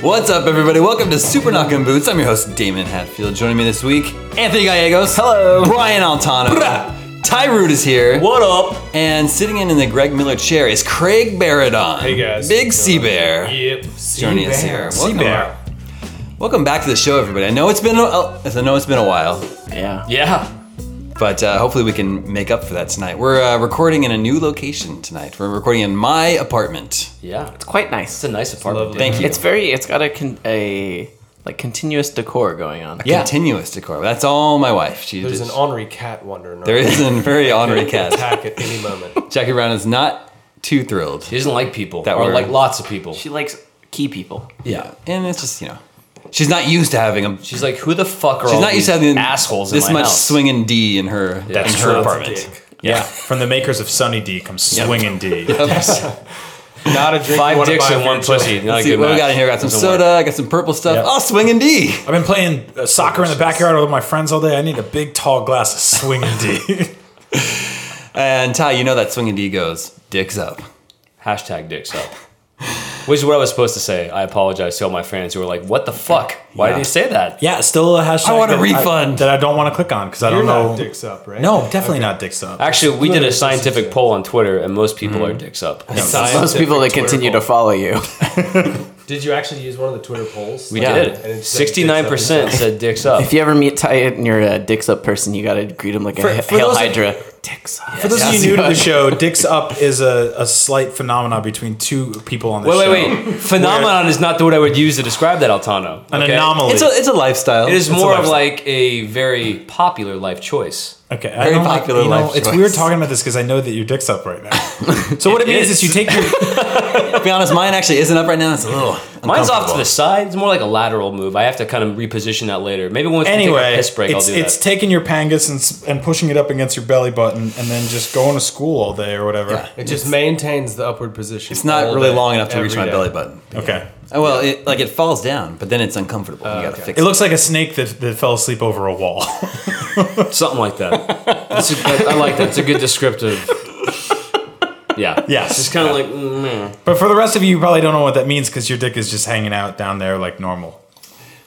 What's up, everybody? Welcome to Super Knockin' Boots. I'm your host, Damon Hatfield. Joining me this week, Anthony Gallegos. Hello. Brian Altano. Tyroot is here. What up? And sitting in in the Greg Miller chair is Craig Baradon. Hey, guys. Big Sea Bear. Yep. Joining us here. Welcome, Bear. welcome back to the show, everybody. I know it's been a, I know it's been a while, Yeah. Yeah. but uh, hopefully we can make up for that tonight. We're uh, recording in a new location tonight. We're recording in my apartment. Yeah. It's It's quite nice. a nice apartment. lovely. Thank you. It's very. It's got a con- a like continuous decor going on. Yeah. Continuous decor. That's all my wife. She There's an just- ornery cat wandering around. there is a very ornery cat. attack at any moment. Jackie Brown is not too thrilled. He doesn't like people. That or word. like lots of people. She likes key people. Yeah, and it's just you know, she's not used to having a. She's She's like, who the fuck are all not these used to having assholes in this my much house? swinging D in her That's in her true. apartment. Yeah, from the makers of Sunny D comes Swinging D. Not a drink. you Five wanna dicks buy and for one your children. pussy. Not a Let's see good what we got match. in here. Got some Doesn't work. soda. I Got some purple stuff. Yep. Oh, swinging D. I've been playing uh, soccer in the backyard with my friends all day. I need a big, tall glass of Swinging D. And Ty, you know that swinging D goes dicks up. Hashtag dicks up. Which is what I was supposed to say. I apologize to all my fans who were like, what the fuck? Why Yeah. did you say that? yeah, still a hashtag. I want a that refund. that I don't want to click on because I You're don't know. not dicks up, right? No, definitely not dicks up. Actually, we did a Literally, scientific this is- poll on Twitter, and most people Mm-hmm. are dicks up. Those people that continue to follow you. Did you actually use one of the Twitter polls? We Like, and did. it said dicks up Sixty-nine percent and stuff? said dicks up. if you ever meet Ty and you're a uh, dicks up person, you gotta greet him like a ha- for hail those- hydra. Dicks up. For those of you new to the show, dicks up is a, a slight phenomenon between two people on the Wait, show. wait, wait. Phenomenon is not the word I would use to describe that, Altano. An okay? anomaly. It's a it's a lifestyle. It is a more of lifestyle. like a very popular life choice. okay, I very don't like- popular you know, life It's choice. weird talking about this because I know that you're dicks up right now. So what it, It means is. is you take your To be honest, mine actually isn't up right now. It's a little. Mine's off to the uncomfortable. side. It's more like a lateral move. I have to kind of reposition that later. Maybe once we take anyway, a piss break, I'll it's, do it's that. taking your pangas and, s- and pushing it up against your belly button and then just going to school all day or whatever. It just maintains the upward position. It's not really long enough to reach my belly button. Okay. Oh, well, it, like it falls down, but then it's uncomfortable. Oh, you gotta fix It it. looks like a snake that, that fell asleep over a wall. Something like that. That's a- I I like that. It's a good descriptive. Yeah. Yes. It's just kind of like, mm, meh. but for the rest of you, you probably don't know what that means because your dick is just hanging out down there like normal.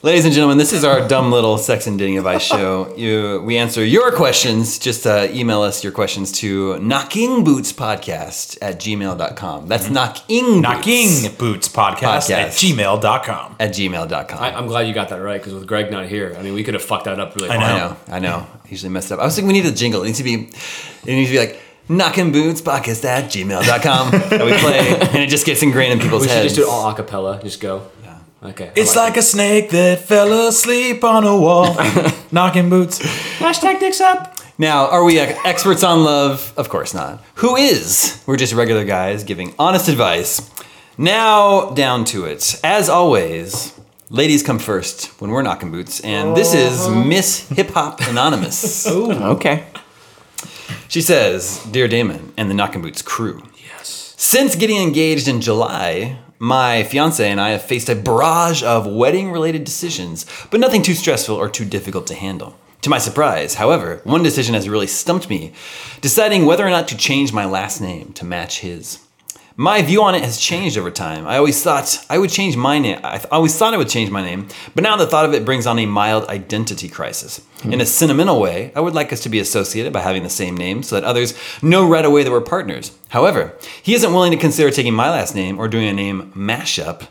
Ladies and gentlemen, this is our dumb little sex and dating advice show. You, we answer your questions. Just uh, email us your questions to knockingbootspodcast at gmail.com. That's knocking Mm-hmm. Knocking Boots Podcast at Podcast. gmail.com. at gmail.com. I, I, I'm glad you got that right because with Greg not here, I mean, we could have fucked that up really I hard. know. know, I know. I usually messed up. I was thinking we need a jingle. It needs to be, it needs to be like knockingbootspodcast at gmail.com that we play, and it just gets ingrained in people's We should heads. just do it all a cappella. Just go. Yeah. Okay. I It's like a snake that fell asleep on a wall. Knocking boots. it. hashtag dicks up. Now, are we ex- experts on love? Of course not. Who is? We're just regular guys giving honest advice. Now, down to it. As always, ladies come first when we're knocking boots, and this is Miss Hip Hop Anonymous. Okay. She says, Dear Damon and the Knockin' Boots crew. Yes. Since getting engaged in July, my fiance and I have faced a barrage of wedding related decisions, but nothing too stressful or too difficult to handle. To my surprise, however, one decision has really stumped me deciding whether or not to change my last name to match his. My view on it has changed over time. I always thought I would change my name. I th- always thought I would change my name, but now the thought of it brings on a mild identity crisis. In a sentimental way, I would like us to be associated by having the same name so that others know right away that we're partners. However, he isn't willing to consider taking my last name or doing a name mashup.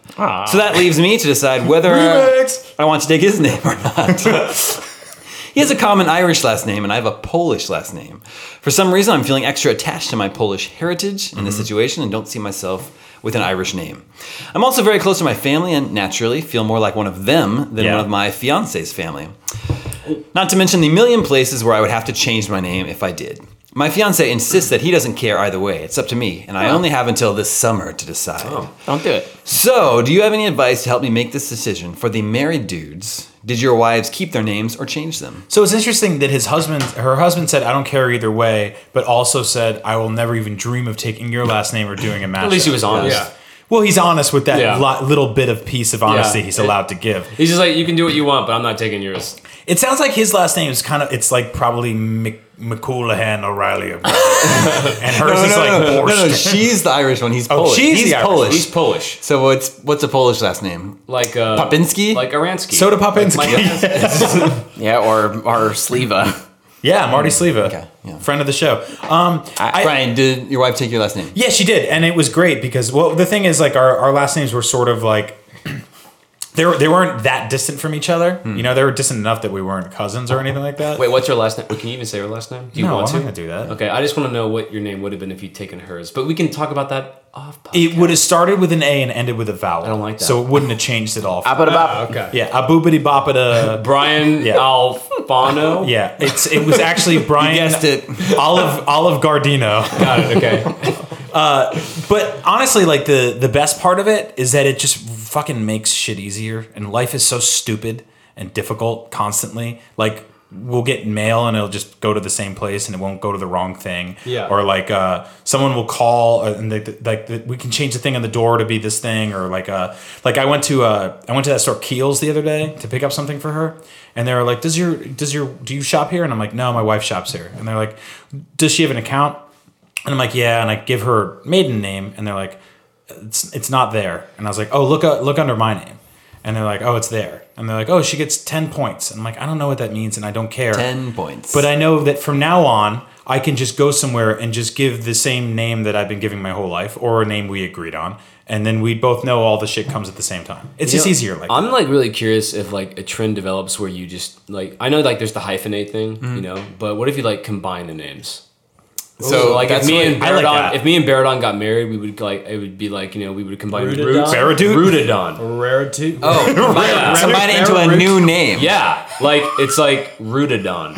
So that leaves me to decide whether Remix. I want to take his name or not. He has a common Irish last name, and I have a Polish last name. For some reason, I'm feeling extra attached to my Polish heritage in this situation and don't see myself with an Irish name. I'm also very close to my family and naturally feel more like one of them than Yeah. one of my fiance's family. Not to mention the million places where I would have to change my name if I did. My fiance insists that he doesn't care either way. It's up to me, and I only have until this summer to decide. Don't do it. So, do you have any advice to help me make this decision for the married dudes? Did your wives keep their names or change them? So it's interesting that his husband, her husband said, I don't care either way, but also said, I will never even dream of taking your last name or doing a match. At least he was honest. Yeah. Well, he's honest with that Yeah. li- little bit of piece of honesty he's It- allowed to give. He's just like, you can do what you want, but I'm not taking yours. It sounds like his last name is kind of, it's like probably Mc- McCoulihan O'Reilly. or- and hers is like Oh, no, no, Borscht. she's the Irish one. He's Oh, Polish. she's he's the Irish. Polish. He's Polish, so what's what's a Polish last name? like uh, Popinski? like Aransky. Soda Popinski. Like Mike- Yeah, or or Sleva. yeah, Marty Sleva. Okay, yeah. Friend of the show. Um, I- Brian, did your wife take your last name? Yeah, she did, and it was great because well, the thing is, like our, our last names were sort of like they were, they weren't that distant from each other. You know, they were distant enough that we weren't cousins or anything like that. Hmm. Wait, what's your last name? Wait, Can you even say your last name? Do you no, want I'm to? not gonna do that. Okay, I just want to know what your name would have been if you'd taken hers, but we can talk about that off. pod- It would have started with an A and ended with a vowel. I don't like that. So it wouldn't have changed at all. Abadabab. Okay. yeah, aboobity boppity. Brian Yeah. Alfano. yeah, it's it was actually Brian Guessed it. Olive Olive Gardino. got it. Okay. But honestly, like the the best part of it is that it just fucking makes shit easier. And life is so stupid and difficult constantly. Like we'll get mail and it'll just go to the same place and it won't go to the wrong thing. Yeah. Or like uh, someone will call uh, and they, they- like the, we can change the thing on the door to be this thing or like uh like I went to uh I went to that store Keels the other day to pick up something for her. And they were like, "Does your does your do you shop here?" And I'm like, "No, my wife shops here." And they're like, "Does she have an account?" And I'm like, yeah. And I give her maiden name, and they're like, it's it's not there. And I was like, oh, look uh, look under my name. And they're like, oh, it's there. And they're like, oh, she gets ten points. And I'm like, I don't know what that means, and I don't care. Ten points. But I know that from now on, I can just go somewhere and just give the same name that I've been giving my whole life, or a name we agreed on, and then we both know all the shit comes at the same time. It's just You know, easier. Like, I'm like really curious if like a trend develops where you just like I know like there's the hyphenate thing, Mm. you know, but what if you like combine the names? So like if that's me what- and I like Baradon, that. if me and Baradon got married, we would like it would be like you know we would combine Rooted roots. Don? Baradude? Rootadon. Rare too. oh, combine- combine it into a Barrett- new name. Yeah, like it's like Rootadon.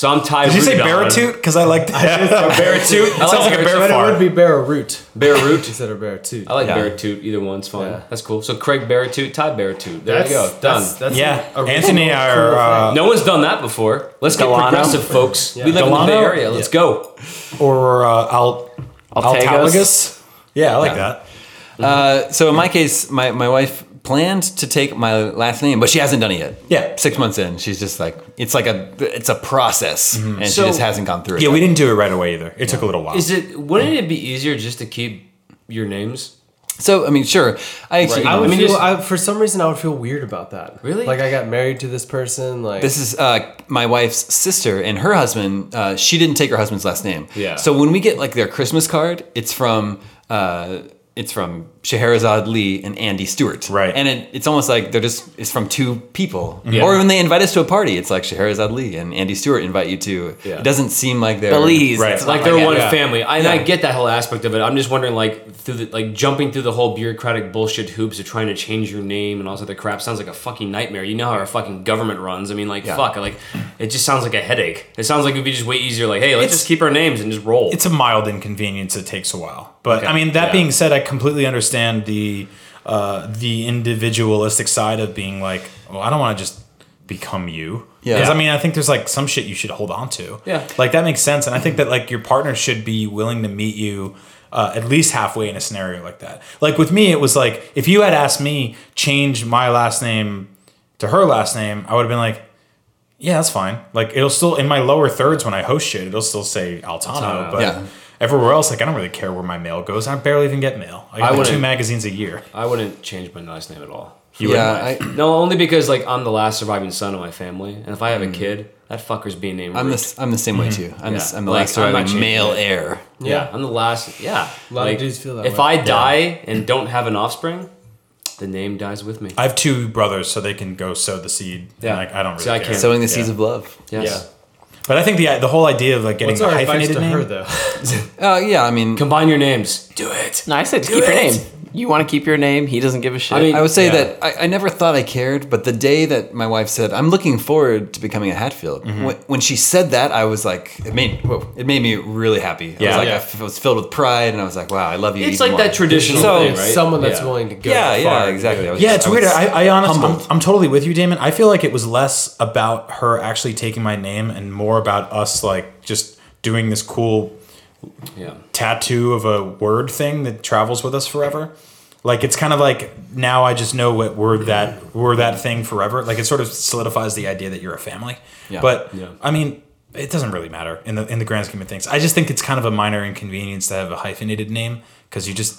So I'm Ty. Did you say Rootadon. Baratute? Because I liked that. Baratute. It sounds like a bear but it fart. would be bear root Bearroot. instead of bear too. I like Yeah. Beartoot. Either one's fine. Yeah. That's cool. So Craig Beartoot, Ty Beartoot. There you go. Done. That's, that's Yeah, a- a Anthony reasonable, or uh, no one's done that before. Let's get Delano? progressive, folks. We live in the Delano? Bay Area. Let's go. or uh, Al Altagas? Altalagus. Yeah, I like that. Uh, so in my case, my, my wife planned to take my last name, but she hasn't done it yet. Yeah. Six months in, she's just like it's like a it's a process, and So- she just hasn't gone through it. Yeah, yet. we didn't do it right away either. It took a little while. Is it? Wouldn't it be easier just to keep your names? so I mean, sure, I actually. I would mean, feel, just- I, for some reason I would feel weird about that. Really? Like I got married to this person. Like This is uh, my wife's sister and her husband. Uh, she didn't take her husband's last name. Yeah. So when we get like their Christmas card, it's from uh, it's from Scheherazade Lee and Andy Stewart. Right. And it, it's almost like they're just it's from two people. Or when they invite us to a party, it's like Scheherazade Lee and Andy Stewart invite you to. Yeah. It doesn't seem like they're Belize. Right. It's Like not they're one that. family. I, and I Yeah. get that whole aspect of it. I'm just wondering, like through the like jumping through the whole bureaucratic bullshit hoops of trying to change your name and all this other crap sounds like a fucking nightmare. You know how our fucking government runs. I mean, like fuck, like it just sounds like a headache. It sounds like it'd be just way easier. Like hey, let's It's- just keep our names and just roll. it's a mild inconvenience. It takes a while, but I mean that yeah. being said, I completely understand the uh, the individualistic side of being like, well, I don't want to just become you. Yeah. Because I mean, I think there's like some shit you should hold on to. Yeah. Like that makes sense, and I think that like your partner should be willing to meet you. Uh, at least halfway in a scenario like that. Like with me, it was like if you had asked me change my last name to her last name, I would have been like, yeah, that's fine. Like it'll still in my lower thirds when I host shit, it'll still say Altano, Altano. but Yeah. everywhere else, like I don't really care where my mail goes. I barely even get mail. I get like, two wouldn't- magazines a year. I wouldn't change my last name at all. yeah. I, No, only because like I'm the last surviving son of my family, and if I have a kid, that fucker's being named. I'm Root. the s- I'm the same way too. I'm, the s Mm-hmm. Yeah. am the Like, last I'm not surviving changing male it. heir. Yeah, Yeah. I'm the last. Yeah, a lot of dudes feel that If way. I die and don't have an offspring, the name dies with me. I have two brothers, so they can go sow the seed. Yeah. Yeah, and, like, I don't really So I care. can't- Sowing the seeds of love. yes. But I think the the whole idea of like getting what's the our advice hyphenated to name. her though? Uh, yeah, I mean, Combine your names. Do it. No, I said keep your name. You want to keep your name? He doesn't give a shit. I mean- I would say Yeah. that I, I never thought I cared, but the day that my wife said, "I'm looking forward to becoming a Hatfield," Mm-hmm. when, when she said that, I was like, it made whoa, it made me really happy. I was Yeah. like, I Yeah. f- was filled with pride, and I was like, "Wow, I love you." It's even like that more." traditional So- thing, right? Oh, Someone that's Yeah. willing to go. Yeah, far yeah, to exactly. do I it. was- Yeah, it's I was weird. I, I honestly, I'm, humbled. I'm totally with you, Damon. I feel like it was less about her actually taking my name and more about us like just doing this cool Yeah. tattoo of a word thing that travels with us forever. Like it's kind of like now I just know what we're that we're that thing forever. Like it sort of solidifies the idea that you're a family. Yeah. But Yeah. I mean, it doesn't really matter in the in the grand scheme of things. I just think it's kind of a minor inconvenience to have a hyphenated name because you just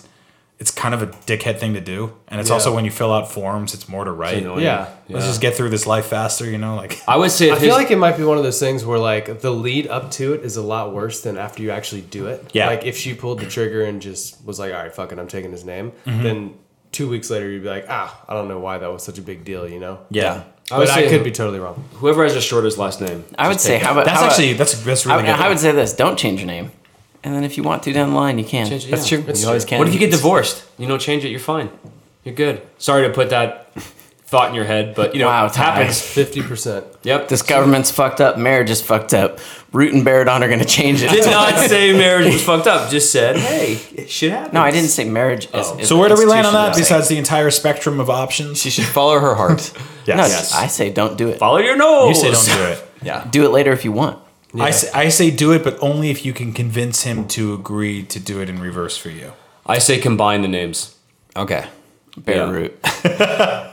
it's kind of a dickhead thing to do, and it's also when you fill out forms, it's more to write. Annoying. Yeah. Let's just get through this life faster, you know. Like I would say if I feel like it might be one of those things where like the lead up to it is a lot worse than after you actually do it. Yeah. Like if she pulled the trigger and just was like, all right, fuck it, I'm taking his name, Mm-hmm. then two weeks later you'd be like, ah, I don't know why that was such a big deal, you know? yeah, I would but say I could be totally wrong. whoever has the shortest last name. I would say how about that's how about- actually that's that's I, really good. I would say this: don't change your name, and then if you want to down the line, you can. Change it, That's yeah. true. you always can. What if you get divorced? You don't change it, you're fine. You're good. Sorry to put that thought in your head, but you know, Wow, it Ty. happens. Fifty percent. Yep. This government's fucked up. Marriage is fucked up. Root and Baradon are going to change it. did not say marriage was fucked up. Just said, hey, it shit happens. No, I didn't say marriage. Is, is so where do we land on that? institutionalized. Besides the entire spectrum of options, She should follow her heart. yes. No, I say don't do it. Follow your nose. you say don't do it. Yeah. Do it later if you want. I, say, I say do it, but only if you can convince him to agree to do it in reverse for you. I say combine the names. Okay. Bear Yeah. root.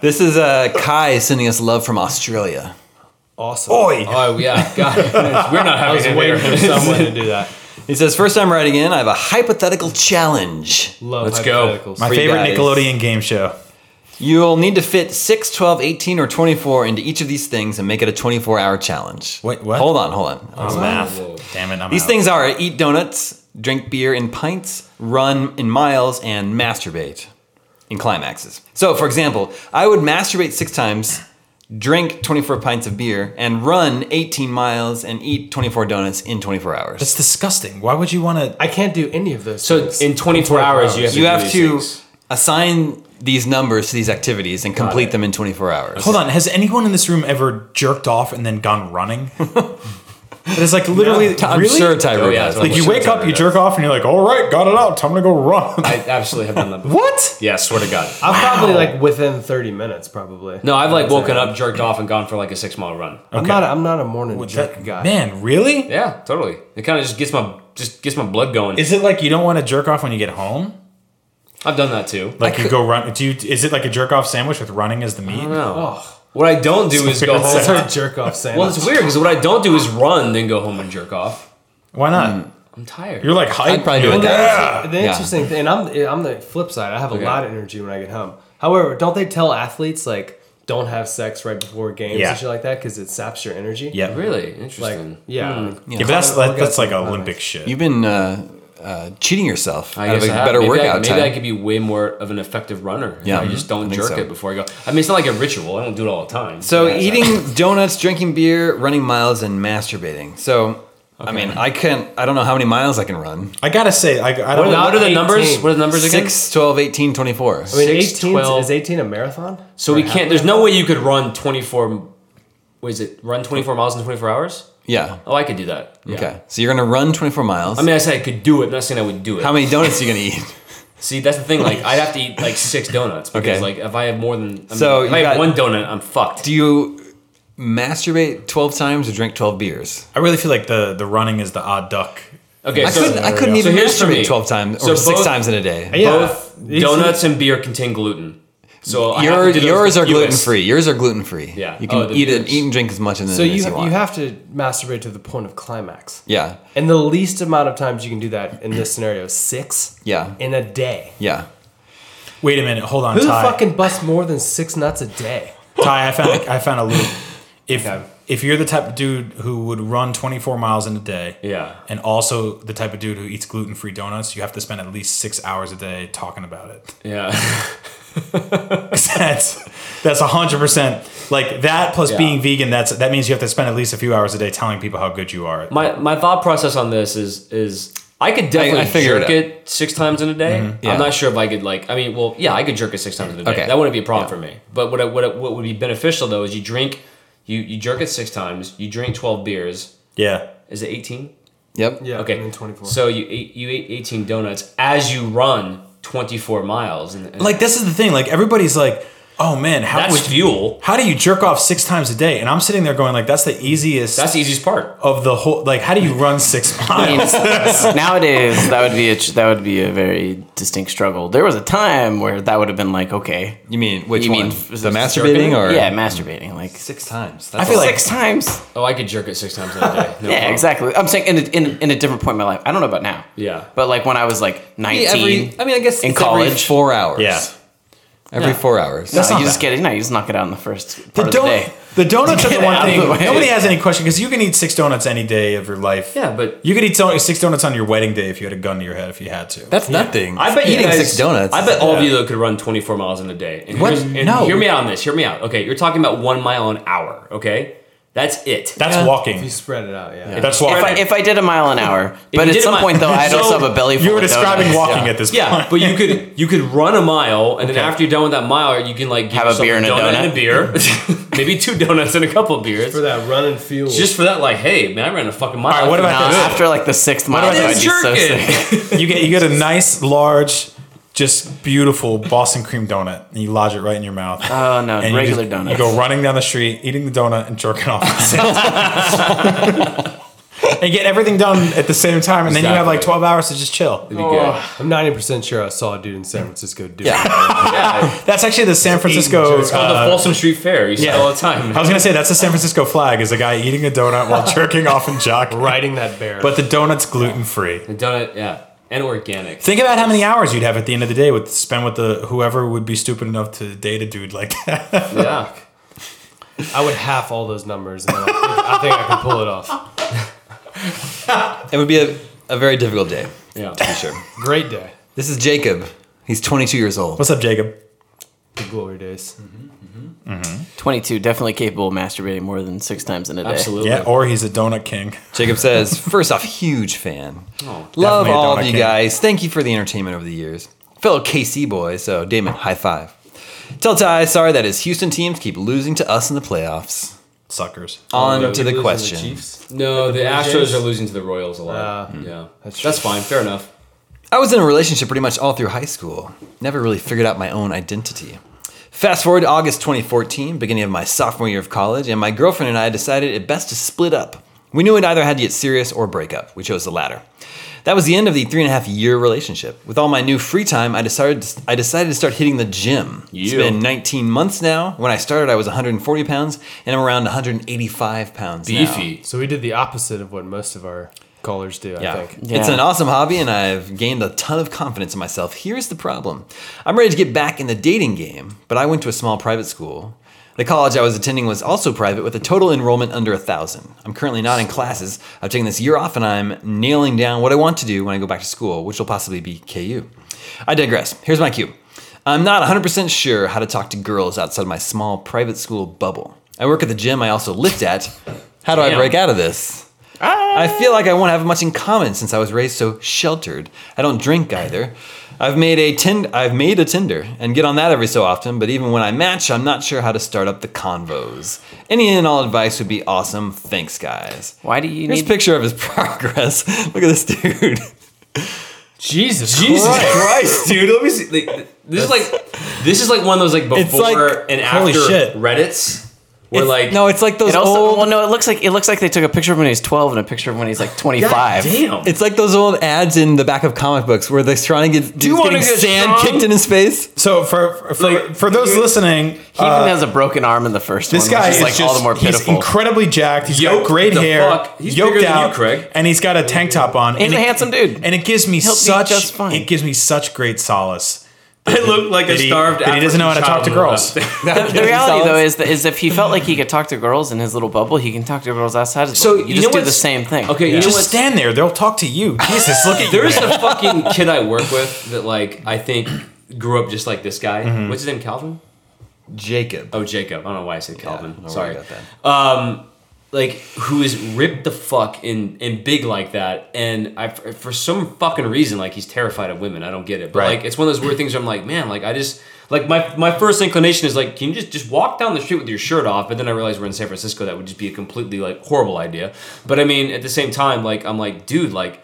This is uh, Kai sending us love from Australia. Awesome. Oi! Oh yeah, God, we're not I having was waiting for someone to do that. He says, First time writing in, I have a hypothetical challenge. Love Let's go. hypotheticals. My Free favorite guys. Nickelodeon game show. You'll need to fit 6, 12, 18, or 24 into each of these things and make it a 24 hour challenge. Wait, what? Oh, Hold on, hold on. It's math. Damn it! I'm These out. things are eat donuts, drink beer in pints, run in miles, and masturbate in climaxes. So, for example, I would masturbate six times, drink 24 pints of beer, and run 18 miles and eat 24 donuts in 24 hours. That's disgusting. Why would you want to? I can't do any of those. So things. in 24 hours, you have to. you do have these to things. assign these numbers to these activities and complete them in 24 hours. Hold on. Has anyone in this room ever jerked off and then gone running? It is like literally I'm really. sure Tyrone Oh, yeah, has. like you Sure wake up, you Tyra jerk off, and you're like, "All right, got it out. Time to go run." I absolutely have done that. Before. what? Yeah, swear to God. I'm probably like within thirty minutes, probably. No, I've like woken up, jerked off, and gone for like a six mile run. I'm not. I'm not a morning jerk That- guy. Man, really? Yeah, totally. It kind of just gets my just gets my blood going. Is it like you don't want to jerk off when you get home? I've done that too. Like you go run? Do you? Is it like a jerk off sandwich with running as the meat? No. Oh, What I don't do is go weird home. it's our jerk off sandwich. Well, it's weird because what I don't do is run, then go home and jerk off. Why not? I'm tired. You're like hype. I'd probably You're do it like, that "Yeah." The Yeah. interesting thing, and I'm I'm the flip side. I have a lot of energy when I get home. However, don't they tell athletes like don't have sex right before games Yeah. and shit like that because it saps your energy? Yeah. really like interesting. Hmm. yeah, like, Yeah, but that's that, that's like Workouts and Olympic shit. You've been uh, uh, cheating yourself I out of guess a I have. better maybe workout I, maybe time. I could be way more of an effective runner. if Yeah. I just I don't think jerk so. it before I go. I mean, it's not like a ritual. I don't do it all the time. So Yeah, eating donuts, drinking beer, running miles, and masturbating. So I mean, I can't. I don't know how many miles I can run. I gotta say, I, I don't. What, what are the 18. numbers? What are the numbers again? Six, 12, 18, 24. I mean, Six, 18 's- 12. is eighteen a marathon? So we can't. There's no way you could run 24. What is it? Run 24 miles in 24 hours? yeah. Oh, I could do that. Yeah. Okay. So you're gonna run 24 miles. I mean, I said I could do it. I'm not saying I would do it. how many donuts are you gonna eat? See, that's the thing. Like, I'd have to eat like six donuts because, Okay. like, if I have more than I mean, So if you I have got- one donut, I'm fucked. Do you masturbate 12 times or drink 12 beers? I really feel like the the running is the odd duck. okay, I so couldn't. I couldn't So even here's for me. masturbate 12 times So or six both- times in a day. both Yeah. donuts and beer contain gluten. So I have Your, to do those yours are gluten continuous. free. Yours are gluten free. Yeah. You can Oh, the eat it, beers. eat and drink as much in the So you as you, want. you have to masturbate to the point of climax, yeah. and the least amount of times you can do that in this scenario is six. Yeah. in a day. Yeah. Wait a minute, hold on, Who Ty. fucking busts more than six nuts a day? Ty, I found I found a loop. If Okay. if you're the type of dude who would run 24 miles in a day, Yeah. and also the type of dude who eats gluten free donuts, you have to spend at least six hours a day talking about it. Yeah. that's that's hundred percent like that. Plus Yeah. being vegan, that's that means you have to spend at least a few hours a day telling people how good you are. my my thought process on this is is I could definitely I figured jerk it it, six times in a day. I'm not sure if I could like. I mean, well, yeah, I could jerk it six times in a day. Okay. That wouldn't be a problem for me. But what I, what I- what would be beneficial though is you drink, you you jerk it six times. You drink twelve beers. yeah, Is it eighteen? Yep. Yeah, Okay, and then twenty four. So you ate, you ate eighteen donuts as you run twenty four miles. And, and like this is the thing like everybody's like Oh man, how That's would fuel. how do you jerk off six times a day? And I'm sitting there going like, that's the easiest That's the easiest part. of the whole. Like, how do you run six miles? Nowadays, that would be a ch- that would be a very distinct struggle. There was a time where that would have been like, okay, You mean which You one? mean f- the masturbating or yeah, masturbating like six times? I That's feel a lot. like six times. Oh, I could jerk it six times in a day. No yeah, problem. exactly. I'm saying in a, in, in a different point in my life. I don't know about now. Yeah. But like when I was like 19, Yeah, every. I mean, I guess in it's every college. four hours. Yeah. every four hours. That's no, not you just bad. get it. No, you just knock it out in the first the part of the donut. day. The donuts are Get the it one out of thing. the way. Nobody has any question because you can eat six donuts any day of your life. Yeah, but You could eat so- six donuts on your wedding day if you had a gun to your head if you had to. That's nothing. I bet eating you guys, six donuts. I bet all of you though could run 24 miles in a day. And What? here's- And No. Hear me out on this. Hear me out. Okay, you're talking about one mile an hour. Okay, that's it. That's Yeah. If walking. you spread it out, yeah. That's walking. If I, if I did a mile an hour, but you at did a some mile- point though, I'd So also have a belly full. you were of describing donuts. walking at this point. Yeah, but you could you could run a mile, and then after you're done with that mile, you can like give Have a yourself beer and a donut, and donut. a beer, maybe two donuts and a couple of beers, For that run and fuel. just for that. Like, hey man, I ran a fucking mile. what No, about this? Uh, after like the sixth mile, I though, didn't I'd be jerk so sick. it. you get you get a nice large, just beautiful Boston cream donut, and you lodge it right in your mouth. Oh no, and you regular just- donuts. You go running down the street, eating the donut and jerking off. At the same time. and get everything done at the same time, and then you have like twelve hours to just chill. Be good. I'm 90% sure I saw a dude in San Francisco do Yeah. it. That's actually the San Francisco. It's called uh, the Folsom Street Fair. You see it yeah. all the time. I was gonna say that's the San Francisco flag is a guy eating a donut while jerking off and jocking. Riding that bear. But the donut's gluten free. The donut, yeah, and organic. Think about how many hours you'd have at the end of the day with spend with the whoever would be stupid enough to date a dude like that. Yeah. I would half all those numbers, and then I, think, I think I can pull it off. it would be a, a very difficult day. Yeah. For sure. Great day. This is Jacob. He's 22 years old. What's up, Jacob? The glory days. 22, definitely capable of masturbating more than six times in a day. Absolutely. Yeah, or he's a donut king. Jacob says, first off, huge fan. Love Definitely a all donut of you king. guys. Thank you for the entertainment over the years. Fellow KC boy, so Damon, high five. Tell Ty, sorry that his Houston teams keep losing to us in the playoffs. Suckers. Uh, On Although to we lose the the question. Chiefs. No, the Blue Astros Jays? are losing to the Royals a lot. Ah. yeah, Hmm. that's, true. fine. Fair enough. I was in a relationship pretty much all through high school. Never really figured out my own identity. Fast forward to August 2014, beginning of my sophomore year of college, and my girlfriend and I decided it best to split up. We knew it either had to get serious or break up. We chose the latter. That was the end of the three and a half year relationship. With all my new free time, I decided to, I decided to start hitting the gym. It's Yeah. been 19 months now. When I started, I was 140 pounds, and I'm around 185 pounds now. Beefy. So we did the opposite of what most of our callers do, I think. It's Yeah. an awesome hobby, and I've gained a ton of confidence in myself. Here's the problem I'm ready to get back in the dating game, but I went to a small private school. The college I was attending was also private with a total enrollment under a 1,000. I'm currently not in classes. I've taken this year off, and I'm nailing down what I want to do when I go back to school, which will possibly be KU. I digress. Here's my cue. I'm not 100% sure how to talk to girls outside my small private school bubble. I work at the gym I also lift at. How do I Damn. break out of this? I feel like I won't have much in common since I was raised so sheltered. I don't drink either. I've made a tin- I've made a Tinder and get on that every so often, but even when I match, I'm not sure how to start up the convos. Any and all advice would be awesome. Thanks, guys. Why do you Here's a need picture of his progress. Look at this dude. Jesus. Jesus Christ, dude! Let me see. Like, this is like this is like one of those like before like- and holy after shit. Reddit's. Where like no, it's like those it also, old. well, no, it looks like it looks like they took a picture of him when he's 12 and a picture of him when he's like 25. damn. It's like those old ads in the back of comic books where they're trying to get, dude's wanna getting get sand strong? kicked in his face. So for for, for those listening, uh, He even has a broken arm in the first This one, guy which is is like just, all the more he's pitiful. incredibly jacked. He's Yoked got great the hair. fuck. He's bigger than you, Craig. and he's got a tank top on. He's and a it- handsome dude. and it gives me He'll be such. just fine. It gives me such great solace. I look like a that he- starved. that he doesn't know how to talk to African girls. child. the, the reality though is that is if he felt like he could talk to girls in his little bubble, he can talk to girls outside. His So, bubble. you you, just know do the what's- same thing. Okay, you know Just what's stand there. They'll talk to you. Jesus, look at you. There's a fucking kid I work with that like I think grew up just like this guy. Mm-hmm. What's his name? Calvin? Jacob. Oh, Jacob. I don't know why I said Calvin. don't worry Sorry. about that. Um, like who is ripped the fuck and and big like that, and I for for some fucking reason like he's terrified of women. I don't get it, but Right. like it's one of those weird things. Where I'm like, man, like I just like my my first inclination is like, can you just just walk down the street with your shirt off? But then I realized we're in San Francisco. That would just be a completely like horrible idea. But I mean, at the same time, like I'm like, dude, like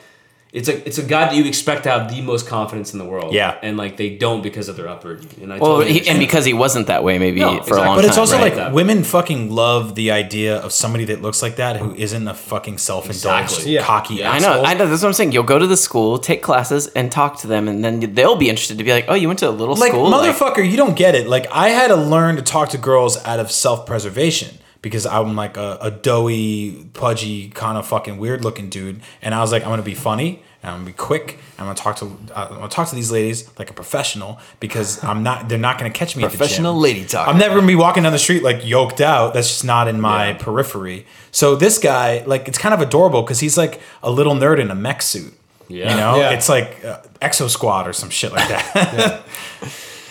It's a it's a guy that you expect to have the most confidence in the world. Yeah. and like they don't because of their upbringing. And I Well, totally he, and understand. because he wasn't that way, maybe No, for exactly. a But long But time. it's also right? like that. women fucking love the idea of somebody that looks like that who isn't a fucking self-indulged, Exactly. Yeah. cocky. Yeah. I know, I know. That's what I'm saying. You'll go to the school, take classes, and talk to them, and then they'll be interested to be like, "Oh, you went to a little Like school." Like, motherfucker, you don't get it. Like I had to learn to talk to girls out of self-preservation because I'm like a, a doughy, pudgy, kind of fucking weird-looking dude, and I was like, I'm gonna be funny. and I'm gonna be quick. and I'm gonna talk to uh, I'm gonna talk to these ladies like a professional because I'm not. They're not gonna catch me. at Professional the gym. lady talk. I'm never gonna be walking down the street like yoked out. That's just not in my periphery. So this guy, like, it's kind of adorable because he's like a little nerd in a mech suit. Yeah. You know, Yeah. it's like uh, Exo Squad or some shit like that.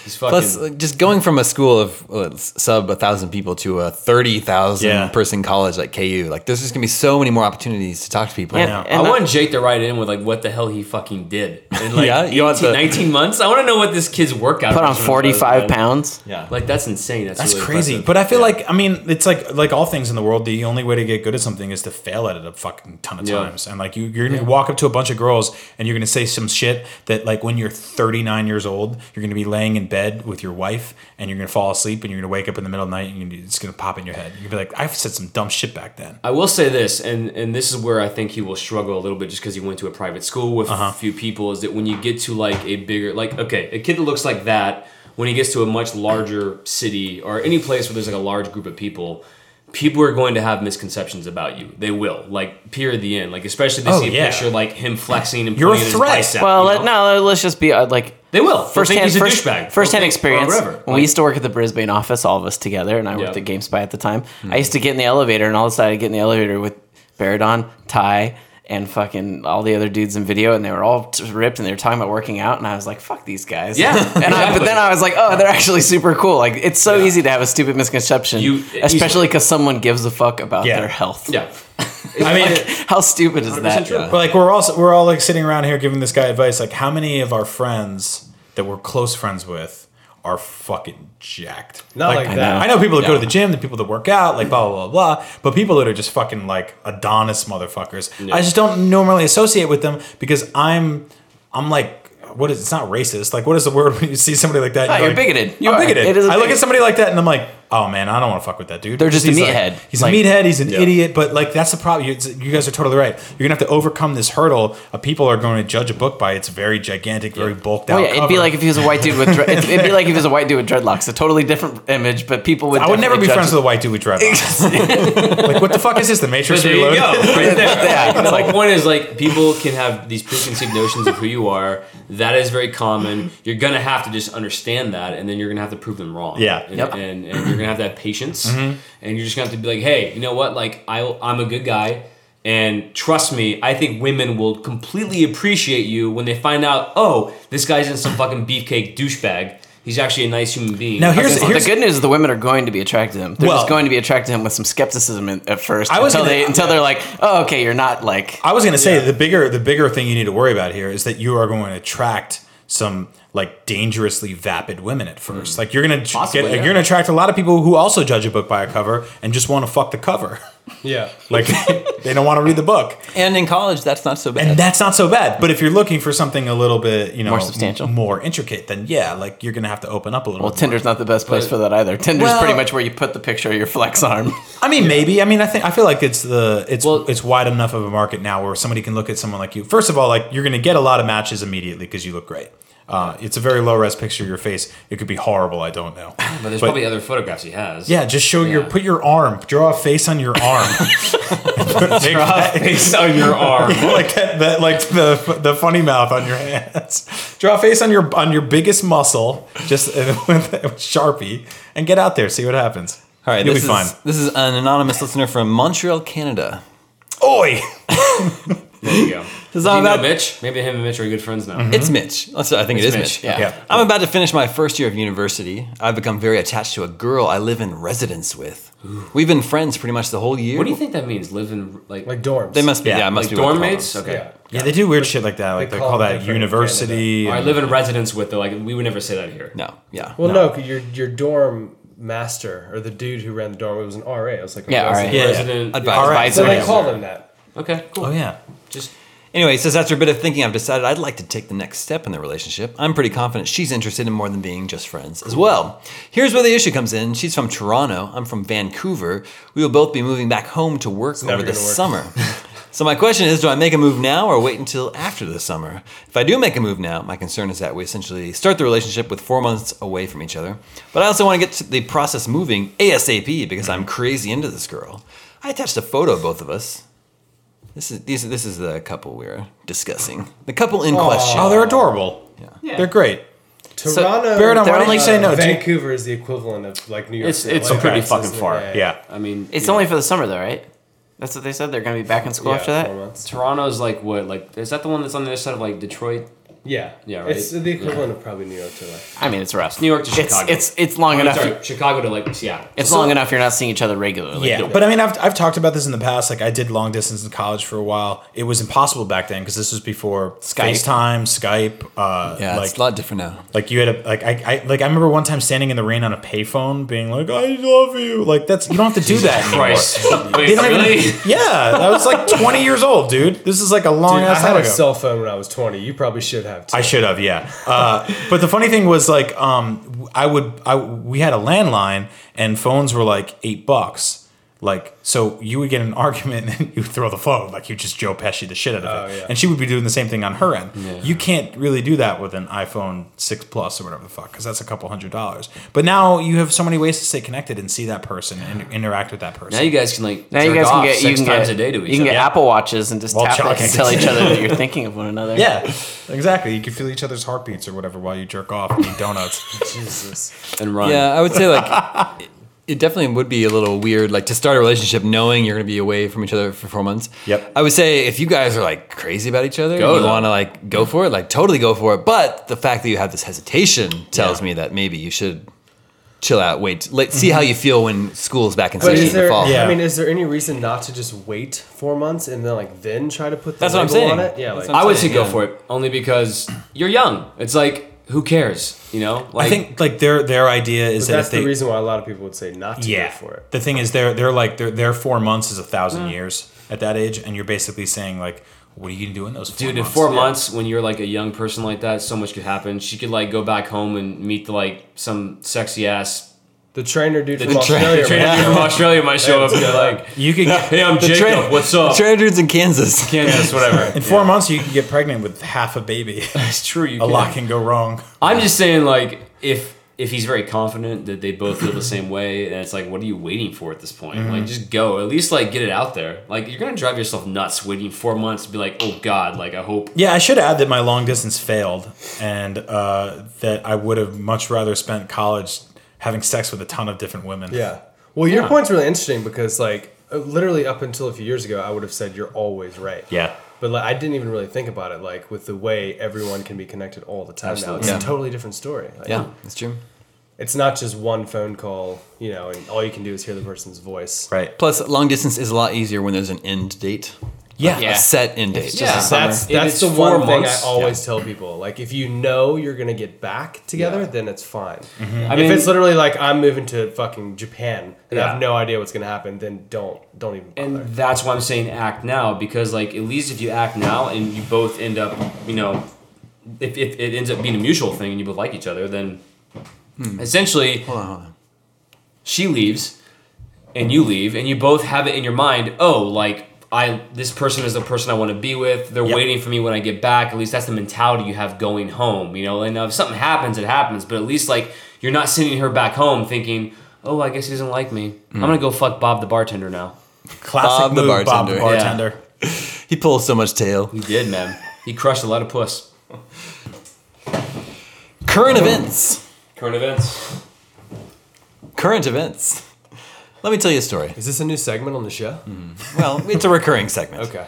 he's fucking Plus, like, just going from a school of uh, sub a thousand people to a thirty thousand Yeah. person college like KU, like there's just gonna be so many more opportunities to talk to people. and, know. and I that- want Jake to write in with like what the hell he fucking did in like Yeah, you want 18 the- 19 months. I want to know what this kid's workout put on regimen was, 45 man. pounds. Yeah. Like that's insane. That's, That's really crazy. impressive. But I feel like I mean, it's like like all things in the world, the only way to get good at something is to fail at it a fucking ton of Yeah. times. And like you you're gonna walk up to a bunch of girls and you're gonna say some shit that like when you're 39 years old, you're gonna be laying in bed with your wife and you're gonna fall asleep and you're gonna wake up in the middle of the night and you're gonna, it's gonna pop in your head. You're gonna be like, I've said some dumb shit back then. I will say this, and and this is where I think he will struggle a little bit, just because he went to a private school with Uh-huh. a few people. Is that when you get to like a bigger, like okay, a kid that looks like that, when he gets to a much larger city or any place where there's like a large group of people. People are going to have misconceptions about you. They will, like, period. The end, like, especially if they Oh, see a yeah. picture like him flexing and You're pointing a at his threat. bicep, Well, you know? let, no, let's just be uh, like They will. First first think hand, he's a first, douchebag. first hand They'll think- or experience. whatever. When we used to work at the Brisbane office, all of us together, and I worked Yeah. Hmm. at GameSpy at the time. I used to get in the elevator, and all of a sudden, I get in the elevator with Baradon, Ty, and fucking all the other dudes in video, and they were all t- ripped, and they were talking about working out, and I was like, "Fuck these guys." Yeah, and I, but exactly. then I was like, "Oh, they're actually super cool." Like it's so easy to have a stupid misconception, You- uh, especially because someone gives a fuck about Yeah. their health. yeah. I mean How stupid is that? true. But like we're all we're all like sitting around here giving this guy advice. Like, how many of our friends that we're close friends with are fucking jacked? Not like that. I know people that go to the gym, the people that work out, like blah blah blah blah. But people that are just fucking like Adonis motherfuckers. I just don't normally associate with them because I'm I'm like what is it's not racist. Like what is the word when you see somebody like that? and you're like, bigoted. You I'm are. bigoted. It is a I look bigot. at somebody like that and I'm like, oh man, I don't want to fuck with that dude. They're just a Because he's meathead. like- he's Like- a meathead. He's an idiot. But like that's the problem. You, it's- you guys are totally right. You're gonna have to overcome this hurdle. Of people are going to judge a book by its very gigantic, very bulked out. Oh yeah, it'd be cover. like if he was a white dude with dread- it'd, it'd be like if he was a white dude with dreadlocks. A totally different image, but people would. I would never be definitely friends judge with a white dude with dreadlocks. like, what the fuck is this? The Matrix But there you Reloaded? go, right there. Yeah, the whole point is like people can have these preconceived notions of who you are. That is very common. You're gonna have to just understand that, and then you're gonna have to prove them wrong. Yeah. Mm-hmm. and, Yep. and, and you're gonna have to have patience, and you're just gonna have to be like, hey, you know what? Like I, I'm a good guy. And trust me, I think women will completely appreciate you when they find out, oh, this guy isn't some fucking beefcake douchebag. He's actually a nice human being. Now, here's- the good news is the women are going to be attracted to him. They're Well- just going to be attracted to him with some skepticism in, at first. I was until gonna- they until they're like, oh, okay, you're not like. I was gonna say the bigger the bigger thing you need to worry about here is that you are going to attract some like dangerously vapid women at first. Like you're gonna tr- Possibly, get, yeah. you're gonna attract a lot of people who also judge a book by a cover and just want to fuck the cover. Yeah. Like they don't want to read the book, And in college, that's not so bad. and that's not so bad. But if you're looking for something a little bit, you know, More substantial. more intricate, then yeah, like you're gonna have to open up a little. Well, bit Tinder's not the best place for that either. Tinder's Well- pretty much where you put the picture of your flex arm. I mean, maybe. I mean, I think I feel like it's the it's Well- it's wide enough of a market now where somebody can look at someone like you. First of all, like you're going to get a lot of matches immediately because you look great. Uh, it's a very low res picture of your face. It could be horrible. I don't know. but there's but- probably other photographs he has. Yeah, just show your Yeah. put your arm, draw a face on your arm. Make that- Based on Oh, your arm. like that, that, like the the funny mouth on your hands. Draw a face on your on your biggest muscle, just uh, with a sharpie, and get out there. See what happens. All right, you'll be this fine. is, This is an anonymous listener from Montreal, Canada. Oi. There you go. It's not Do you know bad. Mitch? Maybe him and Mitch are good friends Mm-hmm. now. It's Mitch. That's- I think it's Mitch, Mitch. yeah. Yeah. I'm about to finish my first year of university. I've become very attached to a girl I live in residence with. We've been friends pretty much the whole year. What do you think that means? Live in like, Like dorms. They must be. Yeah, Yeah, it must like be what dorm they're called. mates? Okay. Yeah. Yeah, they do weird shit like that. Like they, call, call it that different in university. Or I and- live in residence with though. Like we would never say that here. No. Yeah. Well, no, 'cause your your dorm master or the dude who ran the dorm it was an RA. It was like a Yeah, resident. RA. Yeah, yeah. Resident. Advisor. All right. So Advisor. they call them that. Okay. Cool. Oh yeah. Just Anyway, he says, after a bit of thinking, I've decided I'd like to take the next step in the relationship. I'm pretty confident she's interested in more than being just friends as well. Here's where the issue comes in. She's from Toronto. I'm from Vancouver. We will both be moving back home to work over never the gonna work. summer. so my question is, do I make a move now or wait until after the summer? If I do make a move now, my concern is that we essentially start the relationship with four months away from each other. But I also want to get to the process moving ASAP because I'm crazy into this girl. I attached a photo of both of us. This is these, this is the couple we're discussing. The couple in question. Oh, they're adorable. Yeah. They're great. Toronto, uh, Baradon, They're why did only- you say no? Do you- Vancouver is the equivalent of like New York. It's- City, it's like, pretty Texas, fucking and- far. Yeah. I mean, It's you only for the summer though, right? That's what they said. They're going to be back in school Yeah, after that. four months. Toronto's like what? Like is that the one that's on the other side of like Detroit? Yeah, Yeah, right. It's the equivalent of probably New York to like. I mean, it's rough. New York to It's Chicago. it's, it's long enough. Sorry, Chicago to like Seattle. It's long enough. You're not seeing each other regularly. Yeah, but I mean, I've, I've talked about this in the past. Like, I did long distance in college for a while. It was impossible back then because this was before Skype. FaceTime, Skype. Uh, yeah, like, it's a lot different now. like you had a like I, I like I remember one time standing in the rain on a payphone, being like, "I love you." Like that's you don't have to do that. anymore. Christ. Wait, They don't even- really? yeah, I was like 20 years old, dude. This is like a long Dude, I ass had time a ago. cell phone when I was twenty. You probably should have. Too. I should have, yeah. Uh, but the funny thing was, like, um, I would, I we had a landline, and phones were like eight bucks. Like, so you would get in an argument, and then you would throw the phone, like you just Joe Pesci the shit out of Oh, it, yeah. and she would be doing the same thing on her end. You can't really do that with an iPhone six plus or whatever the fuck, because that's a couple hundred dollars. But now you have so many ways to stay connected and see that person and interact with that person. Now you guys can like Now you jerk guys off can get you six can times get a day to each you can other. get Apple watches and just While tap it and jogging. tell each other that you're thinking of one another. yeah, exactly. You can feel each other's heartbeats or whatever while you jerk off and eat donuts. and run. Yeah, I would say like it- it definitely would be a little weird like to start a relationship knowing you're going to be away from each other for 4 months. Yep. I would say if you guys are like crazy about each other, Go, you though. want to like go for it, like totally go for it, but the fact that you have this hesitation tells me that maybe you should chill out, wait, let see how you feel when school's back in But session is in the there? fall. Yeah. I mean, is there any reason not to just wait four months and then like then try to put the That's what I'm label on saying. it? Yeah, like, I would say saying, go yeah. for it only because you're young. It's like who cares, you know? Like I think like their their idea is but that that's if they the reason why a lot of people would say not to yeah go for it. Mm. the thing is they're they're like their their four months is a thousand years at that age and you're basically saying like what are you gonna do in those four dude, in months? four months when you're like a young person like that, so much could happen. She could like go back home and meet the like some sexy ass The trainer dude from the Australia. trainer right? dude from Australia might show up and be like, you could "Hey, I'm Jacob. train- what's up?" Trader dudes in Kansas. Kansas, whatever. in four months you could get pregnant with half a baby It's true. You a can. lot can go wrong I'm just saying, like, if if he's very confident that they both feel the same way, and it's like, what are you waiting for at this point? Mm-hmm. Like, just go. At least like get it out there. Like, you're gonna drive yourself nuts waiting four months to be like, oh god, like I hope. yeah I should add that my long distance failed and uh, that I would have much rather spent college having sex with a ton of different women Yeah. Well, your point's really interesting because like uh, literally up until a few years ago, I would have said you're always right. yeah But like, I didn't even really think about it. Like with the way everyone can be connected all the time now, it's Yeah. a totally different story. Like, Yeah, that's true. It's not just one phone call, you know, and all you can do is hear the person's voice. right Plus long distance is a lot easier when there's an end date. yeah, A set end date. just- Yeah. That's If that's it's the four one thing I months- always tell people. Like if you know you're gonna get back together, Yeah. Mm-hmm. then it's fine. I mean, if it's literally like I'm moving to fucking Japan and I Yeah. have no idea what's gonna happen, then don't don't even bother. and that's why I'm saying act now because like at least if you act now and you both end up, you know, if, if it ends up being a mutual thing and you both like each other, then essentially Hold on, hold on. she leaves and you leave and you both have it in your mind oh like i this person is the person i want to be with they're Yep. waiting for me when i get back at least that's the mentality you have going home you know and now if something happens it happens but at least like you're not sending her back home thinking oh i guess he doesn't like me i'm gonna go fuck bob the bartender now classic Bob the move Bob the bartender. bartender He pulls so much tail. he did man he crushed a lot of puss Current events. current events Current events. Let me tell you a story. Is this a new segment on the show? Mm-hmm. Well, it's a recurring segment. Okay.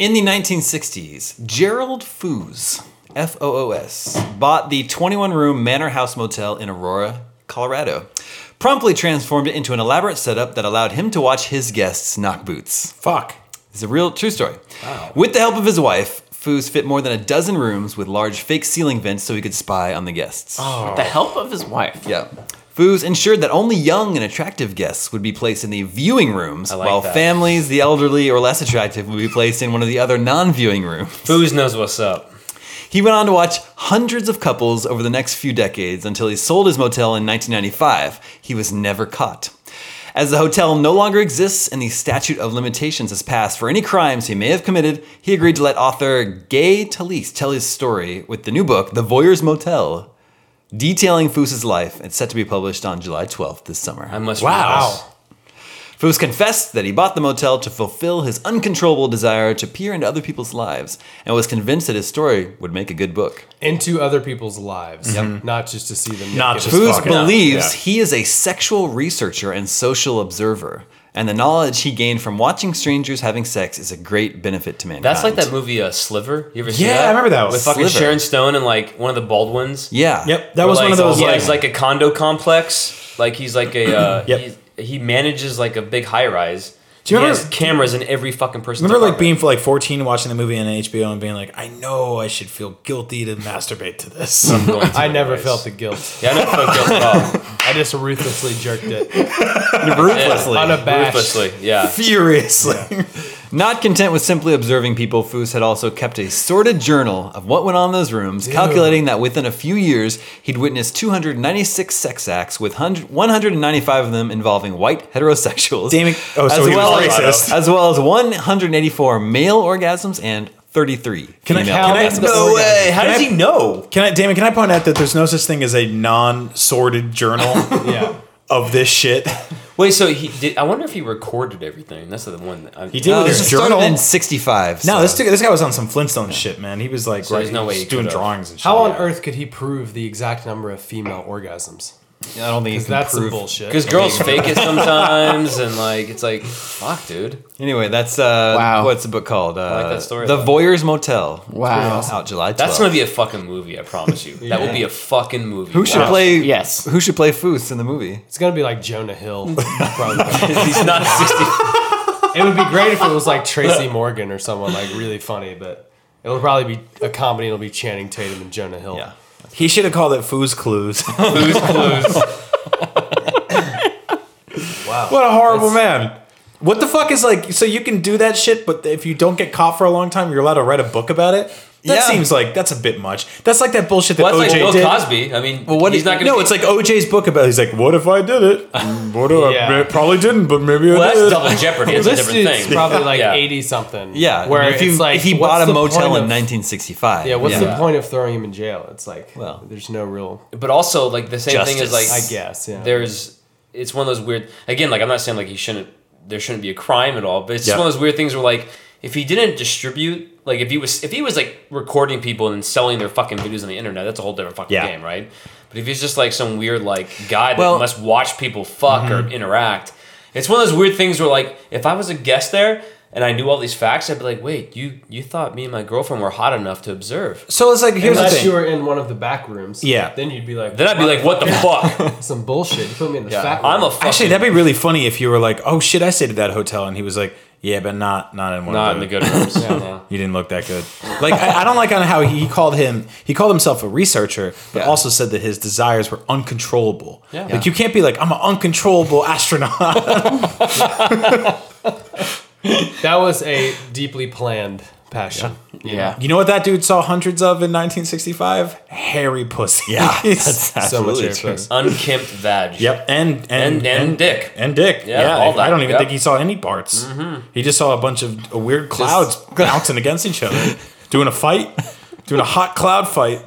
In the 1960s, Gerald Foos, F O O S, bought the 21 room Manor House Motel in Aurora, Colorado. Promptly transformed it into an elaborate setup that allowed him to watch his guests knock boots. fuck It's a real true story. With the help of his wife, Foos fit more than a dozen rooms with large fake ceiling vents so he could spy on the guests. With the help of his wife. Yeah. Booze ensured that only young and attractive guests would be placed in the viewing rooms, while that. families, the elderly, or less attractive would be placed in one of the other non viewing rooms. Booze knows what's up. He went on to watch hundreds of couples over the next few decades until he sold his motel in 1995. He was never caught. As the hotel no longer exists and the statute of limitations has passed for any crimes he may have committed, he agreed to let author Gay Talese tell his story with the new book, The Voyeur's Motel, detailing Foos's life. It's set to be published on July 12th this summer. I must Wow. read Foos confessed that he bought the motel to fulfill his uncontrollable desire to peer into other people's lives and was convinced that his story would make a good book. Into other people's lives, not just to see them. Not naked. just Foos fucking up. believes Yeah. he is a sexual researcher and social observer, and the knowledge he gained from watching strangers having sex is a great benefit to mankind. That's like that movie uh, Sliver. You ever seen Yeah, that? I remember that. with fucking Sliver. Sharon Stone and like one of the Baldwins. Yeah. Yep, that was Where, one of like, those Yeah, like, he's like a condo complex. Like he's like a. Uh, Yep. he, he manages like a big high rise. Do you he remember- has cameras in every fucking person. remember like being like 14 watching the movie on HBO and being like, I know I should feel guilty to masturbate to this. I never felt the guilt. Yeah, I never felt guilt at all. I just ruthlessly jerked it, Ruthlessly. unabashed. Ruthlessly, yeah. Furiously. Not content with simply observing people, Foos had also kept a sordid journal of what went on in those rooms, calculating that within a few years, he'd witnessed 296 sex acts, with 100, 195 of them involving white heterosexuals. Damn it. Oh, so he was racist. As well as 184 male orgasms and 33 Can I- female can I- orgasms. no way. How does he know? Can I, Damon, can I point out that there's no such thing as a non sorted journal Yeah. of this shit? Wait, so he did? I wonder if he recorded everything. That's the one. That I, He did No, with this his is started Um, journal. in 65. no, so- this, dude, this guy was on some Flintstone shit, man. He was like, So there's right, no he way was he doing could've. drawings and shit. How on yeah. earth could he prove the exact number of female orgasms? I don't think you Because can that's some prove. bullshit. Because girls fake it sometimes, and like it's like, fuck, dude. Anyway, that's uh, Wow. what's the book called? Uh, like that story a The lot. Voyeur's Motel. Wow. It's out July 12th. That's gonna be a fucking movie. I promise you. That will be a fucking movie. who should Wow. play? Yes. Who should play Foos in the movie? It's gonna be like Jonah Hill. Probably. He's not sixty. it would be great if it was like Tracy Morgan or someone like really funny, but it'll probably be a comedy. It'll be Channing Tatum and Jonah Hill. Yeah. He should have called it Foos Clues. Wow. What a horrible man. What the fuck is like? So you can do that shit, but if you don't get caught for a long time, you're allowed to write a book about it. That Yeah. seems like that's a bit much. That's like that bullshit that Well, OJ that's like did. Bill Cosby. I mean, what he's is- not gonna. no, be- it's like OJ's book about. He's like, what if I did it? Mm, What do I Yeah. probably didn't, but maybe I well, did. that's double jeopardy. It's a This different dude's thing. probably like Yeah. eighty something. Yeah. Where if, you, it's like if he what's bought a the motel point in of- 1965. Yeah. What's the Yeah. point of throwing him in jail? It's like Well. there's no real. But also, like the same thing is like I guess. Yeah. there's it's one of those weird again like i'm not saying like he shouldn't there shouldn't be a crime at all but it's just Yeah. one of those weird things where like if he didn't distribute like if he was if he was like recording people and then selling their fucking videos on the internet that's a whole different fucking Yeah. game right but if he's just like some weird like guy that Well- must watch people fuck Mm-hmm. or interact it's one of those weird things where like if i was a guest there and I knew all these facts. I'd be like, "Wait, you you thought me and my girlfriend were hot enough to observe?" so it's like here's the Unless thing. you were in one of the back rooms. Yeah. Then you'd be like. Then I'd be like, "What the fuck? Some bullshit. You put me in the fat room. I'm a fucking Actually, that'd be really funny if you were like, oh shit, I stayed at that hotel, and he was like, yeah, but not not in one. not in of the good rooms." Yeah. You didn't look that good. Like I, I don't like on how he called him. He called himself a researcher, but also said that his desires were uncontrollable. Yeah. Like you can't be like I'm an uncontrollable astronaut. That was a deeply planned passion. Yeah. you know what that dude saw hundreds of in 1965? Hairy pussy. Yeah, that's So much absolutely hair true. puss. Unkempt vag. Yep. And And- and and dick. and dick. Yeah, Yeah. all that. I don't even Yep. Mm-hmm. think he saw any parts. He just saw a bunch of weird clouds bouncing against each other, doing a fight, doing a hot cloud fight.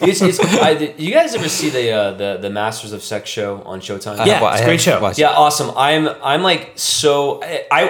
It's, it's, I, you guys ever see the, uh, the the Masters of Sex show on Showtime? Yeah, Well, I it's a great have show. watched- yeah, awesome. I'm I'm like so I, I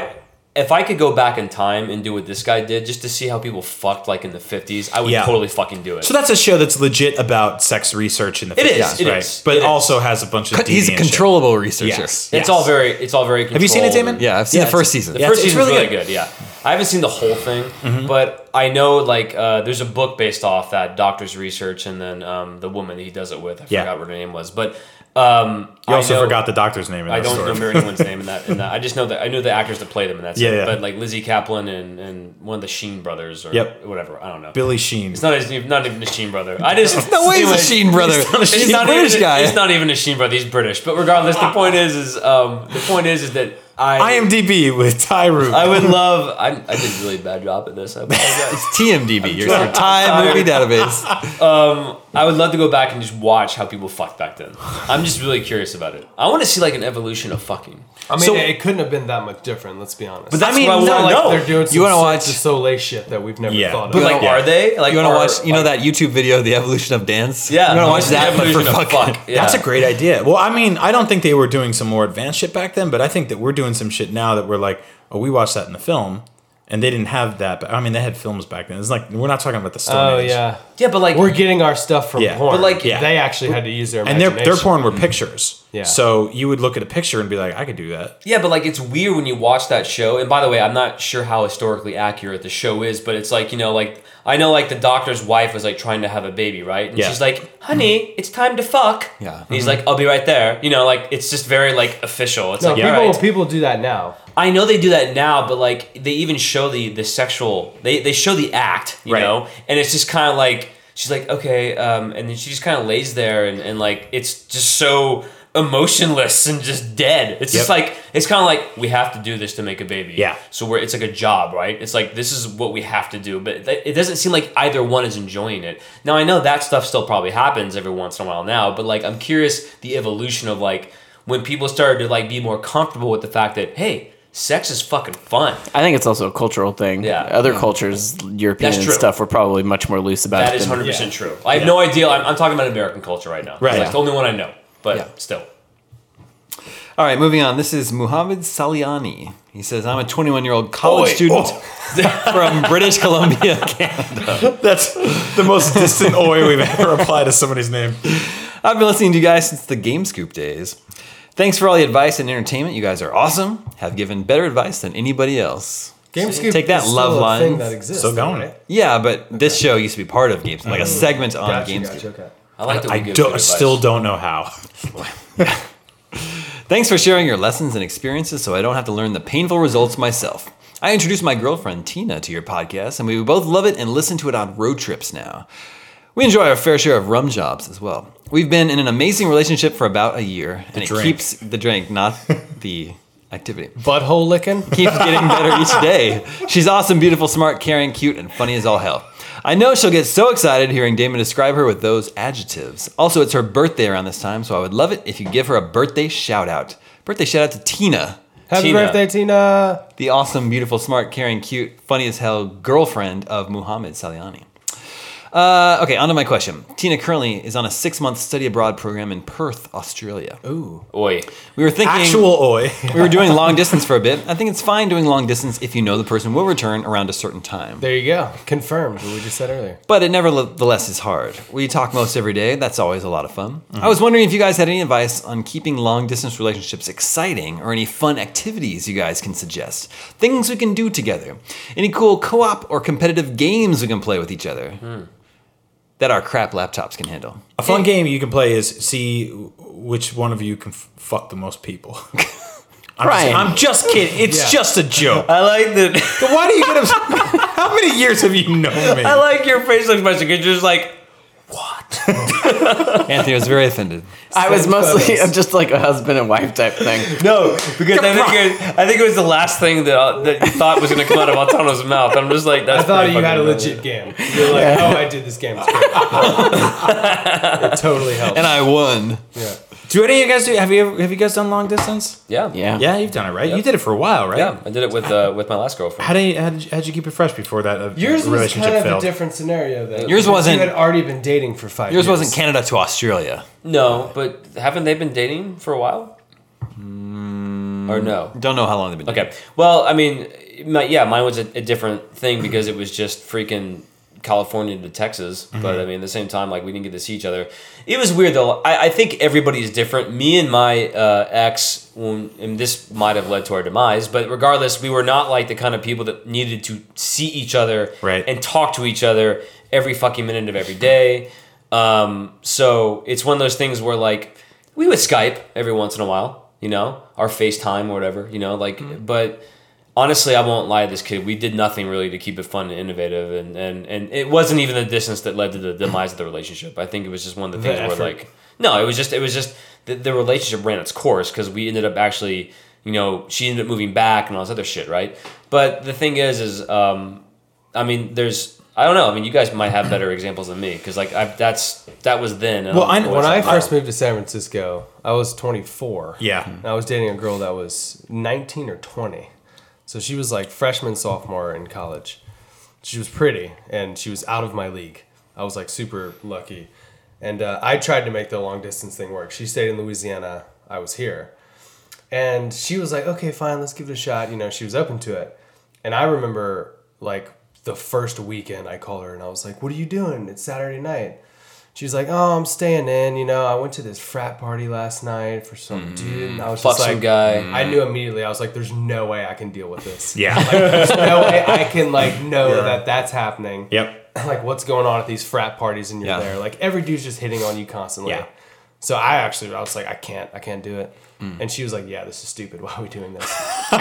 if I could go back in time and do what this guy did just to see how people fucked like in the 50s, I would Yeah. totally fucking do it. So that's a show that's legit about sex research in the It is, 50s, it right? is, But it is. also has a bunch He's of a deviant shit. controllable researcher. Yes. it's all very it's all very Have you seen it, controlled Damon? and- Yeah, I've seen the first it's- season. The yeah, first it's, it's season's really Mm-hmm. really good. Yeah, I haven't seen the whole thing, but I know like uh, there's a book based off that doctor's research, and then um, the woman he does it with. I Yeah. forgot what her name was, but Um, You also I know, forgot the doctor's name in that I don't story. remember anyone's name in that, in that. I just know that I knew the actors that play them, and that's Yeah, it. yeah. But like Lizzie Kaplan and, and one of the Sheen brothers or Yep. whatever. I don't know. Billy Sheen. It's not his name, not even a Sheen brother. I just No way he's a anyway, Sheen brother. He's It's a not British even, It's guy. not even a Sheen brother. He's British. But regardless, the point is, is um, the point is, is that I IMDb with Tyru. I would love. I, I did a really bad job at this. I apologize. It's TMDB, your trying- time movie database. um, I would love to go back and just watch how people fucked back then. I'm just really curious about it. I want to see like an evolution of fucking. I mean, So- it couldn't have been that much different. Let's be honest. But that's I mean, what I no, want. Like, no. they're doing some You wanna so- watch- just so late shit that we've never Yeah. thought But of. like, Yeah. are they? Like, You want to are- watch, you know, that YouTube video, The Evolution of Dance? Yeah, You want to watch The that, but for Evolution of fucking. Fuck, yeah. That's a great idea. Well, I mean, I don't think they were doing some more advanced shit back then, but I think that we're doing some shit now that we're like, oh, we watched that in the film, and they didn't have that. But I mean, they had films back then. It's like we're not talking about the Stone oh Age. yeah, Yeah, but like we're getting our stuff from Yeah. porn. But, like, yeah. they actually had to use their And their imagination. their porn were Mm. pictures. Yeah. So you would look at a picture and be like, I could do that. Yeah, but like it's weird when you watch that show. And by the way, I'm not sure how historically accurate the show is, but it's like, you know, like I know like the doctor's wife was like trying to have a baby, right? And Yeah. she's like, "Honey, it's time to fuck." Yeah. And he's like, "I'll be right there." You know, like it's just very like official. It's No, like, people all right. people do that now. I know they do that now, but like they even show the the sexual. They they show the act, you Right. know, and it's just kind of like she's like, "Okay," um, and then she just kind of lays there, and and like it's just so emotionless and just dead. It's just Yep. like it's kind of like we have to do this to make a baby. Yeah. So we're it's like a job, right? It's like this is what we have to do, but th- it doesn't seem like either one is enjoying it. Now I know that stuff still probably happens every once in a while now, but like I'm curious the evolution of like when people started to like be more comfortable with the fact that hey, sex is fucking fun. I think it's also a cultural thing. Yeah. Other cultures, European That's and true. stuff, were probably much more loose about That it. is than- 100% true. I have no idea. I'm, I'm talking about American culture right now. It's, Right. like the only one I know, but Yeah. still. All right, moving on. This is Muhammad Saliani. He says, I'm a 21 year old college Oi. student oh." from British Columbia, Canada. That's the most distant oi we've ever applied to somebody's name. I've been listening to you guys since the Game Scoop days. Thanks for all the advice and entertainment. You guys are awesome. Have given better advice than anybody else. GameScoop Take that, is still love a lines. thing that exists. So going. right? Yeah, but this show used to be part of Games, like a segment on Mm. Gotcha, Gamescoop. gotcha, okay. I like that we I give don't, good advice. still don't know how. Thanks for sharing your lessons and experiences so I don't have to learn the painful results myself. I introduced my girlfriend Tina to your podcast, and we both love it and listen to it on road trips now. We enjoy our fair share of rum jobs as well. We've been in an amazing relationship for about a year, and it drink. keeps the drink, not the activity. Butthole licking. Keeps getting better each day. She's awesome, beautiful, smart, caring, cute, and funny as all hell. I know she'll get so excited hearing Damon describe her with those adjectives. Also, it's her birthday around this time, so I would love it if you give her a birthday shout out. Birthday shout out to Tina, Happy Tina. birthday, Tina. the awesome, beautiful, smart, caring, cute, funny as hell girlfriend of Muhammad Saliani. Uh, okay, on to my question. Tina currently is on a six month study abroad program in Perth, Australia. Oi. We were thinking. Actual oi. We were doing long distance for a bit. I think it's fine doing long distance if you know the person will return around a certain time. There you go. Confirmed what we just said earlier. But it nevertheless is hard. We talk most every day. That's always a lot of fun. Mm-hmm. I was wondering if you guys had any advice on keeping long distance relationships exciting or any fun activities you guys can suggest. Things we can do together. Any cool co op or competitive games we can play with each other Hmm. that our crap laptops can handle. A fun game you can play is see which one of you can f- fuck the most people. I'm, Ryan. Just, I'm just kidding. It's Yeah. Uh, just a joke. I like that. But why do you get upset? How many years have you known me? I like your facial expression because you're just like, Anthony was very offended. I was Same mostly photos. just like a husband and wife type thing. no, because I think, it was, I think it was the last thing that, uh, that you thought was going to come out of Altano's mouth. I'm just like, that's I thought pretty you had a fucking bad. legit game. You're like, oh, I did this game. It's great. it totally helped. And I won. yeah. do any of you guys do? Have you ever, have you guys done long distance? Yeah. Yeah. Yeah, you've done it, right? You did it for a while, right? Yeah, I did it with uh, with my last girlfriend. How do you, how did you, how'd you keep it fresh before that uh, Yours was relationship kind of failed? a different scenario, though. Yours wasn't- You had already been dating for five. Yours years. wasn't Canada to Australia. No, but haven't they been dating for a while? Or no? Don't know how long they've been Okay. Well, I mean, my, yeah, mine was a, a different thing because it was just freaking California to Texas. But I mean, at the same time, like we didn't get to see each other. It was weird though. I, I think everybody's different. Me and my uh, ex, when, and this might have led to our demise. But regardless, we were not like the kind of people that needed to see each other Right. and talk to each other every fucking minute of every day. Um, so it's one of those things where like we would Skype every once in a while, you know, or FaceTime or whatever, you know, like, Mm-hmm. but honestly, I won't lie to this kid. We did nothing really to keep it fun and innovative. And, and, and it wasn't even the distance that led to the demise of the relationship. I think it was just one of the The things where effort. like, no, it was just, it was just the, the relationship ran its course because we ended up actually, you know, she ended up moving back and all this other shit. Right. But the thing is, is, um, I mean, there's, I don't know. I mean, you guys might have better examples than me because, like, I, that's that was then. and Well, I'm- what's I- when When I up now? first moved to San Francisco, I was 24. Yeah. And I was dating a girl that was 19 or 20. So she was like freshman, sophomore in college. She was pretty and she was out of my league. I was like super lucky. And uh, I tried to make the long distance thing work. She stayed in Louisiana, I was here. And she was like, okay, fine, let's give it a shot. You know, she was open to it. And I remember like the first weekend I called her and I was like, what are you doing? It's Saturday night. She's like, oh, I'm staying in. You know, I went to this frat party last night for some dude. And I was Fuck just Mm-hmm. some like, guy. I knew immediately. I was like, there's no way I can deal with this. Yeah. There's no way I can like know Yeah. that that's happening. yep. Like what's going on at these frat parties and you're Yeah. there. Like every dude's just hitting on you constantly. Yeah. So I actually I was like, I can't, I can't do it. And she was like, Yeah, this is stupid. Why are we doing this? so "Oh,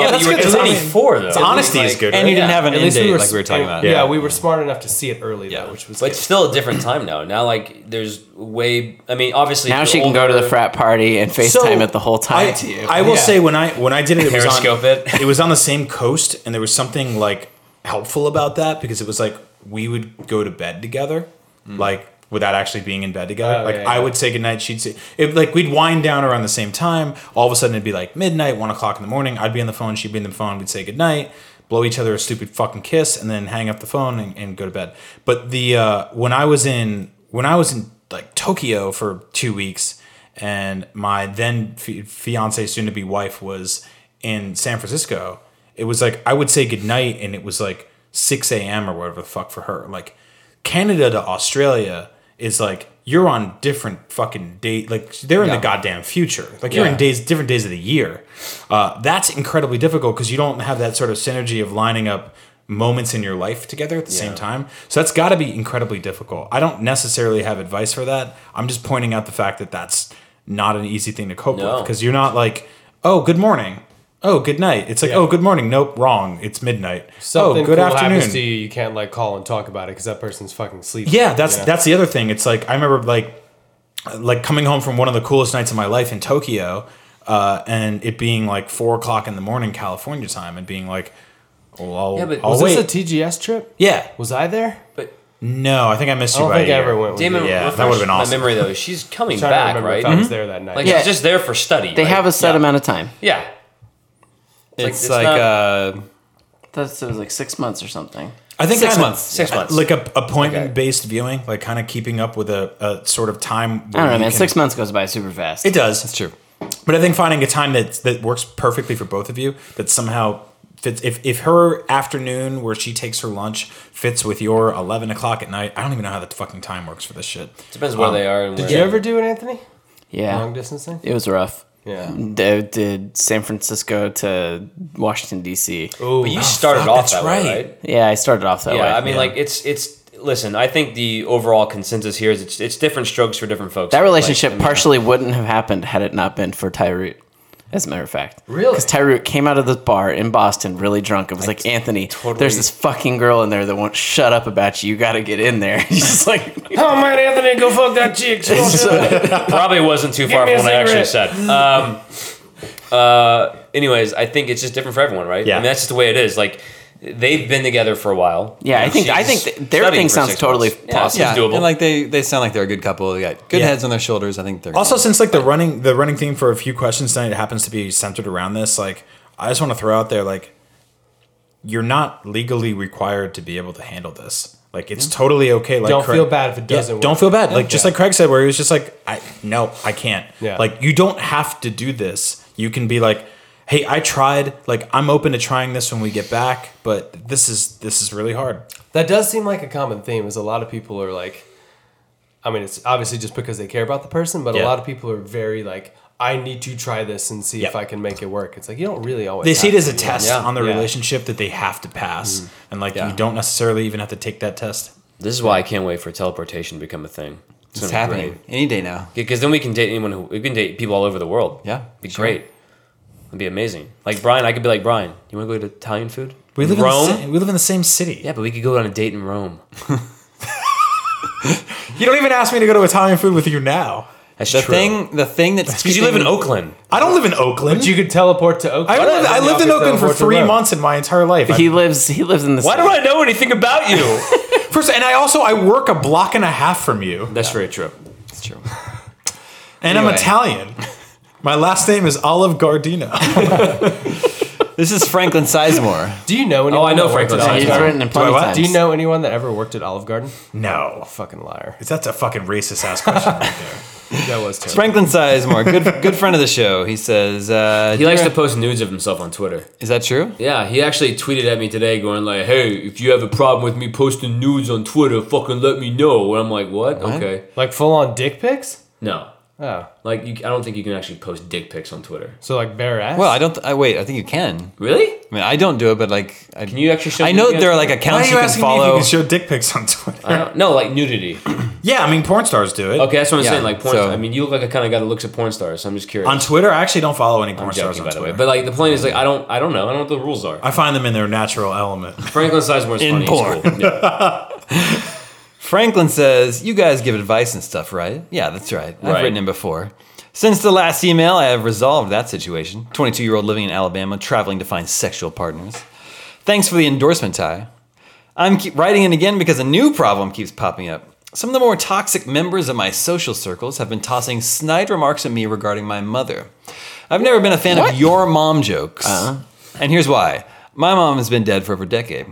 Yeah, that's you were- good. It's at least- before though. Honesty like- is good. And right? you didn't Yeah, have an at end least date we were like we were talking about. Yeah, Yeah. we were smart enough to see it early Yeah. though, which was But good. it's still a different time now. Now, like, there's way. I mean, obviously, Now if she you're can go to the older- frat party and FaceTime So, it the whole time. to you. I, I will Yeah. say when I when I did it, it was Periscope on, it. was on the same coast, and there was something like helpful about that because it was like we would go to bed together, like without actually being in bed together. Mm. Oh, like yeah, I yeah. would say goodnight, she'd say it, like we'd wind down around the same time. All of a sudden, it'd be like midnight, one o'clock in the morning. I'd be on the phone, she'd be on the phone. We'd say goodnight. Blow each other a stupid fucking kiss and then hang up the phone and, and go to bed. But the uh, when I was in when I was in like Tokyo for two weeks, and my then fi- fiance, soon to be wife, was in San Francisco. It was like I would say goodnight, and it was like 6 a.m. or whatever the fuck for her. Like Canada to Australia is like you're on different fucking date. Like they're in the goddamn future. Like you're in days, different days of the year. Uh, that's incredibly difficult because you don't have that sort of synergy of lining up moments in your life together at the same time. So that's got to be incredibly difficult. I don't necessarily have advice for that. I'm just pointing out the fact that that's not an easy thing to cope No. with because you're not like, oh, good morning. Oh, good night. It's like, oh, good morning. Nope, wrong. It's midnight. Something oh, good cool afternoon. happens to you, you can't like call and talk about it because that person's fucking sleeping. Yeah, that's you know? that's the other thing. It's like I remember like like coming home from one of the coolest nights of my life in Tokyo, uh, and it being like four o'clock in the morning California time, and being like, well, I'll, Yeah, but I'll was oh, wait. this a TGS trip? yeah, Was I there? But no, I think I missed I you. don't by a think I year. ever went with Damon, you. Yeah, that refresh would've been awesome. My memory though, she's coming trying back, to remember right? if I was there that night. Like Yeah. she's just there for study. They like- have a set yeah. amount of time. Yeah, It's, it's like not- uh, That's it was like six months or something. I think Six I'm a- months. six months. Like a appointment based viewing, like kind of keeping up with a, a sort of time. I where don't know, you man. can- Six months goes by super fast. It does. that's true. But I think finding a time that that works perfectly for both of you that somehow fits. If if her afternoon where she takes her lunch fits with your eleven o'clock at night, I don't even know how the fucking time works for this shit. Um, depends um, where they are. And Did where- you ever do it, Anthony? yeah, Long distance thing? it was rough. Yeah. They did San Francisco to Washington D.C. But you started fuck, off that's that way, right. right? Yeah, Oh, I started off that way. Yeah, I mean, like it's it's. Listen, I think the overall consensus here is it's it's different strokes for different folks. that Like, relationship I mean, partially wouldn't have happened had it not been for Tyroot. As a matter of fact, Really? because Tyroot came out of the bar in Boston really drunk and was like, "Anthony, there's this fucking girl in there that won't shut up about you. You got to get in there." He's just like, Oh man, Anthony, go fuck that chick. probably wasn't too far me from a what I actually said. cigarette. Mm. Um, uh, anyways, I think it's just different for everyone, right? Yeah. I mean, that's just the way it is. Like they've been together for a while. Yeah, I And think- I she's think th- their studying thing for sounds six totally months. Yeah, possible. it's Yeah, doable. and like they they sound like they're a good couple. They got good Yeah. heads on their shoulders. I think they're Also, since like the running the running theme for a few questions tonight happens to be centered around this, like I just want to throw out there, like you're not legally required to be able to handle this. Like it's totally okay. Like Don't feel bad if it doesn't Don't work. feel bad. Like just Yeah. like Craig said, where he was just like, I no, I can't. Yeah. Like you don't have to do this. You can be like, hey, I tried. Like I'm open to trying this when we get back, but this is this is really hard. That does seem like a common theme. Is a lot of people are like, I mean, it's obviously just because they care about the person, but Yeah. a lot of people are very like, I need to try this and see if Yeah. I can make it work. It's like you don't really always. They see it have as a to, you know? test Yeah. on the Yeah. relationship that they have to pass, and like Yeah. you don't necessarily even have to take that test. This is why I can't wait for teleportation to become a thing. It's happening any day now. Because then we can date anyone who we can date people all over the world. Yeah, be sure. great. It'd be amazing. Like Brian, I could be like Brian. You want to go to Italian food? We live Rome. in the, sa- we live in the same city. yeah, but we could go on a date in Rome. You don't even ask me to go to Italian food with you now. That's The true. thing, the thing that's because you live in keeping- Oakland. I don't live in Oakland. But you could teleport to Oakland. I, lived, I Yeah, lived you in could Oakland for teleport to three Rome. months in my entire life. He lives. He lives in the. Why do city. I know anything about you? I, first, and I also I work a block and a half from you, That's very true. It's true. and I'm Anyway. Italian. My last name is Olive Gardino. This is Franklin Sizemore. Do you know anyone? I know that worked Franklin at Sizemore. Olive He's Garden? written in Do I plenty of what? times. Do you know anyone that ever worked at Olive Garden? no, Fucking liar. that's a fucking racist ass question right there. That was terrible. Franklin Sizemore, good good friend of the show. He says, uh, He likes to post nudes of himself on Twitter. "Is that true?" Yeah, he actually tweeted at me today, going like, "Hey, if you have a problem with me posting nudes on Twitter, fucking let me know." And I'm like, "What? Okay, Like full on dick pics? no." Oh, Like, you, I don't think you can actually post dick pics on Twitter. so like bare ass? Well, I don't. I wait. I think you can. Really? I mean, I don't do it, but like, I, Can you actually show I know me- there are like Why are accounts you you, can asking me if follow. you can show dick pics on Twitter? I don't, no, like nudity. yeah, I mean porn stars do it. Okay, that's what I'm Yeah, saying. Like porn. so- star- I mean, you look like a kind of guy that looks at porn stars. So I'm just curious. On Twitter, I actually don't follow any porn I'm stars joking, on by the Twitter. way. But like the point is, like I don't, I don't know. I don't know what the rules are. I find them in their natural element. Franklin Sizemore's In funny. porn. It's cool. Yeah. Franklin says, "You guys give advice and stuff, right?" Yeah, that's right. I've Right. written him before. Since the last email, I have resolved that situation. 22 year old living in Alabama, traveling to find sexual partners. Thanks for the endorsement, Ty. I'm keep writing in again because a new problem keeps popping up. Some of the more toxic members of my social circles have been tossing snide remarks at me regarding my mother. I've never been a fan of your mom jokes. And here's why. My mom has been dead for over a decade.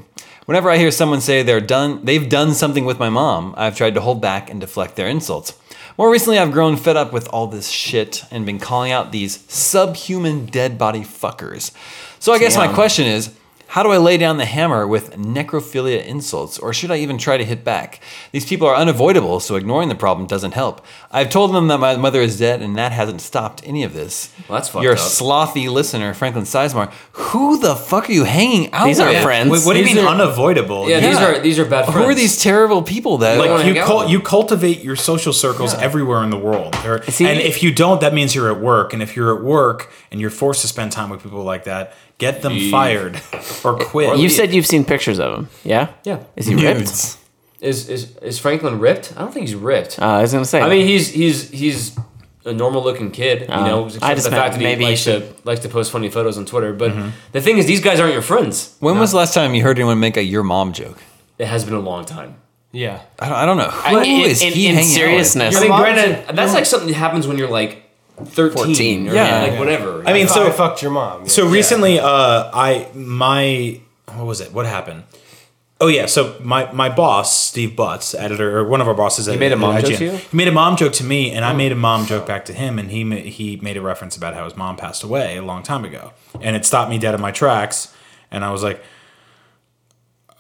Whenever I hear someone say they're done, they've done something with my mom, I've tried to hold back and deflect their insults. More recently, I've grown fed up with all this shit and been calling out these subhuman dead body fuckers. So I guess my Damn. question is, how do I lay down the hammer with necrophilia insults, or should I even try to hit back? These people are unavoidable, so ignoring the problem doesn't help. I've told them that my mother is dead, and that hasn't stopped any of this. Well, that's fucked Your up. slothy listener, Franklin Sizemore. Who the fuck are you hanging out These with? aren't friends. Wait, what do you These mean are- unavoidable? yeah, You- These are these are bad friends. Who are these terrible people that Like, like, wanna like you, go. cul- you cultivate your social circles everywhere in the world There- See- and if you don't that means you're at work and if you're at work and you're forced to spend time with people like that get them fired or quit You said you've seen pictures of him. Yeah. Yeah. Is he ripped? dudes? Is is is Franklin ripped? I don't think he's ripped. Uh, I was gonna say. I mean, he's he's he's a normal looking kid, you know. Except I just the meant fact that maybe he you likes to likes to post funny photos on Twitter. But the thing is, these guys aren't your friends. When was the last time you heard anyone make a your mom joke? It has been a long time. yeah. I don't, I don't know. Who in, is in, he in hanging seriousness. I mean, mom's granted, that's like something that happens when you're like 13, 14, or yeah. like whatever. i mean So I so fucked your mom. so recently uh i my what was it what happened Oh yeah, so my, my boss Steve Butts, editor or one of our bosses, he made a mom joke to you? Oh. He made a mom joke to me, and I made a mom joke back to him, and he ma- he made a reference about how his mom passed away a long time ago, and it stopped me dead in my tracks, and I was like,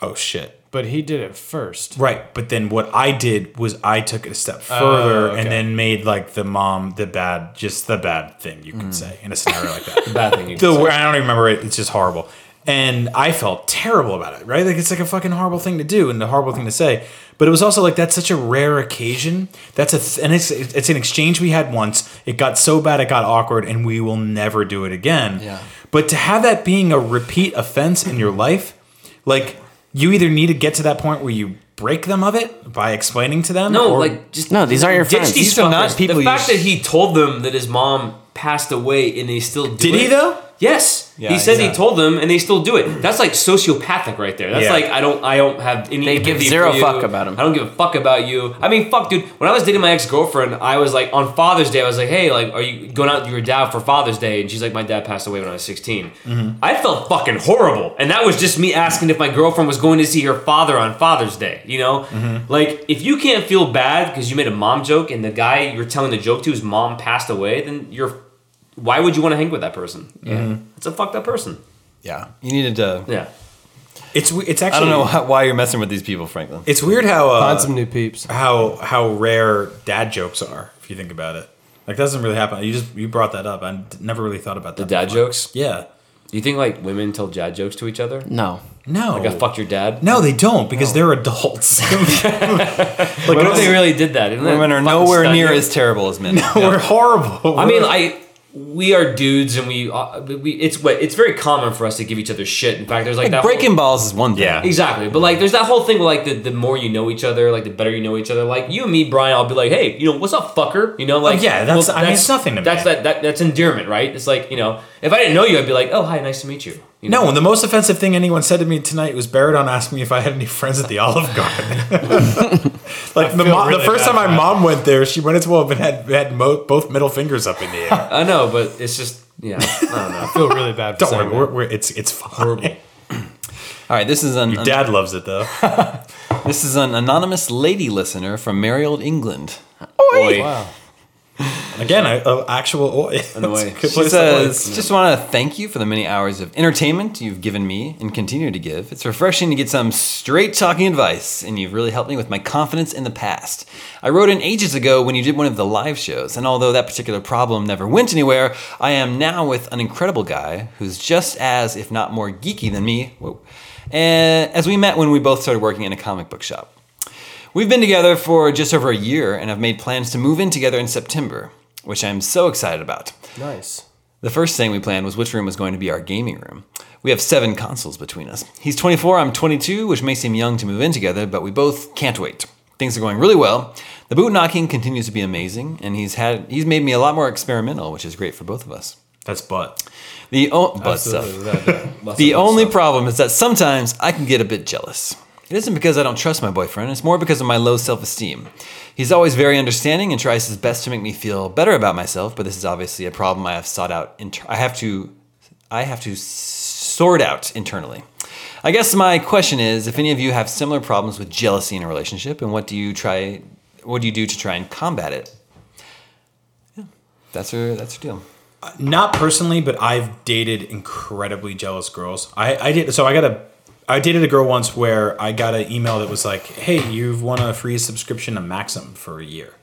oh shit, but he did it first. Right, but then what I did was I took it a step Oh, further okay. and then made like the mom the bad, just the bad thing you could Mm. say in a scenario like that. bad thing. You the word, I don't even remember it. It's just horrible, and I felt terrible about it. Right, like it's like a fucking horrible thing to do and a horrible thing to say. But it was also like that's such a rare occasion. That's a th- and it's it's an exchange we had once. It got so bad it got awkward, and we will never do it again. Yeah. But to have that being a repeat offense in your life, like you either need to get to that point where you break them of it by explaining to them. no, or- like just No, these aren't your ditch friends. These These are not fuckers. people The you fact s- that he told them that his mom passed away and they still do Did he, it- though? Yes, Yeah, he said yeah. he told them, and they still do it. That's like sociopathic right there. That's Yeah. like I don't, I don't have any. They give empathy zero for you. fuck about 'em. I don't give a fuck about you. I mean, fuck, dude. When I was dating my ex girlfriend, I was like on Father's Day, I was like, hey, like, are you going out with your dad for Father's Day? And she's like, my dad passed away when I was 16 I felt fucking horrible, and that was just me asking if my girlfriend was going to see her father on Father's Day. You know, like if you can't feel bad because you made a mom joke and the guy you're telling the joke to, his mom passed away, then you're why would you want to hang with that person? Yeah, it's a fucked up person. Yeah, you needed to. Yeah, it's we- it's actually I don't know why, why you're messing with these people, Franklin. It's weird how uh, Find some new peeps. how how rare dad jokes are if you think about it. Like that doesn't really happen. You just you brought that up. I d- never really thought about that. dad jokes. Yeah. Do you think like women tell dad jokes to each other? No. No. Like I fucked your dad. no, they don't because they're adults. like What if they really did that? Isn't that Women are fucking nowhere stunning? near as terrible as men. we're horrible. I mean, I we are dudes, and we uh, we it's what it's very common for us to give each other shit. In fact, there's like, that Like, whole- breaking balls is one thing. Yeah. Exactly, but like, there's that whole thing where like the, the more you know each other, like the better you know each other. Like you and me, Brian, I'll be like, hey, you know, what's up, fucker? You know, like Oh, yeah, that's- I mean, it's nothing to me. that's that, that that's endearment, right? It's like you know, if I didn't know you, I'd be like, oh, hi, nice to meet you. you know? no, the most offensive thing anyone said to me tonight was Baradon asked me if I had any friends at the Olive Garden. like the, mo- the really first bad time my for that. mom went there, she went into a and had had mo- both middle fingers up in the air. I know, but it's just yeah, I don't know. I feel really bad. For Don't worry, saying we're, we're, it's it's horrible. All right, this is an, an- Dad loves it though. this is an anonymous lady listener from merry old England. Boy. Again, a, a actual oi. An oi. She says, just want to thank you for the many hours of entertainment you've given me and continue to give. It's refreshing to get some straight talking advice, and you've really helped me with my confidence in the past. I wrote in ages ago when you did one of the live shows, and although that particular problem never went anywhere, I am now with an incredible guy who's just as, if not more, geeky than me, whoa, and as we met when we both started working in a comic book shop. We've been together for just over a year and have made plans to move in together in September, which I'm so excited about. that. Nice. The first thing we planned was which room was going to be our gaming room. We have seven consoles between us. He's 24, I'm 22, which may seem young to move in together, but we both can't wait. Things are going really well. The boot knocking continues to be amazing, and he's had he's made me a lot more experimental, which is great for both of us. That's butt. The o- butt stuff. Absolutely, without doubt. The only problem is that sometimes I can get a bit jealous. It isn't because I don't trust my boyfriend, it's more because of my low self esteem. He's always very understanding and tries his best to make me feel better about myself, but this is obviously a problem I have sought out. Inter- I have to. I have to sort out internally. I guess my question is if any of you have similar problems with jealousy in a relationship, and what do you try? What do you do to try and combat it? Yeah, that's her. That's her deal. Not personally, but I've dated incredibly jealous girls. I, I did so I got a I dated a girl once where I got an email that was like, "Hey, you've won a free subscription to Maxim for a year,"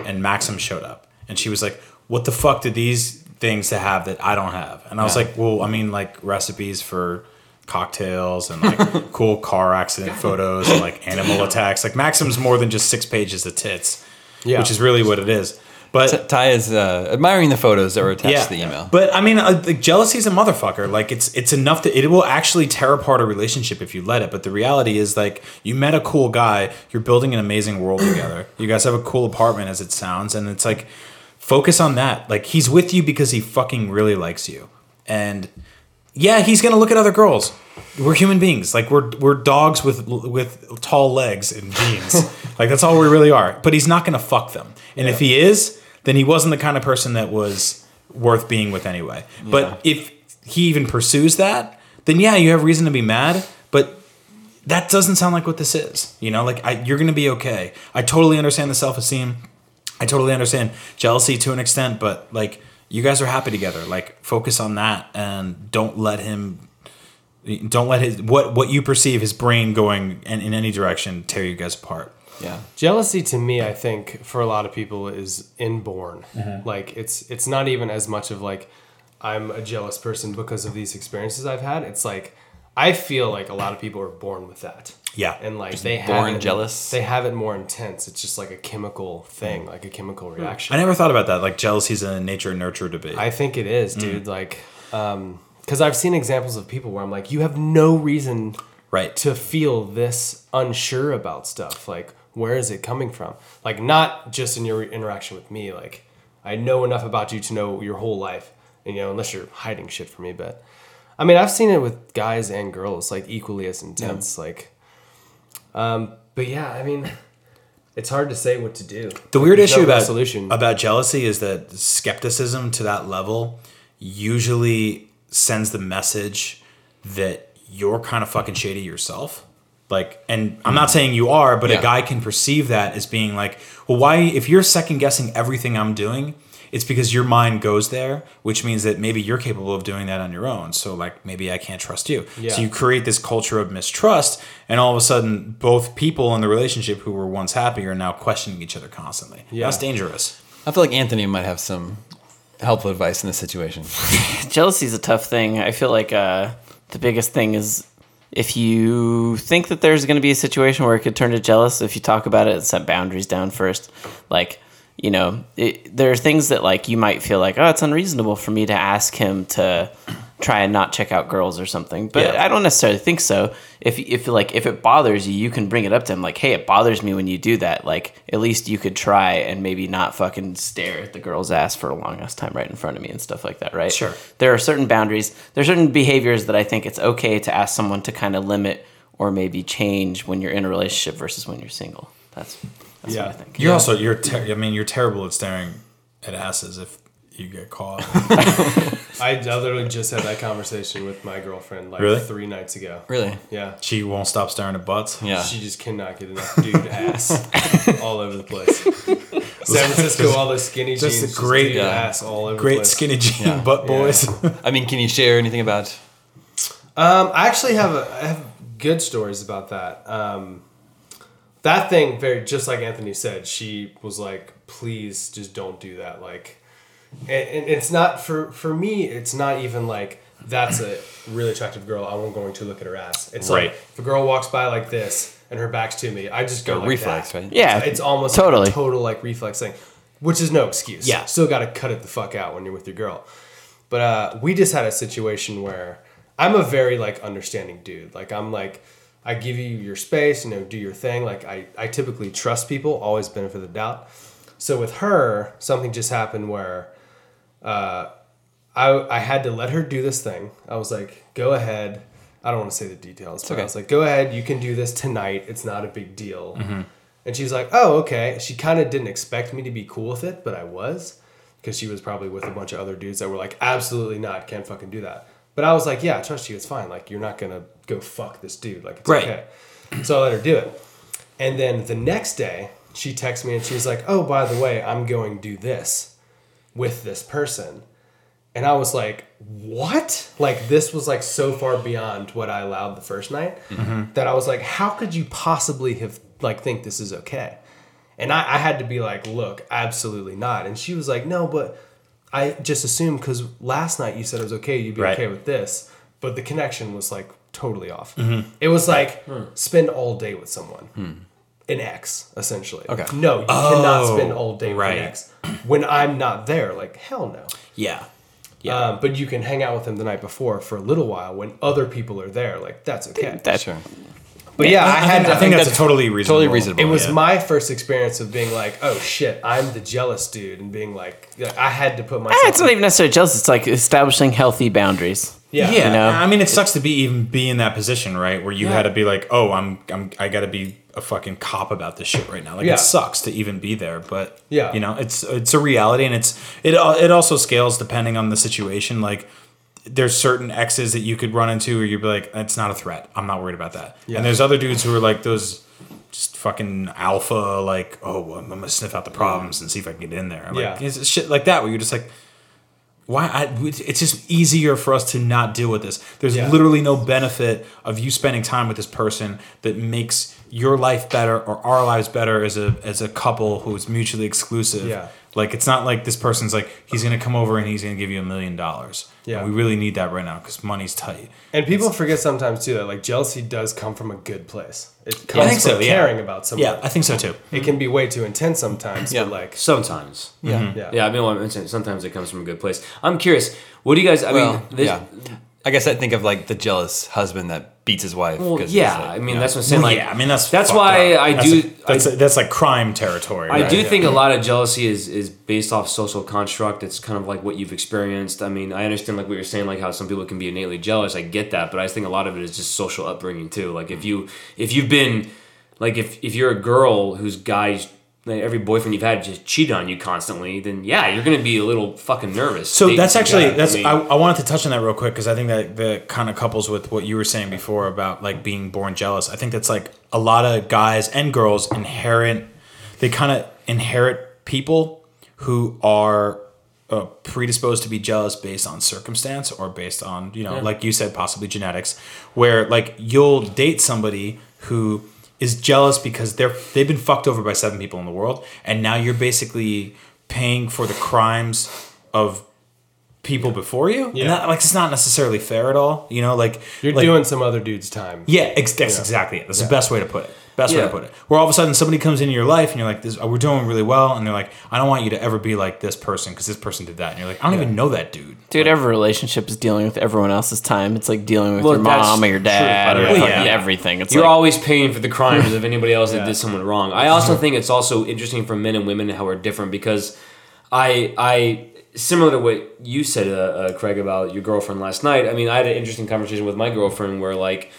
and Maxim showed up, and she was like, "What the fuck did these things to have that I don't have?" And I was like, "Well, I mean, like recipes for." cocktails and like cool car accident photos and like animal attacks like maxim's more than just six pages of tits Yeah. which is really what it is but T- Ty is uh, admiring the photos that were attached yeah. to the email. But I mean, uh, like, jealousy's a motherfucker. Like it's it's enough that it will actually tear apart a relationship if you let it. But the reality is, like you met a cool guy, you're building an amazing world together. You guys have a cool apartment, as it sounds, and it's like focus on that. Like he's with you because he fucking really likes you, and yeah, he's gonna look at other girls. We're human beings. Like we're we're dogs with with tall legs and jeans. like that's all we really are. But he's not gonna fuck them. And if he is, then he wasn't the kind of person that was worth being with anyway. But if he even pursues that, then yeah, you have reason to be mad. But that doesn't sound like what this is. You know, like I, you're gonna be okay. I totally understand the self esteem. I totally understand jealousy to an extent, but like you guys are happy together. Like focus on that and don't let him don't let his what what you perceive his brain going in, in any direction tear you guys apart. yeah. Jealousy to me, I think, for a lot of people is inborn. Mm-hmm. Like it's it's not even as much of like I'm a jealous person because of these experiences I've had. It's like I feel like a lot of people are born with that. Yeah. And like they born have it, jealous? They have it more intense. It's just like a chemical thing, like a chemical Hmm. reaction. I never thought about that. Like jealousy's a nature and nurture debate. I think it Mm. is, dude. Like, um, because I've seen examples of people where I'm like, you have no reason, Right. to feel this unsure about stuff. Like, where is it coming from? Like, not just in your interaction with me. Like, I know enough about you to know your whole life, and you know, unless you're hiding shit from me. But, I mean, I've seen it with guys and girls, like equally as intense. Like, um, but yeah, I mean. It's hard to say what to do. the weird There's issue no about resolution. about jealousy is that skepticism to that level usually sends the message that you're kind of fucking shady yourself. Like, and I'm not saying you are, but Yeah. a guy can perceive that as being like, well, why? If you're second guessing everything I'm doing, it's because your mind goes there, which means that maybe you're capable of doing that on your own. So, like, maybe I can't trust you. Yeah. So you create this culture of mistrust, and all of a sudden, both people in the relationship who were once happy are now questioning each other constantly. Yeah. That's dangerous. I feel like Anthony might have some helpful advice in this situation. jealousy's a tough thing. I feel like uh, the biggest thing is if you think that there's going to be a situation where it could turn to jealous, if you talk about it and set boundaries down first, like you know, it, there are things that like you might feel like, oh, it's unreasonable for me to ask him to try and not check out girls or something, but Yeah. I don't necessarily think so. If if like if it bothers you, you can bring it up to him, like, hey, it bothers me when you do that. Like, at least you could try and maybe not fucking stare at the girl's ass for a long ass time right in front of me and stuff like that, right? Sure. there are certain boundaries there are certain behaviors that i think it's okay to ask someone to kind of limit or maybe change when you're in a relationship versus when you're single that's that's Yeah. what i think You're also you're. Ter- I mean, you're terrible at staring at asses if you get caught. I literally just had that conversation with my girlfriend like Really? three nights ago. really? Yeah. she won't stop staring at butts. Yeah. She just cannot get enough dude ass all over the place. San Francisco, all those skinny just jeans, great, great yeah. ass all over. the Great place. skinny jean butt boys. I mean, can you share anything about? Um, I actually have a, I have good stories about that. Um, that thing, very just like Anthony said, she was like, "Please, just don't do that." Like, and, and it's not for for me. It's not even like that's a really attractive girl. I'm going to look at her ass. It's Right. like if a girl walks by like this and her back's to me, I just go A like reflex, that. right? yeah It's almost totally totally total like reflex thing, which is no excuse. Yeah. still got to cut it the fuck out when you're with your girl. But uh, we just had a situation where I'm a very like understanding dude. Like I'm like I give you your space, you know, do your thing. Like I I typically trust people, always benefit of the doubt. So with her, something just happened where I, I had to let her do this thing. I was like, go ahead. I don't want to say the details, but okay. I was like, go ahead. You can do this tonight. It's not a big deal. And she was like, oh, okay. She kind of didn't expect me to be cool with it, but I was because she was probably with a bunch of other dudes that were like, absolutely not. Can't fucking do that. But I was like, yeah, I trust you. It's fine. Like, you're not going to go fuck this dude. Like, it's Right. okay. So I let her do it. And then the next day, she texts me and she's like, oh, by the way, I'm going to do this with this person. And I was like, what? Like, this was like so far beyond what I allowed the first night Mm-hmm. that I was like, how could you possibly have, like, think this is okay? And I, I had to be like, look, absolutely not. And she was like, no, but I just assumed because last night you said it was okay, you'd be Right. okay with this. But the connection was like totally off. Mm-hmm. It was like, spend all day with someone Hmm. an ex, essentially. Okay. No, you cannot spend all day with Oh, right. an ex when I'm not there. Like hell no. Yeah. Um, but you can hang out with him the night before for a little while when other people are there. Like that's okay. That- Sure. but yeah, I, I, had. think, to, I think that's, a totally reasonable. Totally reasonable. it was yeah. my first experience of being like, oh shit, I'm the jealous dude, and being like, like, I had to put myself. Ah, it's not even necessarily jealous it's like establishing healthy boundaries yeah. Yeah, You know? I mean, it sucks to be even be in that position, right? Where you had to be like, "Oh, I'm, I'm, I got to be a fucking cop about this shit right now." Like, Yeah. it sucks to even be there, but Yeah. you know, it's it's a reality, and it's it al- it also scales depending on the situation. Like, there's certain exes that you could run into, where you'd be like, "That's not a threat. I'm not worried about that." Yeah. And there's other dudes who are like those. Just fucking alpha, like, oh, well, I'm gonna sniff out the problems and see if I can get in there. Like, Yeah. it's shit like that where you're just like, why I, it's just easier for us to not deal with this there's Yeah. literally no benefit of you spending time with this person that makes your life better or our lives better as a as a couple who is mutually exclusive Yeah. like it's not like this person's like he's gonna come over and he's gonna give you a million dollars Yeah. And we really need that right now because money's tight And people forget sometimes too that like jealousy does come from a good place. It I comes think from so, yeah. caring about someone. yeah i think so too It can be way too intense sometimes. Yeah. But like, Sometimes. yeah, Yeah, I mean, well, I'm saying sometimes it comes from a good place. I'm curious. What do you guys? I Well, mean, this, yeah. I guess I think of like the jealous husband that beats his wife. Well, 'cause he's yeah. like- I mean, that's what I'm saying. like, yeah i mean that's that's fucked why up. I That's do. a- that's I- a- that's like crime territory I right? do think a lot of jealousy is is based off social construct. It's kind of like what you've experienced. I mean, I understand like what you're saying, like how some people can be innately jealous. I get that, but I think a lot of it is just social upbringing too. Like if you if you've been like if if you're a girl whose guys like every boyfriend you've had just cheated on you constantly, then yeah, you're gonna be a little fucking nervous. So They- that's actually yeah, that's I, mean- I wanted to touch on that real quick because I think that that kind of couples with what you were saying before about like being born jealous. I think that's like a lot of guys and girls inherent. They kind of inherit people who are uh, predisposed to be jealous based on circumstance or based on you know like you said possibly genetics, where like you'll date somebody who is jealous because they're they've been fucked over by seven people in the world and now you're basically paying for the crimes of people before you. Yeah. And that, like it's not necessarily fair at all. You know, like You're like- doing some other dude's time. Yeah, ex- that's exactly it. That's the best way to put it. Best way Yeah. to put it. Where all of a sudden somebody comes into your life and you're like, "This, we're doing really well," and they're like, "I don't want you to ever be like this person because this person did that," and you're like, "I don't even know that dude." Dude, every relationship is dealing with everyone else's time. It's like dealing with Well, your that's mom or your true. dad or Well, fucking yeah. everything. It's You're like, always paying for the crimes of anybody else that did someone wrong. I also think it's also interesting for men and women how we're different because I I similar to what you said, uh, uh, Craig, about your girlfriend last night. I mean, I had an interesting conversation with my girlfriend where like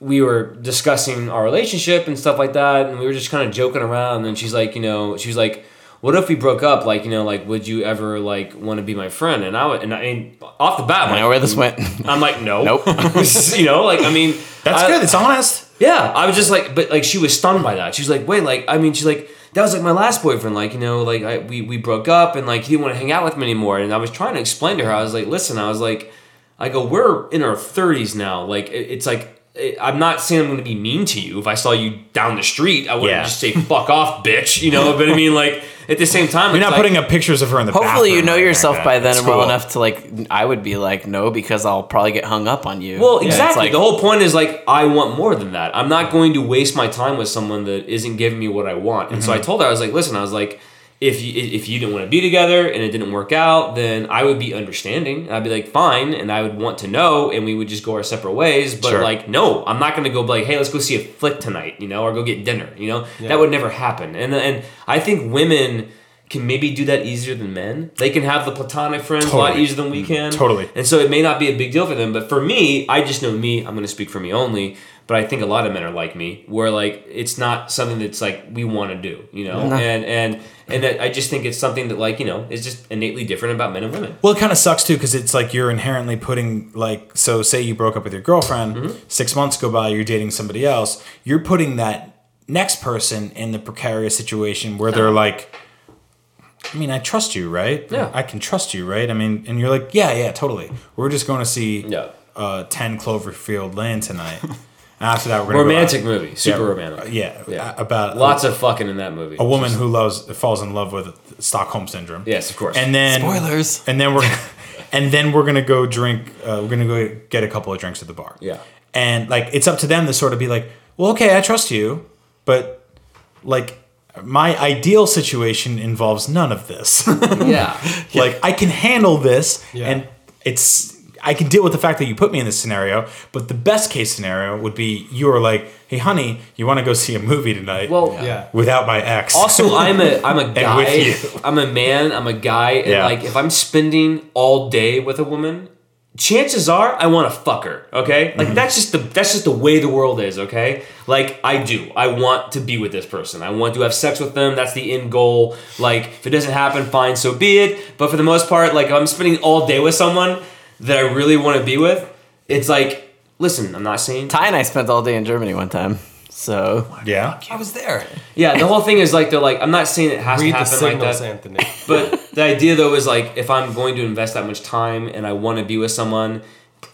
we were discussing our relationship and stuff like that, and we were just kind of joking around. And she's like, you know, she was like, "What if we broke up? Like, you know, like, would you ever like want to be my friend?" And I would, and I and off the bat, I'm I know like, where this went. I'm like, no, Nope. you know, like, I mean, That's I- good. It's honest. yeah, I was just like, but like she was stunned by that. She was like, wait, like I mean, she's like that was like my last boyfriend. Like you know, like I, we we broke up and like he didn't want to hang out with me anymore. And I was trying to explain to her. I was like, listen, I was like, I go, we're in our thirties now. Like it, it's like. it- I'm not saying I'm going to be mean to you. If I saw you down the street, I wouldn't Yeah. just say "fuck off, bitch." You know, but I mean, like at the same time, You're it's not like, putting up pictures of her in the. Hopefully, you bathroom know or anything yourself like by that. then That's well cool. enough to like. I would be like, no, because I'll probably get hung up on you. Well, And it's exactly. like- the whole point is like I want more than that. I'm not going to waste my time with someone that isn't giving me what I want. And so Mm-hmm. I told her I was like, listen, I was like, if you if you didn't want to be together and it didn't work out, then I would be understanding. I'd be like, fine, and I would want to know, and we would just go our separate ways. But Sure. like, no, I'm not going to go be like, hey, let's go see a flick tonight, you know, or go get dinner, you know. That would never happen. And and I think women. Can maybe do that easier than men. They can have the platonic friends a lot Totally. easier than we can. Mm, Totally. And so it may not be a big deal for them, but for me, I just know me. I'm going to speak for me only, but I think a lot of men are like me, where like it's not something that's like we want to do, you know. And and and that I just think it's something that like you know is just innately different about men and women. Well, it kind of sucks too because it's like you're inherently putting like so. Say you broke up with your girlfriend, Mm-hmm. six months go by, you're dating somebody else. You're putting that next person in the precarious situation where they're like, I mean, I trust you, right? Yeah. I can trust you, right? I mean, and you're like, yeah, yeah, totally. We're just going to see Yeah. uh, Ten Cloverfield Lane tonight. and after that, we're gonna go out. Romantic movie, super Yeah, Uh, romantic. Yeah, Yeah. a- about Lots of fucking in that movie. a woman who loves falls in love with Stockholm syndrome. Yes, of course. And then Spoilers. And then we're and then we're gonna go drink. Uh, we're gonna go get a couple of drinks at the bar. Yeah. And like it's up to them to sort of be like, well, okay, I trust you, but like my ideal situation involves none of this. yeah, like I can handle this, Yeah. and it's I can deal with the fact that you put me in this scenario. But the best case scenario would be you are like, hey, honey, you want to go see a movie tonight? well, Yeah. without my ex. Also, I'm a I'm a guy. with you. I'm a man. I'm a guy. And Yeah. like, if I'm spending all day with a woman, chances are I want to fuck her. Okay, like that's just the that's just the way the world is. Okay, like I do. I want to be with this person. I want to have sex with them. That's the end goal. Like, if it doesn't happen, fine, so be it. But for the most part, like, if I'm spending all day with someone that I really want to be with, it's like, listen, I'm not saying Ty and I spent all day in Germany one time. So yeah. I was there. Yeah, the whole thing is like they're like I'm not saying it has Read to the happen like signals, that. Anthony. But the idea though is like if I'm going to invest that much time and I want to be with someone,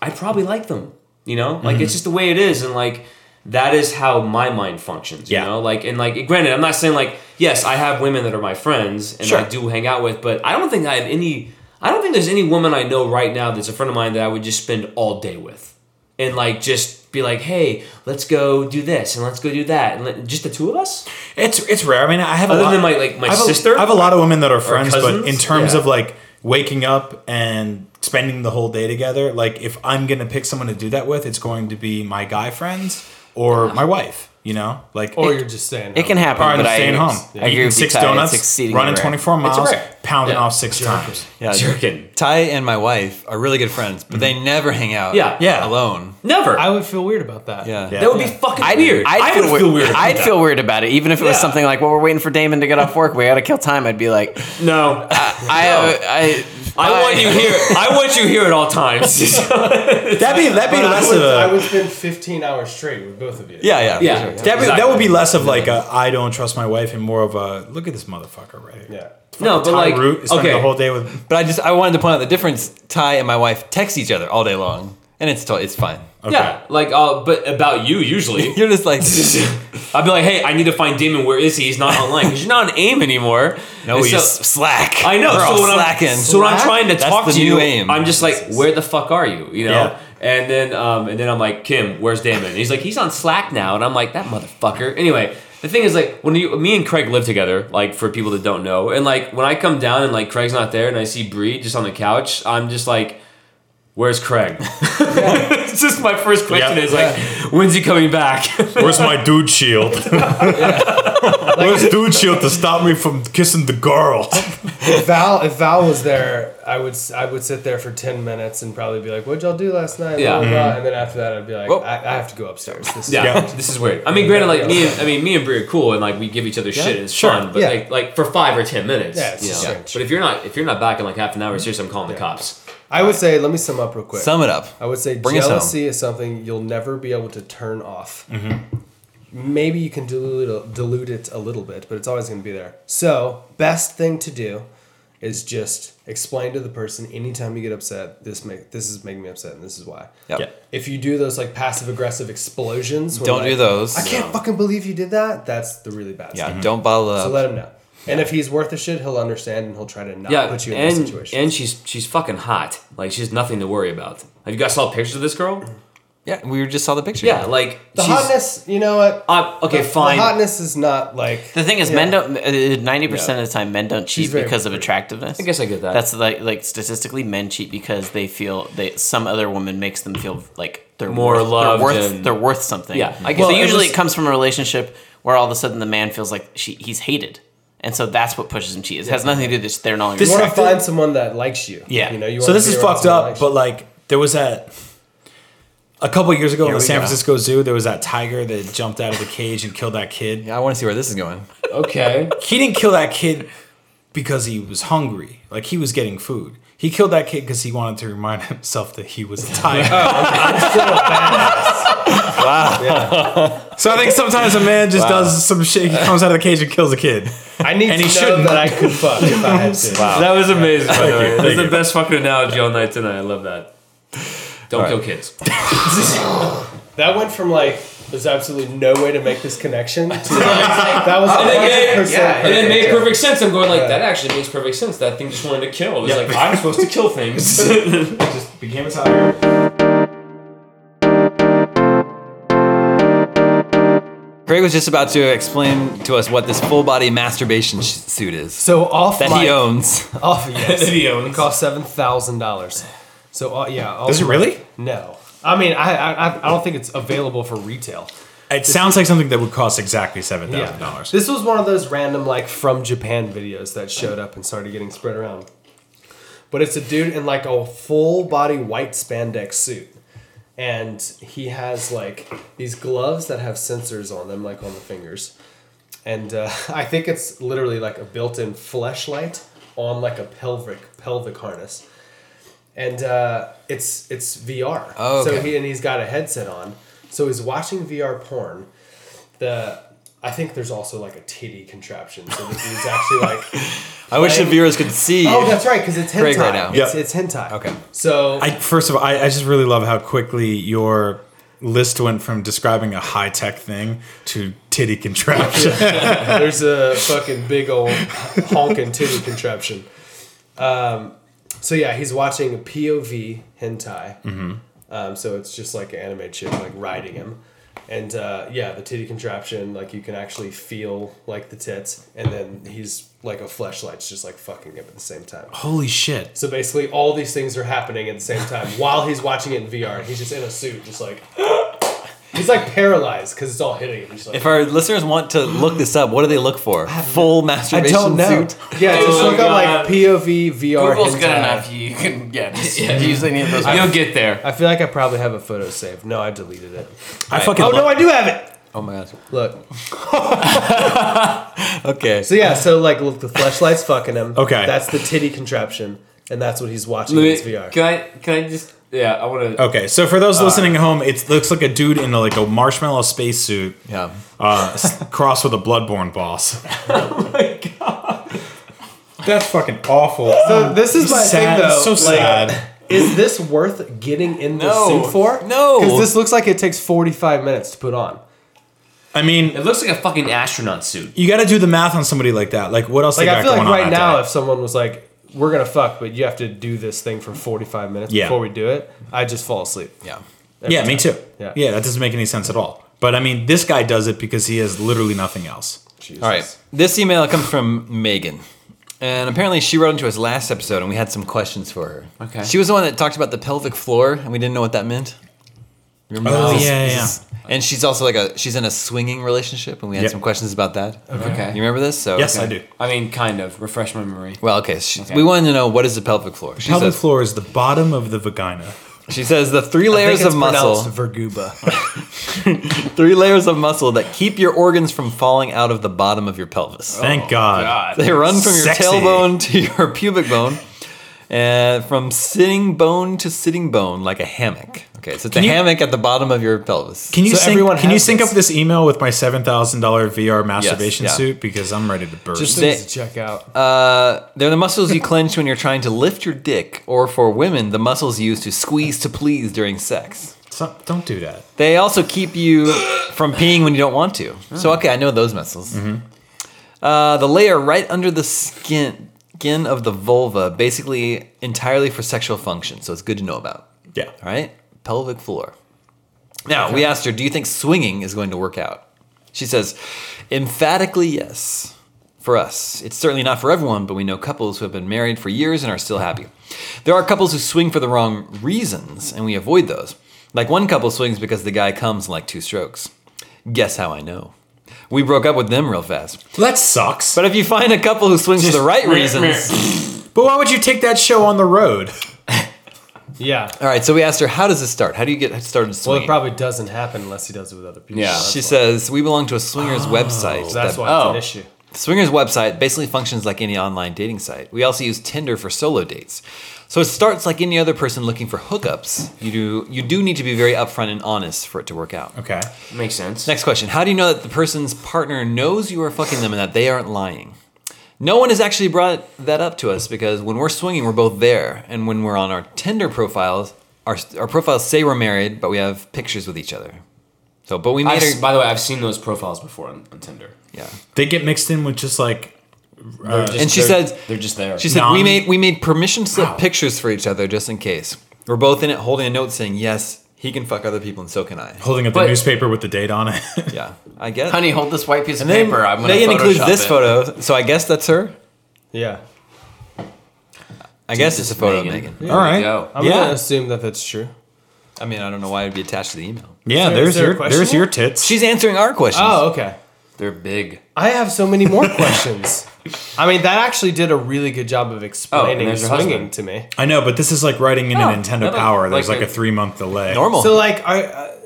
I probably like them. You know, like it's just the way it is, and like that is how my mind functions. You Yeah. know, like and like granted, I'm not saying like yes, I have women that are my friends and I Sure. do hang out with, but I don't think I have any. I don't think there's any woman I know right now that's a friend of mine that I would just spend all day with, and like just be like, hey, let's go do this and let's go do that, and let, just the two of us. It's it's rare. I mean, I have Other a lot, than my- like, my I have a- sister? I have a lot of women that are friends, but in cousins? terms Yeah. of like waking up and spending the whole day together, like if I'm gonna pick someone to do that with, it's going to be my guy friends or my wife. You know, like Or you're just saying it can happen. or but I staying home, I agree eating with six you, Ty. It's donuts, exceedingly running rare. 24 miles, rare. pounding Yeah. off six times. Yeah, Jerkin. Ty and my wife are really good friends, but they never hang out. Mm-hmm. Yeah. Yeah. alone. Never. I would feel weird about that. Yeah, Yeah. that would be fucking weird. I'd I would weir- feel weird. I'd feel weird about it, even if it was Yeah. something like, "Well, we're waiting for Damon to get off work. We got to kill time." I'd be like, No, "I, I, I want I- you here. I want you here at all times. That'd be that'd be But I less of would, I a would spend 15 hours straight with both of you. yeah, yeah. for Yeah. sure. that, Exactly. that would be less of like a I don't trust my wife and more of a look at this motherfucker right here. Yeah. no, but Ty like, Root spent okay, the whole day with But I just I wanted to point out the difference. Ty and my wife text each other all day long, and it's to- it's fine. Yeah, like, uh, but about you usually. You're just like I'd be like, hey, I need to find Damon. Where is he? He's not online because you're not on AIM anymore. no, And oh, you so- s- slack. I know. We're so all when slacking. I'm so when I'm trying to That's talk the to new you, aim. I'm just like, where the fuck are you? You know. Yeah. And then um, and then I'm like, Kim, where's Damon? And he's like, he's on Slack now, and I'm like, that motherfucker. Anyway. The thing is, like, when you, me and Craig live together, like, for people that don't know, and like, when I come down and like Craig's not there, and I see Bree just on the couch, I'm just like, "Where's Craig?" it's just my first question Yeah. is like, "When's he coming back?" Where's my dude shield? Where's dude shield to stop me from kissing the girl? If Val, if Val was there, I would s- I would sit there for ten minutes and probably be like, "What'd y'all do last night?" Yeah. Blah, blah, blah. And then after that, I'd be like, Well- I, "I have to go upstairs." This is- Yeah, Yeah. this is weird. I mean, granted, like me and I mean, me and Brie are cool, and like we give each other shit, and it's fun. But Yeah. like, like for five or ten minutes, Yeah, it's just strange. Mm-hmm. But if you're not, if you're not back in like half an hour, seriously, I'm calling the cops. I would say, let me sum up real quick. Sum it up. I would say Bring us home. jealousy is something you'll never be able to turn off. Mm-hmm. Maybe you can dilute, dilute it a little bit, but it's always going to be there. So, best thing to do is just explain to the person anytime you get upset, this make this is making me upset and this is why. Yep. Yeah. If you do those like passive aggressive explosions, when, Don't like, do those. I can't fucking believe you did that. That's the really bad Yeah, stuff. don't bottle up. So let him know. And if he's worth a shit, he'll understand and he'll try to not Yeah, put you in and that situation. and she's she's fucking hot. Like she's nothing to worry about. Have you guys saw pictures of this girl? yeah, we just saw the picture. Yeah, like the she's- hotness, you know what? Uh, okay, The- fine. The hotness is not like The thing is, Yeah. men don't. uh, Ninety percent of the time, men don't cheat very because of pretty. attractiveness. I guess I get that. That's like like statistically, men cheat because they feel they some other woman makes them feel like they're More worth, loved They're worth, and- they're worth something. Yeah, I I guess- guess. Well, so usually unless- it comes from a relationship where all of a sudden the man feels like she he's hated, and so that's what pushes him to cheat. It has nothing to do. This they're not. you want to Distracted. find someone that likes you. Yeah. You know, you so wanna this be is around fucked someone that up, likes but you. like there was that a couple years ago in the we San go. Francisco Zoo, there was that tiger that jumped out of the cage and killed that kid. Yeah, I want to see where this is going. okay, He didn't kill that kid because he was hungry. Like he was getting food. He killed that kid because he wanted to remind himself that he was a Oh, tiger. wow. So I think sometimes a man just does some shit. He comes out of the cage and kills a kid. I need and to he know shouldn't. that I could fuck if I had to. wow. that was amazing. By the way, that's thank the you. best fucking analogy all night tonight. I love that. Don't kill kids. That went from like there's absolutely no way to make this connection to like, that was 100 percent. And it made perfect sense. I'm going like that. Actually makes perfect sense. That thing just wanted to kill. It was like I'm supposed to kill things. Just became a tiger. Craig was just about to explain to us what this full body masturbation sh- suit is So off that mic- he owns. Off yes. That he owns. It cost seven thousand dollars. So uh, yeah. Off Does it mic- really? No. I mean, I, I I don't think it's available for retail. It sounds like something that would cost exactly seven thousand dollars. This was one of those random like from Japan videos that showed up and started getting spread around. But it's a dude in like a full body white spandex suit. And he has like these gloves that have sensors on them, like on the fingers. And uh, I think it's literally like a built-in fleshlight on like a pelvic pelvic harness. And uh, it's it's VR. Oh, So okay. he and he's got a headset on. So he's watching VR porn the I think there's also like a titty contraption. So the dude's actually like, I wish the Right. viewers could see. oh, that's right, because it's hentai. Craig right now. It's, Yeah. it's hentai. Okay. So I first of all, I, I just really love how quickly your list went from describing a high tech thing to titty contraption. there's a fucking big old honking titty contraption. Um, so yeah, he's watching a POV hentai. Um, so it's just like anime chick like riding him, and uh, yeah, the titty contraption like you can actually feel like the tits, and then he's like a fleshlight's just like fucking him at the same time. Holy shit! So basically, all these things are happening at the same time while he's watching it in VR. And he's just in a suit, just like he's like paralyzed because it's all hitting him. He's like, If our listeners want to look this up, what do they look for? Full masturbation suit. Yeah, just Oh look up God. like POV VR. Google's good hentai. enough. You can yeah. Just, You usually need those. You'll get there. I feel like I probably have a photo saved. No, I deleted it. I fucking. Oh love- no, I do have it. Oh my gosh. Look. Okay. So yeah, so like look, the flashlight's fucking him. Okay. That's the titty contraption, and that's what he's watching in his VR. Can I? Can I just? Yeah, I want to. Okay, so for Uh, those listening at home, it looks like a dude in a, like a marshmallow spacesuit, yeah. uh, s- crossed with a bloodborne boss. Oh That's fucking awful. So this is my sad. thing though. so like, sad. is this worth getting in the No. sink for? No. Because this looks like it takes 45 minutes to put on. I mean, It looks like a fucking astronaut suit. you got to do the math on somebody like that. Like, what else? Like, they got I feel like going on right that now, day? if someone was like, we're going to fuck, but you have to do this thing for 45 minutes Yeah. before we do it, I just fall asleep. Yeah. every yeah, me time. too. Yeah. Yeah. that doesn't make any sense at all. But I mean, this guy does it because he has literally nothing else. Jesus. All right. This email comes from Megan. And apparently she wrote into us last episode and we had some questions for her. Okay. She was the one that talked about the pelvic floor and we didn't know what that meant. Remember Oh, this is- yeah, this yeah. is- And she's also like a she's in a swinging relationship and we had Yep. some questions about that. Okay. You remember this? So Yes, I do. I mean, kind of. Refresh my memory. Well, okay. She, Okay. We wanted to know what is the pelvic floor. She Pelvic says, floor is the bottom of the vagina. She says the three layers of muscle. Verguba. three layers of muscle that keep your organs from falling out of the bottom of your pelvis. Thank Oh, God. They run from your Sexy. tailbone to your pubic bone, and from sitting bone to sitting bone like a hammock. Okay, so it's a you- hammock at the bottom of your pelvis. Can you So everyone sync, can you has sync this. up this email with my seven thousand dollar VR masturbation yeah. suit because I'm ready to burst. Just They- things to check out. Uh, they're the muscles you clench when you're trying to lift your dick, or for women, the muscles used to squeeze to please during sex. So- don't do that. They also keep you from peeing when you don't want to. Oh. So okay, I know those muscles. Mm-hmm. Uh, the layer right under the skin skin of the vulva, basically entirely for sexual function. So it's good to know about. Yeah. All right, pelvic floor. Now we asked her, "Do you think swinging is going to work out?" She says, emphatically yes. For us, it's certainly not for everyone, but we know couples who have been married for years and are still happy. There are couples who swing for the wrong reasons, and we avoid those. Like one couple swings because the guy comes in like two strokes. Guess how I know? We broke up with them real fast. That sucks. But, But if you find a couple who swings for the right reasons, but why would you take that show on the road? Yeah. all right. So we asked her, "How does this start? How do you get started Well, swinging?" it probably doesn't happen unless he does it with other people. Yeah. That's she why- says, "We belong to a swingers website That's that why Oh. it's an issue. Swinger's website basically functions like any online dating site. We also use Tinder for solo dates. So it starts like any other person looking for hookups. You do you do need to be very upfront and honest for it to work out. Okay. Makes sense. Next question. How do you know that the person's partner knows you are fucking them and that they aren't lying? No one has actually brought that up to us because when we're swinging, we're both there. And when we're on our Tinder profiles, our, our profiles say we're married, but we have pictures with each other. So, but we I made s- her. by the way, I've seen those profiles before on, on Tinder. Yeah. They get mixed in with just like They're just- And she they're- says- they're just there. She said Non- we made we made permission slip pictures for each other just in case. We're both in it holding a note saying, Yes, he can fuck other people and so can I. holding up the But- newspaper with the date on it. Yeah. I guess. Honey, hold this white piece of and then paper. I'm gonna Megan includes Photoshop this it. photo, so I guess that's her. Yeah. I guess it's a photo Megan. of Megan. all right. go. I'm going yeah. to assume that that's true. I mean, I don't know why it'd be attached to the email. Yeah. Is there- is There's there a your question there's here? your tits. She's answering our questions. Oh, okay. They're big. I have so many more questions. I mean, that actually did a really good job of explaining there's your swinging husband. to me. I know, but this is like writing in a Nintendo no, Power. There's like like, a- a three month delay. Normal. So, like, I, uh,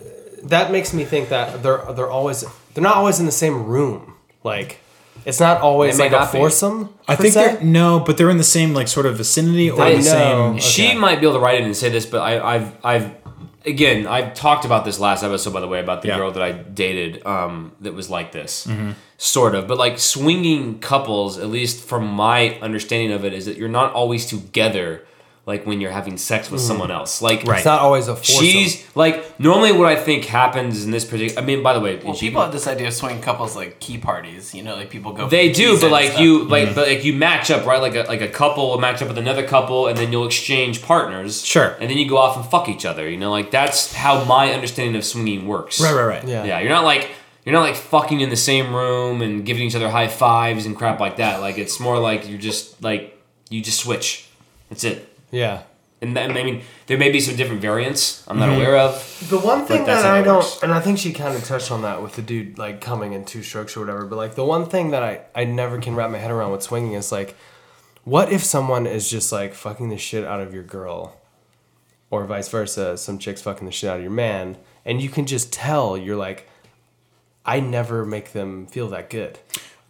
that makes me think that they're they're always they're not always in the same room. Like, it's not always They may like a not be. foursome. I per think se. they're no, but they're in the same like sort of vicinity or I the know. same. She Okay. might be able to write in and say this, but I, I've, I've, again, I've talked about this last episode, by the way, about the Yeah. girl that I dated um, that was like this, sort of. But like swinging couples, at least from my understanding of it, is that you're not always together, like when you're having sex with someone else. Like, Mm-hmm. Right. it's not always a foursome. she's like normally what I think happens in this particular. I mean, by the way, Well, people have this idea of swinging couples like key parties. You know, like people go. They do, but like you, like but like you match up, right? Like a like a couple will match up with another couple, and then you'll exchange partners. Sure. And then you go off and fuck each other. You know, like that's how my understanding of swinging works. Right, right, right. Yeah. Yeah, you're not like you're not like fucking in the same room and giving each other high fives and crap like that. Like it's more like you're just like you just switch. That's it. yeah. And then, I mean, there may be some different variants I'm not aware of. The one thing that's that how I it don't, works. and I think she kind of touched on that with the dude like coming in two strokes or whatever, but like the one thing that I, I never can wrap my head around with swinging is like, what if someone is just like fucking the shit out of your girl or vice versa, some chick's fucking the shit out of your man, and you can just tell you're like, I never make them feel that good.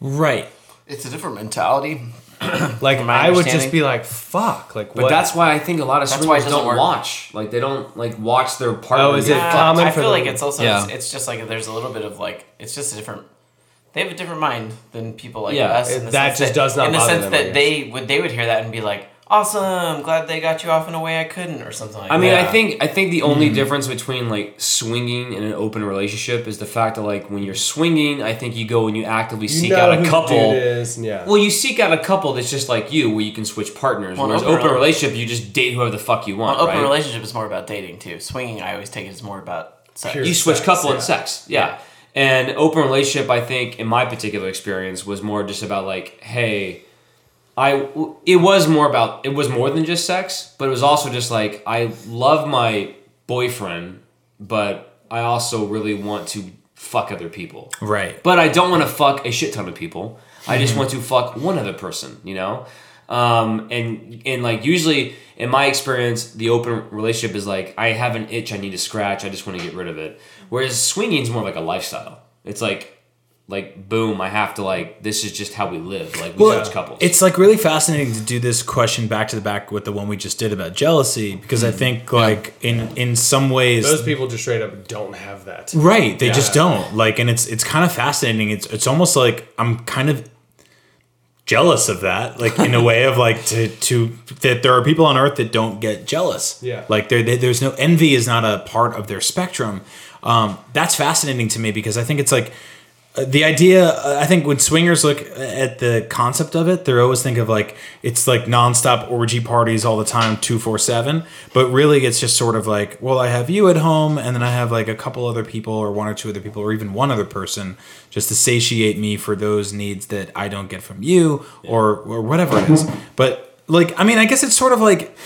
Right. It's a different mentality. Like, my I would just understanding- be like, fuck. Like, But what? that's why I think a lot of That's why it swingers doesn't don't work. watch. Like they don't like watch their partner. Oh, is get it fucked. common Uh, I for feel like them? it's also Yeah. it's, it's just like there's a little bit of like it's just a different. They have a different mind than people like Yeah, us. it- In the that sense just does not In the bother sense them, I that they would they would hear that and be like, awesome, glad they got you off in a way I couldn't, or something like I mean, that. I think I think the only Mm-hmm. difference between like swinging and an open relationship is the fact that like when you're swinging, I think you go and you actively seek know out who a the couple. dude is, and yeah. Well, you seek out a couple that's just like you, where you can switch partners. Well, an Whereas open open, rela- relationship, you just date whoever the fuck you want, Well, open right? relationship is more about dating too. Swinging, I always take it as more about sex. Pure you switch sex, couple yeah. and sex, yeah. And open relationship, I think, in my particular experience, was more just about like, hey, I. It was more about it was more than just sex, but it was also just like I love my boyfriend, but I also really want to fuck other people. Right. But I don't want to fuck a shit ton of people. I just want to fuck one other person, you know? Um, and and like usually in my experience, the open relationship is like I have an itch I need to scratch. I just want to get rid of it. Whereas swinging is more like a lifestyle. It's like like boom, I have to like this is just how we live. Like we Well, switch couples. It's like really fascinating to do this question back to the back with the one we just did about jealousy because I think like in in some ways Those people just straight up don't have that. right they just don't like and it's it's kind of fascinating it's it's almost like I'm kind of jealous of that like in a way of like to to that there are people on earth that don't get jealous Yeah. like there they, there's no envy is not a part of their spectrum um that's fascinating to me because I think it's like the idea uh, i think when swingers look at the concept of it they always think of like it's like nonstop orgy parties all the time 247 but really it's just sort of like well i have you at home and then i have like a couple other people or one or two other people or even one other person just to satiate me for those needs that i don't get from you or or whatever it is but like i mean i guess it's sort of like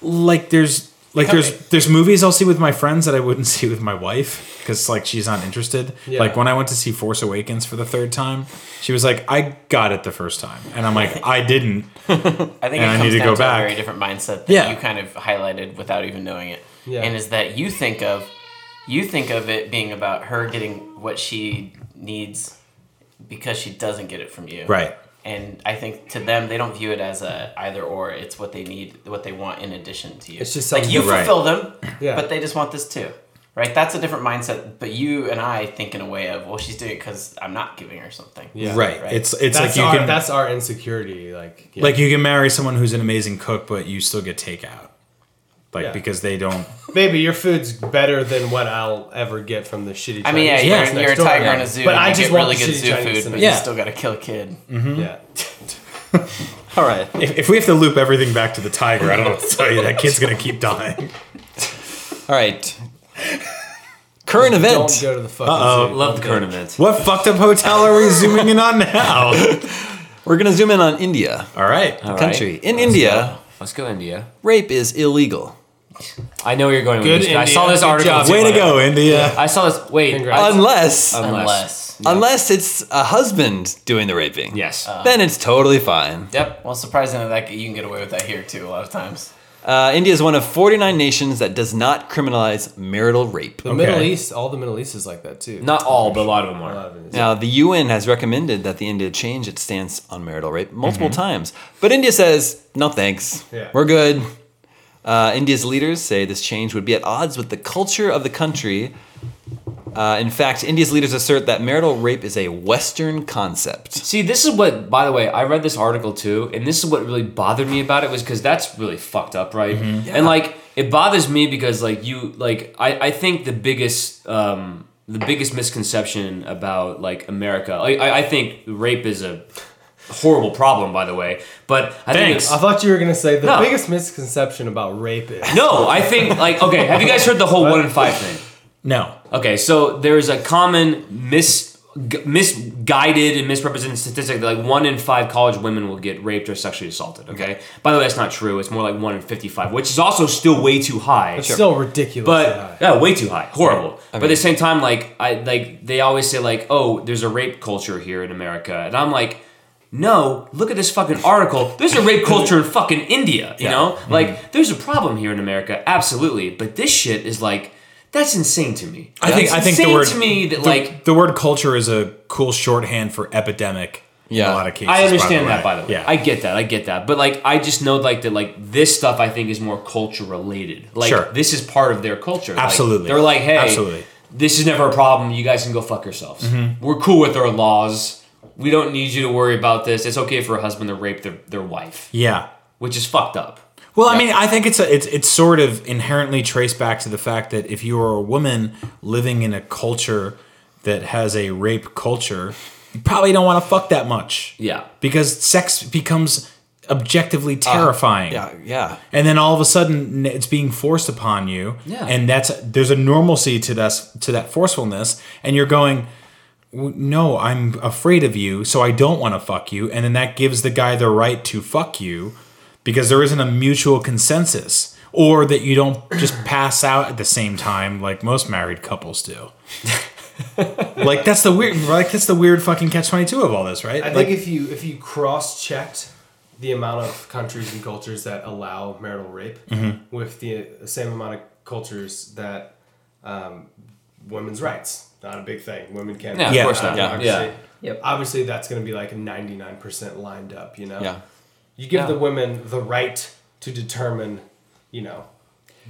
like there's like there's there's movies I'll see with my friends that I wouldn't see with my wife because like she's not interested. Yeah. Like when I went to see Force Awakens for the third time, she was like, "I got it the first time," and I'm like, "I didn't." I think And it I comes need to down go to back. a very different mindset that Yeah. you kind of highlighted without even knowing it. Yeah. And is that you think of you think of it being about her getting what she needs because she doesn't get it from you. Right. And I think to them they don't view it as a either or, it's what they need what they want in addition to you. It's just like something- you Right. fulfill them, Yeah. but they just want this too. Right? That's a different mindset, but you and I think in a way of, well, she's doing it cuz I'm not giving her something. Yeah. right. Right. It's it's that's like you our can that's our insecurity. Like yeah. like you can marry someone who's an amazing cook, but you still get takeout, like Yeah. because they don't. Maybe your food's better than what I'll ever get from the shitty. Chinese I mean, yeah, place you're, next you're a door. tiger in a zoo, But and I you just get want really the good shitty zoo Chinese Mm-hmm. food, in but it. you Yeah. still gotta kill a kid. Yeah, All right. If, if we have to loop everything back to the tiger, I don't know what to tell you. That kid's gonna keep dying. All right. Current event. don't go to the fucking zoo. love the current event. What fucked up hotel are we zooming in on now? We're going to zoom in on India. All right. All right. Country. In India, Let's go India. rape is illegal. I know where you're going Good with this. I India. saw this Good article. job. too, Way by to the way. go, India. I saw this. Wait. Congrats. I- Unless Unless. Unless. unless it's a husband doing the raping. Yes. Then it's totally fine. yep. Well, surprisingly, that you can get away with that here too a lot of times. Uh, India is one of 49 nations that does not criminalize marital rape. the Middle Okay. East, all the Middle East is like that too. Not all, but a lot of them are. A lot of it is. Now, the UN has recommended that the India change its stance on marital rape multiple Mm-hmm. times, but India says, no thanks. Yeah. We're good. Uh, India's leaders say this change would be at odds with the culture of the country. Uh, in fact, India's leaders assert that marital rape is a Western concept. See, this is what, by the way, I read this article too, and this is what really bothered me about it was because that's really fucked up, right? And like, it bothers me because like you, like I, I think the biggest, um, the biggest misconception about like America, like, I, I think rape is a horrible problem, by the way, but I Thanks. think I it's, thought you were gonna say the No. biggest misconception about rape is no, I think like okay, have you guys heard the whole one in five thing? No. Okay, so there's a common mis gu- misguided and misrepresented statistic that like one in five college women will get raped or sexually assaulted. Okay, by the way, that's not true. It's more like one in fifty-five, which is also still way too high. It's still ridiculous. But uh, yeah, way too high, horrible. but at the same time, like I like they always say like, oh, there's a rape culture here in America, and I'm like, no, look at this fucking article. There's a rape culture in fucking India, you know? Mm-hmm. Like there's a problem here in America, absolutely. But this shit is like. That's insane to me. I think It's I think the insane word to me that the, like the word culture is a cool shorthand for epidemic. in Yeah. a lot of cases. I understand the that way. by the way. yeah, I get that. I get that. But like I just know like that like this stuff I think is more culture related. Like Sure. this is part of their culture. Like, Absolutely. they're like, hey, Absolutely. Mm-hmm. this is never a problem. You guys can go fuck yourselves. We're cool with our laws. We don't need you to worry about this. It's okay for a husband to rape their, their wife. yeah. which is fucked up. Well, I mean, I think it's a, it's it's sort of inherently traced back to the fact that if you are a woman living in a culture that has a rape culture, you probably don't want to fuck that much. Yeah. Because sex becomes objectively terrifying. Uh, Yeah, yeah. And then all of a sudden, it's being forced upon you. Yeah. And that's there's a normalcy to that to that forcefulness, and you're going. "W- No, I'm afraid of you, so I don't want to fuck you. And then that gives the guy the right to fuck you because there isn't a mutual consensus or that you don't just pass out at the same time like most married couples do. like that's the weird like that's the weird fucking catch 22 of all this, right? I like, think if you if you cross checked the amount of countries and cultures that allow marital rape with the same amount of cultures that um, women's rights not a big thing women can't Yeah, of Yeah. course not. Yeah. obviously, Yeah. Yep. obviously that's going to be like 99% lined up you know Yeah. you give the women the right to determine you know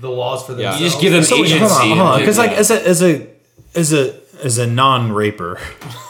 the laws for Yeah. themselves You just give them so agency. hold on, hold on, and- because like yeah. as a as a as a as a non-raper,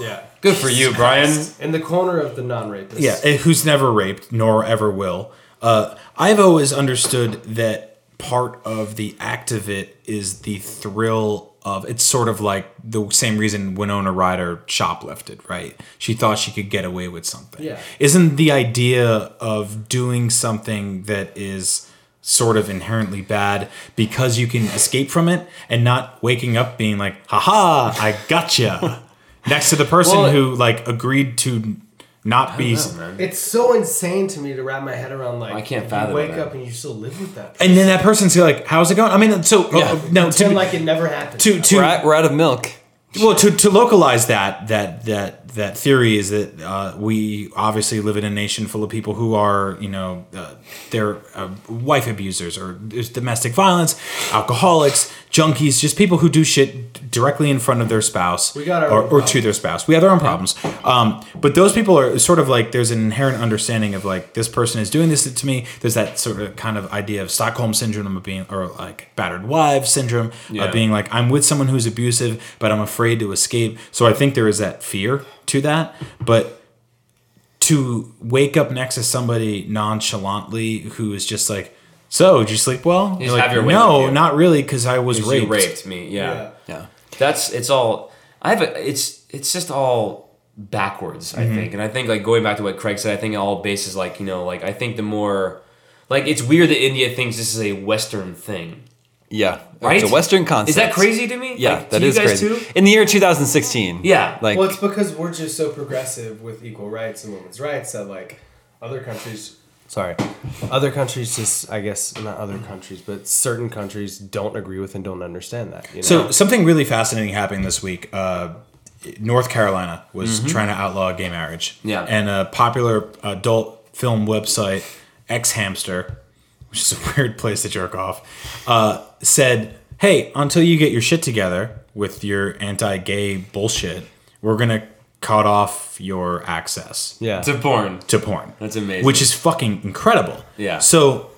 yeah Good for you, Brian. in the corner of the non-rapist yeah, eh, who's never raped nor ever will. Uh, I've always understood that part of the act of it is the thrill of it's sort of like the same reason Winona Ryder shoplifted, right? She thought she could get away with something. Yeah. Isn't the idea of doing something that is sort of inherently bad because you can escape from it and not waking up being like, haha, I gotcha. Next to the person Well, who like agreed to not be It's so insane to me to wrap my head around like I can't you fathom wake that. up and you still live with that. and then that person's like, "How's it going?" I mean, so Yeah. uh, no, to, Pretend be- like it never happened. to to We're out, we're out of milk. well to, to localize that that that that theory is that uh, we obviously live in a nation full of people who are you know uh, they're uh, wife abusers or there's domestic violence, alcoholics, junkies, just people who do shit directly in front of their spouse We got our uh, or, own or to their spouse. We have our own problems, um, but those people are sort of like there's an inherent understanding of like this person is doing this to me. There's that sort of kind of idea of Stockholm syndrome of being or like battered wife syndrome Yeah. of being like I'm with someone who's abusive, but I'm afraid to escape. So I think there is that fear to that, but to wake up next to somebody nonchalantly who is just like, "So, did you sleep well?" You're just like, have your way with "No, you." not really, because I was Raped. raped." raped me. yeah. yeah. Yeah. that's it's all i have a, it's it's just all backwards Mm-hmm. i think and i think like going back to what craig said i think it all bases like you know like i think the more like it's weird that india thinks this is a western thing Yeah. right It's a Western concept. is that crazy to me Yeah, Like, that to is you guys crazy. too In the year 2016. Yeah. Like, well, it's because we're just so progressive with equal rights and women's rights that like other countries. Sorry, other countries just I guess not other countries, but certain countries don't agree with and don't understand that. You know? So something really fascinating happened this week. Uh, North Carolina was Mm-hmm. trying to outlaw gay marriage. Yeah. And a popular adult film website, X Hamster, which is a weird place to jerk off, uh, said, "Hey, until you get your shit together with your anti-gay bullshit, we're gonna cut off your access." yeah, to porn to porn. That's amazing. Which is fucking incredible. Yeah. So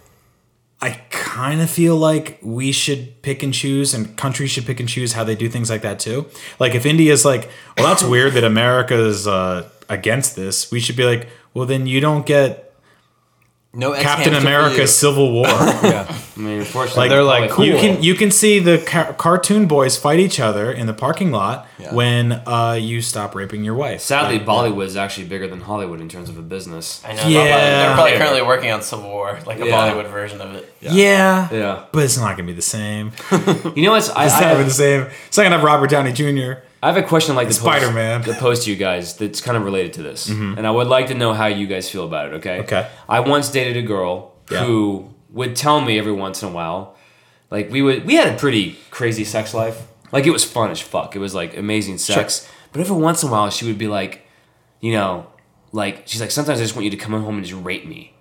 I kind of feel like we should pick and choose and countries should pick and choose how they do things like that too. Like if India's like, well, that's weird that America is uh, against this, we should be like, well, then you don't get no X Captain hamster for you. America Civil War. i mean unfortunately they're like, probably- You can you can see the ca- cartoon boys fight each other in the parking lot when uh, you stop raping your wife. sadly bollywood is actually bigger than hollywood in terms of a business I know. Yeah. Yeah. They're probably Yeah. currently working on Civil War, like a Yeah. Bollywood version of it. yeah. yeah. yeah But it's not gonna be the same. you know what's I, I, It's not have, even the same. It's not gonna have Robert Downey Jr. I have a question like the Spider-Man. Mm-hmm. the post to you guys that's kind of related to this, and I would like to know how you guys feel about it. Okay. Okay. I once dated a girl Yeah. who would tell me every once in a while, like we would we had a pretty crazy sex life. Like it was fun as fuck. It was like amazing sex. But every once in a while, she would be like, you know, like she's like sometimes I just want you to come home and just rape me.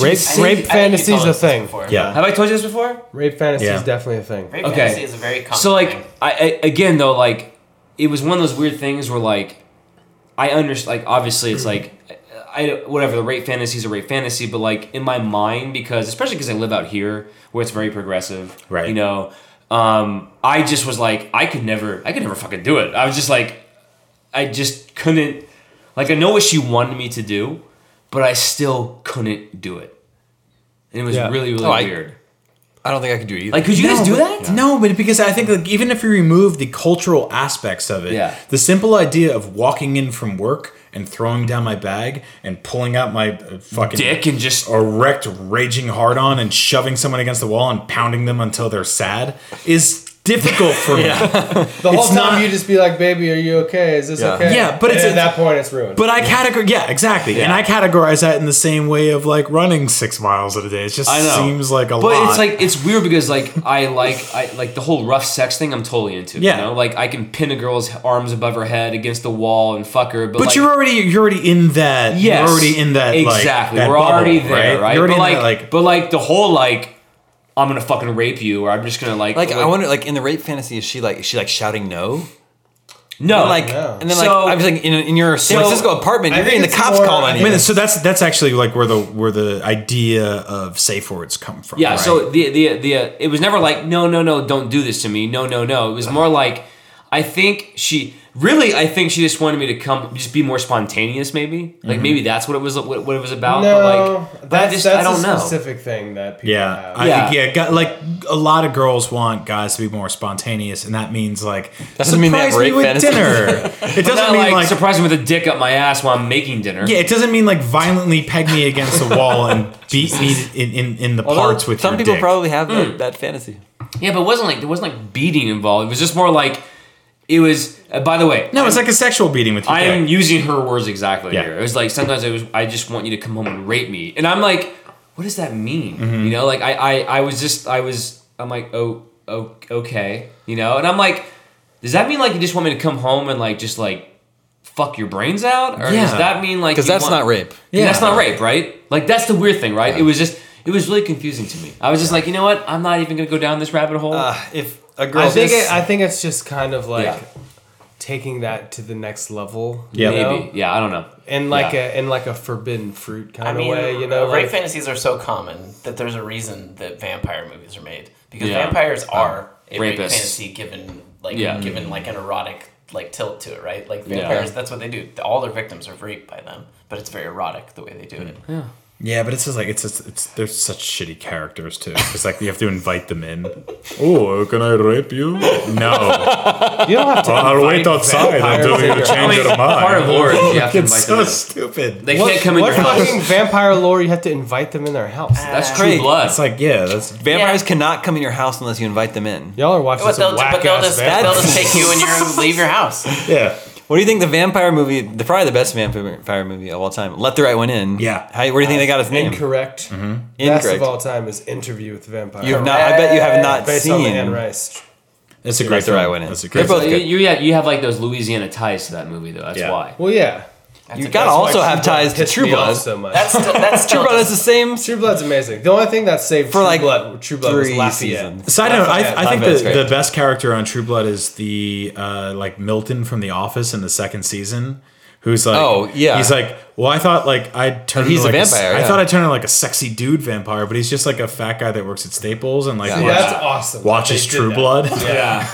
rape I think- I rape think you told fantasies a us this thing. before. Yeah. Have I told you this before? Rape fantasies Yeah. definitely a thing. Rape Okay. fantasy is a very common so like thing. I, I again though like it was one of those weird things where like i understand like obviously it's like I, I- whatever the rape fantasy is a rape fantasy but like in my mind because especially because i live out here where it's very progressive Right. you know um i just was like i could never i could never fucking do it i was just like i just couldn't like i know what she wanted me to do but i still couldn't do it and it was Yeah. really really Oh, I- weird. I don't think I could do it either. like, could you guys do that? No, but because I think like even if you remove the cultural aspects of it, Yeah. the simple idea of walking in from work and throwing down my bag and pulling out my uh, fucking Dick and just erect, raging hard on and shoving someone against the wall and pounding them until they're sad is difficult for me. The whole It's time not- you just be like, "Baby, are you okay? Is this Yeah. okay?" Yeah, but And it's- at that point it's ruined. But I categorize, yeah, exactly, and I categorize that in the same way of like running six miles a day. It just I know. seems like a but lot. it's like it's weird because like I like I like the whole rough sex thing. I'm totally into. Yeah. You know, like I can pin a girl's arms above her head against the wall and fuck her. But, But like, you're already you're already in that. Yes, you're already in that. like, Exactly. that We're bubble, already there, right? You're but already in like, that, like but like the whole like, I'm gonna fucking rape you, or I'm just gonna like, Like I wonder, like in the rape fantasy, is she like is she like shouting no? no, And Oh, like no. and then like So- I was like in, in your San Francisco apartment, I you're think getting the it's cops more- calling I on I you. mean, so that's that's actually like where the where the idea of safe words come from. Yeah. right? So the the the uh, it was never like no no no don't do this to me no no no it was more like I think she really I think she just wanted me to come just be more spontaneous maybe Mm-hmm. like maybe that's what it was what, what it was about no, but like that's, I just that's I don't a know specific thing that people yeah, have. I Yeah. think yeah, gu- like a lot of girls want guys to be more spontaneous, and that means like doesn't mean that surprise me rape with fantasy- dinner. It doesn't not mean like, like. surprising with a dick up my ass while I'm making dinner yeah, it doesn't mean like violently peg me against the wall and beat me in, in, in the Although parts with some your people dick. Hmm. probably have that, that fantasy. yeah but it wasn't like there wasn't like beating involved it was just more like it was uh, by the way no, it's like a sexual beating with your I dick. am using her words exactly Yeah. here. It was like sometimes I was I just want you to come home and rape me, and I'm like, what does that mean? You know, like I, I I was just I was I'm like oh oh okay, you know, and I'm like, does that mean like you just want me to come home and like just like fuck your brains out, or does Yeah. that mean like Because you that's want- not rape. Yeah, that's Yeah. not rape, right? Like that's the weird thing, right? It was just it was really confusing to me. I was just like, you know what? I'm not even gonna go down this rabbit hole. Uh, if a girl I think just- it, I think it's just kind of like Yeah. taking that to the next level. Yeah. Maybe, you know? yeah, I don't know. in like uh, Yeah. a in like a forbidden fruit kind I mean, uh, of way, you know. rape Like, fantasies are so common that there's a reason that vampire movies are made because Yeah. vampires are a rape rapists. fantasy given like Yeah. given like an erotic like tilt to it, right? Like vampires, that's what they do. All their victims are raped by them, but it's very erotic the way they do it. Yeah, but it's just like it's just, it's they're such shitty characters too. It's like you have to invite them in. Oh, can I rape you? No, you don't have to. I'll wait outside until you vampires. change your Part of mind. lore is you have to invite It's so them. in. stupid. They What, can't come in what your house. fucking vampire lore? You have to invite them in their house. That's Uh, true Craig, blood. it's like yeah, that's vampires Yeah. cannot come in your house unless you invite them in. Y'all are watching But they'll, some but whack they'll ass just, they'll vampires. just take you and you leave your house. yeah. What do you think the vampire movie, the probably the best vampire movie of all time, Let the Right One In? Yeah. How, where do you think they got its name? Incorrect. Best Incorrect. of all time is Interview with the Vampire. You have not. I bet you have not Based on the Anne seen. Rice. That's a Let great the Right film. One In. That's a They're great. both Well, you, good. you, yeah, you have like those Louisiana ties to that movie, though. That's Yeah. why. Well, yeah. That's You a- gotta that's also why- have ties to Pissed True me off Blood. So much. That's still, that's still True Blood is the same. True Blood's amazing. The only thing that saved For True like Blood, True Blood was Three Lafayette. seasons. Side note, Yeah, I, I think Lafayette's the, great. the best character on True Blood is the uh, like Milton from The Office in the second season, who's like, Oh, yeah. he's like, well, I thought like I'd turn, He's into, a like, s- vampire, I yeah. thought I'd turn into like a sexy dude vampire, but he's just like a fat guy that works at Staples and like Yeah. Yeah, watches, that's awesome. watches They did True that. Blood. Yeah.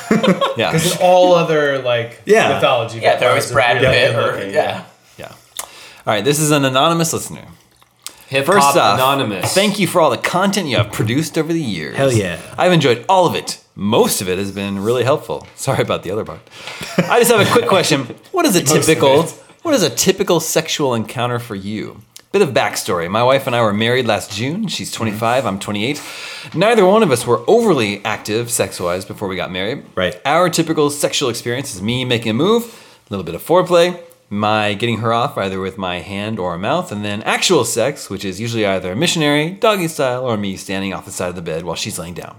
Yeah. Because in all other like Yeah. mythology, Yeah, there vampires was are Brad really Pitt good or looking, yeah. Yeah. All right. This is an anonymous listener. Hip First Hop off, Anonymous. Thank you for all the content you have produced over the years. Hell yeah. I've enjoyed all of it. Most of it has been really helpful. Sorry about the other part. I just have a quick question. What is a typical what is a typical sexual encounter for you? Bit of backstory. My wife and I were married last June. She's 25, I'm 28. Neither one of us were overly active sex-wise before we got married. Right. Our typical sexual experience is me making a move, a little bit of foreplay, my getting her off either with my hand or mouth, and then actual sex, which is usually either a missionary, doggy style, or me standing off the side of the bed while she's laying down.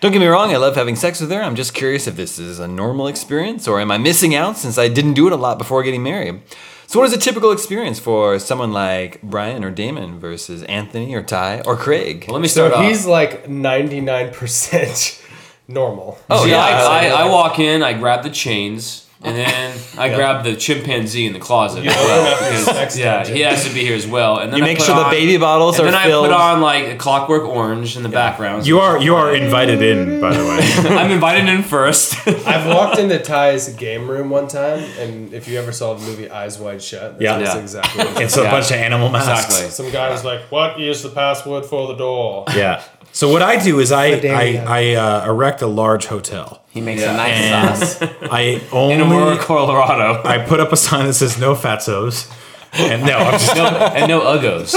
Don't get me wrong, I love having sex with her. I'm just curious if this is a normal experience or am I missing out since I didn't do it a lot before getting married. So, what is a typical experience for someone like Brian or Damon versus Anthony or Ty or Craig? Let me start So off. he's like ninety nine percent normal. Oh, See, yeah. I, I, I walk in, I grab the chains, And then I grabbed the chimpanzee in the closet as don't have to well. sex because, yeah, dungeon. he has to be here as well. And then You I make put sure the on- baby bottles and are then filled. I put on like a Clockwork Orange in the background. You are you are invited in, by the way. I'm invited in first. I've walked into Ty's game room one time, and if you ever saw the movie Eyes Wide Shut, that's Yeah. that's Yeah. exactly what it It's a Yeah. bunch of animal masks. Exactly. Some guy was like, "What is the password for the door?" Yeah. So what I do is I I, damn. I uh, erect a large hotel. He makes a nice And sauce. I in Aurora, only Colorado. I put up a sign that says no fatsos. And no, I'm just, No, and no uggos.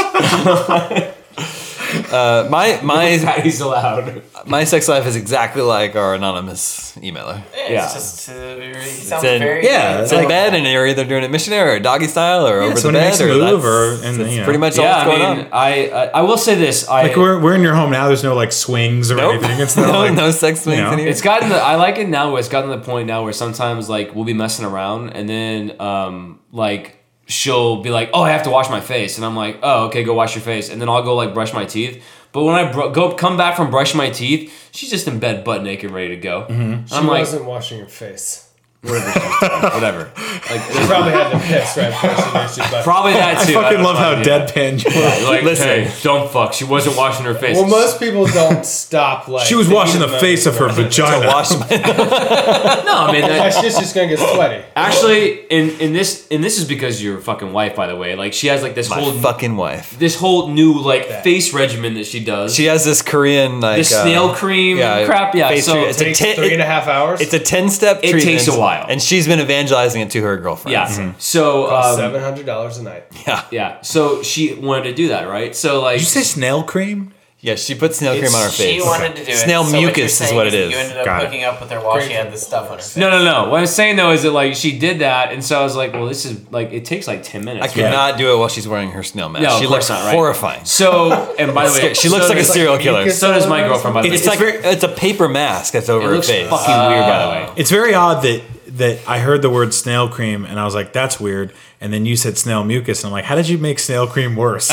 Uh, my my Patty's allowed. my sex life is exactly like our anonymous emailer. Yeah. It's just, uh, he sounds It's in, very. yeah, it's in like- bed in an area they're doing it missionary or doggy style or over the someone makes bed a or move that's, or and that's you know. pretty much all yeah, that's going I mean, on. I, I I will say this. I like we're, we're in your home now. There's no like swings or Nope. anything. It's not No, like no sex swings know. in here. It's gotten. The, I like it now where it's gotten to the point now where sometimes like we'll be messing around and then um like she'll be like, oh, I have to wash my face, and I'm like, oh, okay, go wash your face, and then I'll go like brush my teeth. But when I br- go come back from brushing my teeth, she's just in bed, butt naked, ready to go. She I'm like, wasn't washing her face. whatever. She Like probably had to piss right before she knew she was left. probably that I too. fucking don't love how know. deadpan you are. Like, Listen. hey, don't fuck. She wasn't washing her face. Well, most people don't stop. Like She was thinking washing the about face it. of her vagina. Wash my- no, I mean, My that, shit's just gonna get sweaty. actually, in in this and this is because your fucking wife, by the way. Like, she has like this whole my fucking wife. this whole new like face regimen that she does. She has this Korean like uh, the snail cream crap. Yeah, face so treatment. It's a Takes ten- three and a half hours. It's a ten step. It treatment, takes a while. and she's been evangelizing it to her girlfriend. yeah. So um, seven hundred dollars a night. yeah, yeah, so she wanted to do that, right? So like, Did you say snail cream? yeah. She put snail cream on her She face. wanted to do it. Snail so what you're mucus is saying what it You is. ended up Got it. hooking up with her while she had this stuff on her face. no, no, no. What I'm saying though is that like she did that, and so I was like, well, this is like it takes like ten minutes. I could Yeah. not do it while she's wearing her snail mask. No, of she course looks not, right? horrifying. So and by the way, She looks so like a does- serial killer. mucus. It's So does my girlfriend. By the way, like it's a paper mask that's it over her looks face. fucking weird. By the way, It's very odd that that I heard the word snail cream and I was like, that's weird. And then you said snail mucus, and I'm like, how did you make snail cream worse?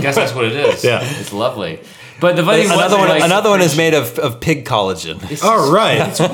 guess that's what it is. Yeah. it's lovely. But the funny Another one, like, another one is made of, of pig collagen. All right. It's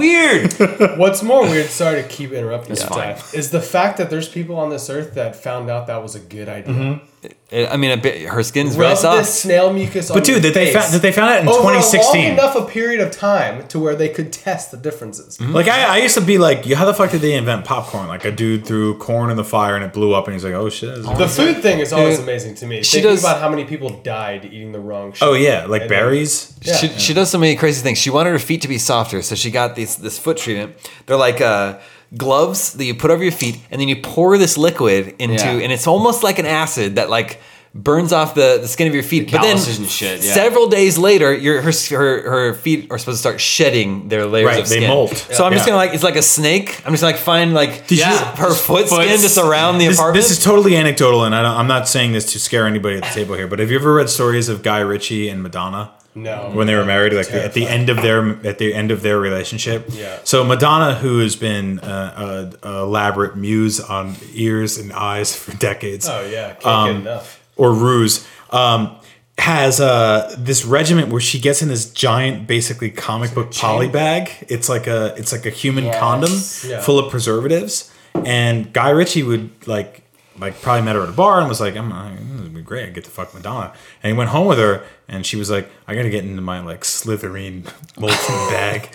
weird. What's more weird, sorry to keep interrupting you, fine. Ty, is the fact that there's people on this earth that found out that was a good idea. Mm-hmm. I mean, a bit, her skin's very Rub this soft. snail mucus on But dude, your that they face found that they found it in over a 2016. long enough a period of time to where they could test the differences. Like I, I used to be like, "Yeah, how the fuck did they invent popcorn? Like a dude threw corn in the fire and it blew up, and he's like, oh shit. this is- The food thing is always Yeah. amazing to me. She Thinking does- about how many people died eating the wrong shit. Oh yeah, like And then- berries. Yeah. She, she does so many crazy things. She wanted her feet to be softer, so she got these this foot treatment. They're like uh, gloves that you put over your feet, and then you pour this liquid into, Yeah. and it's almost like an acid that like burns off the, the skin of your feet. The but then calluses and shit, yeah. several days later, your her, s- her her feet are supposed to start shedding their layers Right, of they skin. molt. So I'm just Yeah. gonna like it's like a snake. I'm just gonna, like find like Did you- her foot Foot. skin to surround the This, apartment. this is totally anecdotal, and I don't, I'm not saying this to scare anybody at the table here. But have you ever read stories of Guy Ritchie and Madonna? No. when they were married, like at the end of their at the end of their relationship. Yeah. So Madonna, who has been uh, a, a elaborate muse on ears and eyes for decades, Oh yeah, can't Um, get enough. or ruse, um, has uh, this regiment where she gets in this giant, basically comic book poly bag. It's like a it's like a human condom Yeah. full of preservatives. And Guy Ritchie would like like probably met her at a bar and was like, I'm like, this would be great. I get to fuck Madonna. And he went home with her, and she was like, I gotta get into my like slithering molten bag.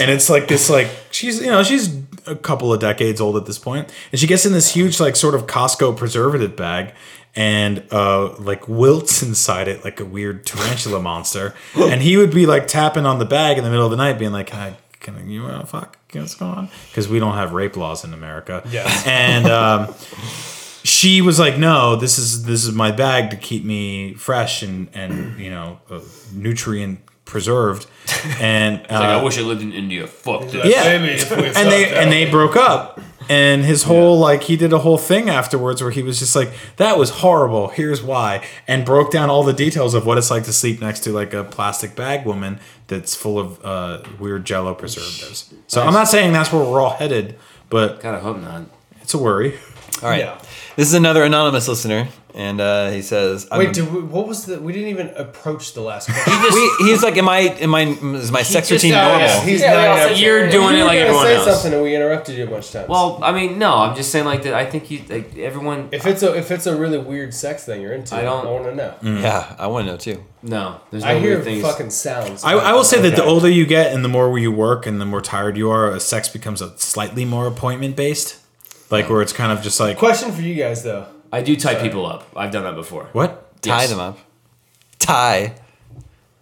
And it's like this like she's you know she's a couple of decades old at this point, and she gets in this huge like sort of Costco preservative bag. And uh, like wilts inside it like a weird tarantula monster, and he would be like tapping on the bag in the middle of the night, being like, "Can I, can I, you want to fuck? What's going on?" Because we don't have rape laws in America. Yeah. and um, she was like, "No, this is this is my bag to keep me fresh and and you know uh, nutrient preserved." And uh, Like, I wish I lived in India. Fuck this. yeah, Maybe if we and they sucked and up. they broke up. And his whole like he did a whole thing afterwards where he was just like that was horrible. Here's why, and broke down all the details of what it's like to sleep next to like a plastic bag woman that's full of uh, weird Jello preservatives. So I'm not saying that's where we're all headed, but God, I hope not. It's a worry. All right. Yeah. This is another anonymous listener, and uh, he says, I'm- Wait, did we, what was the? We didn't even approach the last question. we, he's like, am I, am I, is my sex just, routine uh, normal? yeah, He's Yeah, we all not. said gonna- You're doing it You were like gonna everyone say else. something, and we interrupted you a bunch of times. Well, I mean, no, I'm just saying like that. I think you like everyone. if it's a if it's a really weird sex thing you're into, I I don't- don't. I want to know. Mm. Yeah, I want to know too. No, there's no I hear weird things. fucking sounds. I, I will say that the older you get and the more where you work and the more tired you are, uh, sex becomes a slightly more appointment based, like where it's kind of just like question for you guys though. I do tie people up. I've done that before. what? Tie Yes. them up. Tie.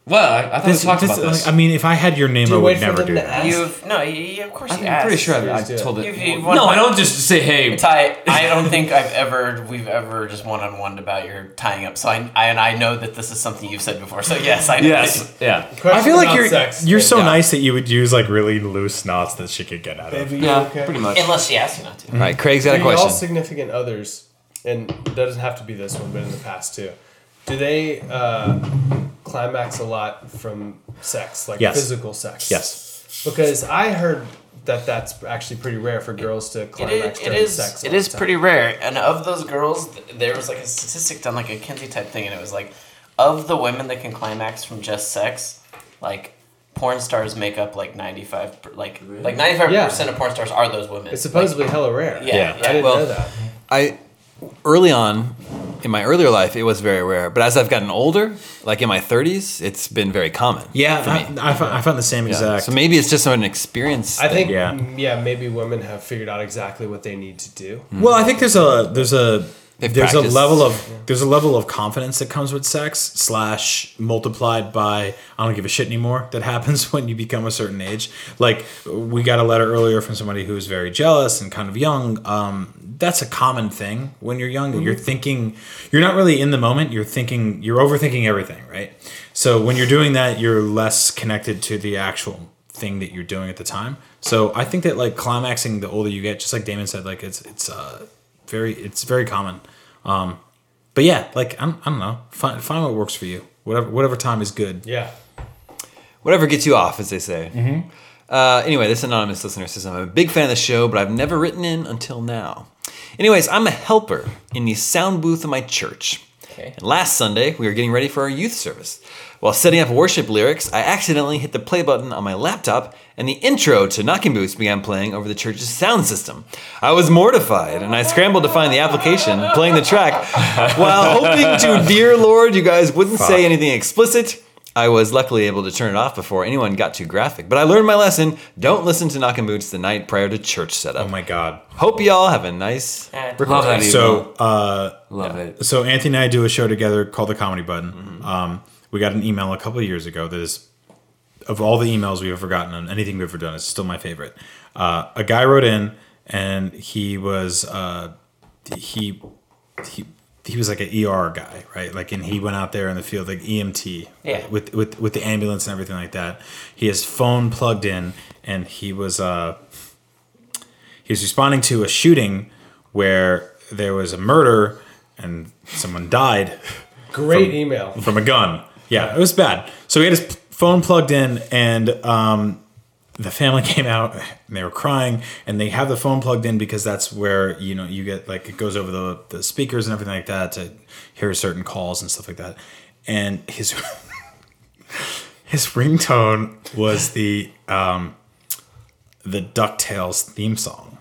Well, I, I thought we talked about like, this. I mean, if I had your name, Do I you would wait for never them do to ask? that. You've no, y- y- of course you I'm pretty asked. sure I've, Yes, I've yeah. told it. If you want- no, I don't just say hey. Ty, I don't think I've ever we've ever just one on one about your tying up. So I, I and I know that this is something you've said before. So yes, I know. Yes, yeah. Question I feel like about you're sex. you're so Yeah. nice that you would use like really loose knots that she could get out of. Baby, you Yeah, okay? pretty much. Unless she asks you not to. All right, Craig's got a Do y'all question. significant others, and it doesn't have to be this one, but in the past too, do they uh, climax a lot from sex, like Yes. physical sex? Yes. Because I heard that that's actually pretty rare for girls to It climax is, it during is sex. it all is the time. pretty rare. And of those girls, th- there was like a statistic done like a Kinsey type thing, and it was like of the women that can climax from just sex, like porn stars make up like ninety five like like ninety five percent of porn stars are those women. It's supposedly hella rare. Like, yeah, I yeah. didn't Well, know that. I early on in my earlier life, it was very rare. But as I've gotten older, like in my 30s, it's been very common. Yeah, for me. I, I, found, I found the same Yeah. exact. So maybe it's just an experience. I think mm, Yeah. yeah. maybe women have figured out exactly what they need to do. Well, I think there's a there's a They've there's practiced. a level of there's a level of confidence that comes with sex slash multiplied by I don't give a shit anymore that happens when you become a certain age. Like we got a letter earlier from somebody who's very jealous and kind of young. Um, that's a common thing when you're young. You're thinking you're not really in the moment. You're thinking you're overthinking everything, right? So when you're doing that, you're less connected to the actual thing that you're doing at the time. So I think that like climaxing the older you get, just like Damon said, like it's it's uh very it's very common. Um but yeah, like I'm, I don't know. Find find what works for you. Whatever whatever time is good. Yeah. Whatever gets you off, as they say. Uh, anyway, this anonymous listener says, I'm a big fan of the show, but I've never written in until now. Anyways, I'm a helper in the sound booth of my church. And last Sunday, we were getting ready for our youth service. While setting up worship lyrics, I accidentally hit the play button on my laptop, and the intro to Knocking Boots began playing over the church's sound system. I was mortified, and I scrambled to find the application playing the track while hoping to, dear Lord, you guys wouldn't say anything explicit. I was luckily able to turn it off before anyone got too graphic, but I learned my lesson. Don't listen to Knockin' Boots the night prior to church setup. Mm. Oh my god. Hope y'all have a nice. Uh, Love that. email. So uh love it. so Anthony and I do a show together called The Comedy Button. Um, we got an email a couple of years ago that is, of all the emails we've ever gotten and anything we've ever done, it's still my favorite. Uh, a guy wrote in and he was uh, he he. He was like an ER guy, right? Like, and he went out there in the field, like E EMT, Yeah. with with with the ambulance and everything like that. He his phone plugged in, and he was uh, he was responding to a shooting where there was a murder and someone died Great From- email. from a gun. Yeah, it was bad. So he had his p- phone plugged in, and um, the family came out and they were crying. And they have the phone plugged in because that's where you know you get like it goes over the the speakers and everything like that to hear certain calls and stuff like that. And his his ringtone was the um, the Ducktales theme song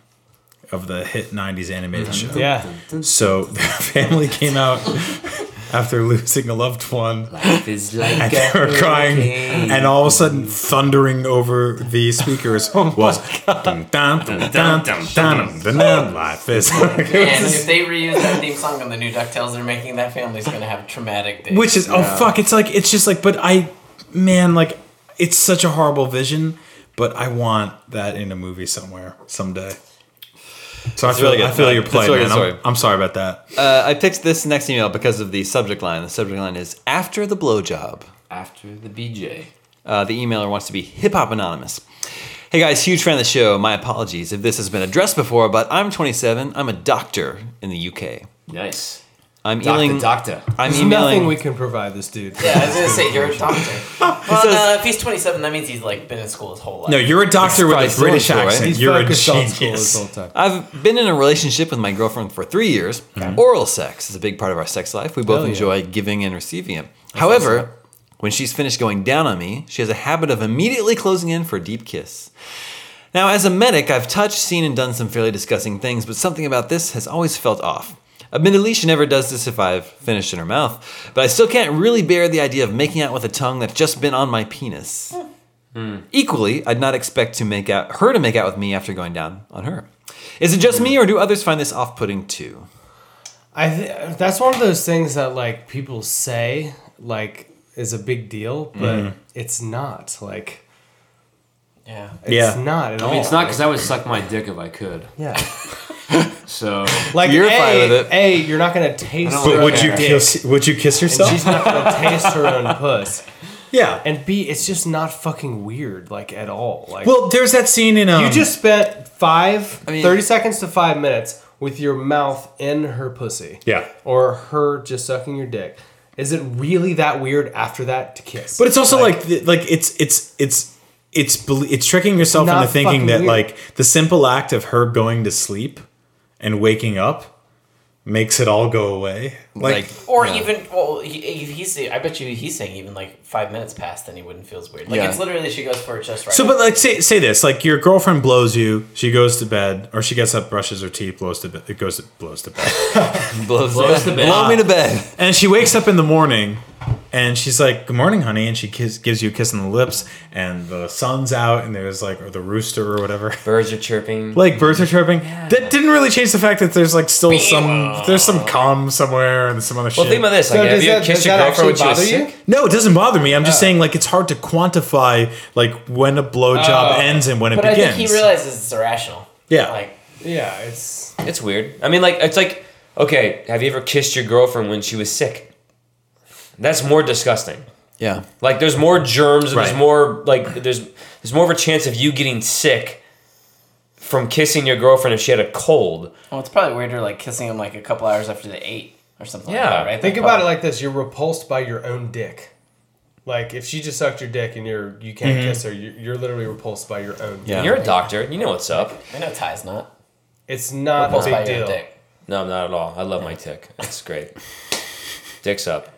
of the hit '90s animated show. Yeah. So the family came out after losing a loved one Life is like and they were crying, and all of a sudden, thundering over the speakers was dun, dun, dun, dun, dun, dun, dun, dun, life is. And if they reuse that theme song on the new DuckTales they're making, that family's gonna have traumatic days. Which is oh fuck! It's like it's just like, but I, man, like it's such a horrible vision, but I want that in a movie somewhere someday. So I feel really I good. feel your That's plight, really man. good I'm, story. I'm sorry about that. Uh, I picked this next email because of the subject line. The subject line is after the blowjob. after the BJ. Uh, the emailer wants to be hip hop anonymous. Hey guys, huge fan of the show. My apologies if this has been addressed before, but I'm 27. I'm a doctor in the UK. Nice. I'm Doctor, emailing. doctor. I'm There's emailing. nothing we can provide this dude. Yeah, I was gonna say you're a doctor. well, says- no, if he's 27, that means he's like been in school his whole life. No, you're a doctor with probably a still in British school, right? accent. He's You're a focused on school this whole genius. time. I've been in a relationship with my girlfriend for three years. Oral sex is a big part of our sex life. We both Hell yeah. enjoy giving and receiving it. However, when she's finished going down on me, she has a habit of immediately closing in for a deep kiss. Now, as a medic, I've touched, seen, and done some fairly disgusting things, but something about this has always felt off. Admittedly, she never does this if I've finished in her mouth, but I still can't really bear the idea of making out with a tongue that's just been on my penis. Hmm. Equally, I'd not expect to make out her to make out with me after going down on her. Is it just me, or do others find this off-putting too? I th- that's one of those things that like people say like is a big deal, but Mm-hmm. it's not like Yeah. it's Yeah. not at all. I mean, it's not because I would suck my dick if I could. Yeah, So like You're a, fine with it. a you're not gonna taste. don't her But would own you dick, kiss? Would you kiss and yourself? She's not gonna taste her own puss. yeah. And b it's just not fucking weird like at all. Like well, there's that scene in um, you just spent five I mean- 30 seconds to five minutes with your mouth in her pussy. Yeah. or her just sucking your dick. Is it really that weird after that to kiss? But it's also like the- like, it's it's it's it's bel- it's tricking yourself Not into thinking fucking that weird. like the simple act of her going to sleep and waking up makes it all go away. Like, Or yeah. even well, he, if he's I bet you he's saying even like five minutes past, then he wouldn't feel as weird. Like Yeah. it's literally she goes for it just right. so but like say say this, like your girlfriend blows you, she goes to bed or she gets up, brushes her teeth, blows to bed, it goes to, blows to bed. Blows, Blows to to bed. Ah. Blow me to bed. And she wakes up in the morning and she's like, Good morning, honey. And she kiss, gives you a kiss on the lips, and the sun's out, and there's like, or the rooster or whatever. birds are chirping. Like birds are chirping. That didn't really change the fact that there's like still some, there's some calm somewhere and some other Well, shit. think about this. Like, have does you that- kissed does your that girlfriend when she actually was bother you? sick? no, it doesn't bother me. I'm just saying, like, it's hard to quantify, like, when a blowjob Oh. ends and when it but I begins. think he realizes it's irrational. Yeah. Like yeah, it's It's weird. I mean, like, it's like, okay, have you ever kissed your girlfriend when she was sick? That's more disgusting. Yeah. Like, there's more germs. and There's Right. more like there's there's more of a chance of you getting sick from kissing your girlfriend if she had a cold. well, it's probably weirder like kissing him like a couple hours after the eight or something. Yeah. Like that, right. think Like, about it probably- like this: you're repulsed by your own dick. Like if she just sucked your dick and you're you can't kiss her, you're, you're literally repulsed by your own. Yeah. dick. You're a doctor. You know what's up. I know Ty's not. It's not Pulls a by big your deal. dick. No, not at all. I love my dick. It's great. Dick's up.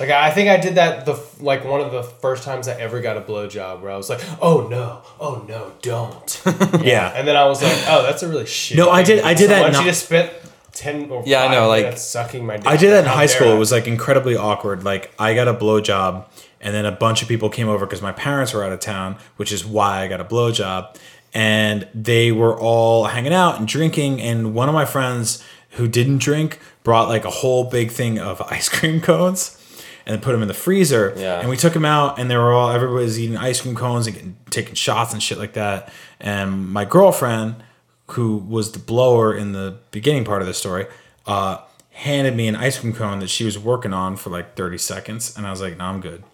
Like I I think I did that the f- like one of the first times I ever got a blowjob where I was like, oh no, oh no, don't. yeah. and then I was like, oh, that's a really shit. No, I did- I did that Why in- don't you just spent ten or Yeah, I five know, like- minutes sucking my dick? I did that in How high dare school. I? It was like incredibly awkward. Like I got a blowjob, and then a bunch of people came over because my parents were out of town, which is why I got a blowjob. And they were all hanging out and drinking, and one of my friends who didn't drink brought like a whole big thing of ice cream cones. And put them in the freezer, Yeah. and we took them out, and they were all everybody was eating ice cream cones and getting, taking shots and shit like that. And my girlfriend, who was the blower in the beginning part of the story, uh, handed me an ice cream cone that she was working on for like 30 seconds. And I was like, no, I'm good.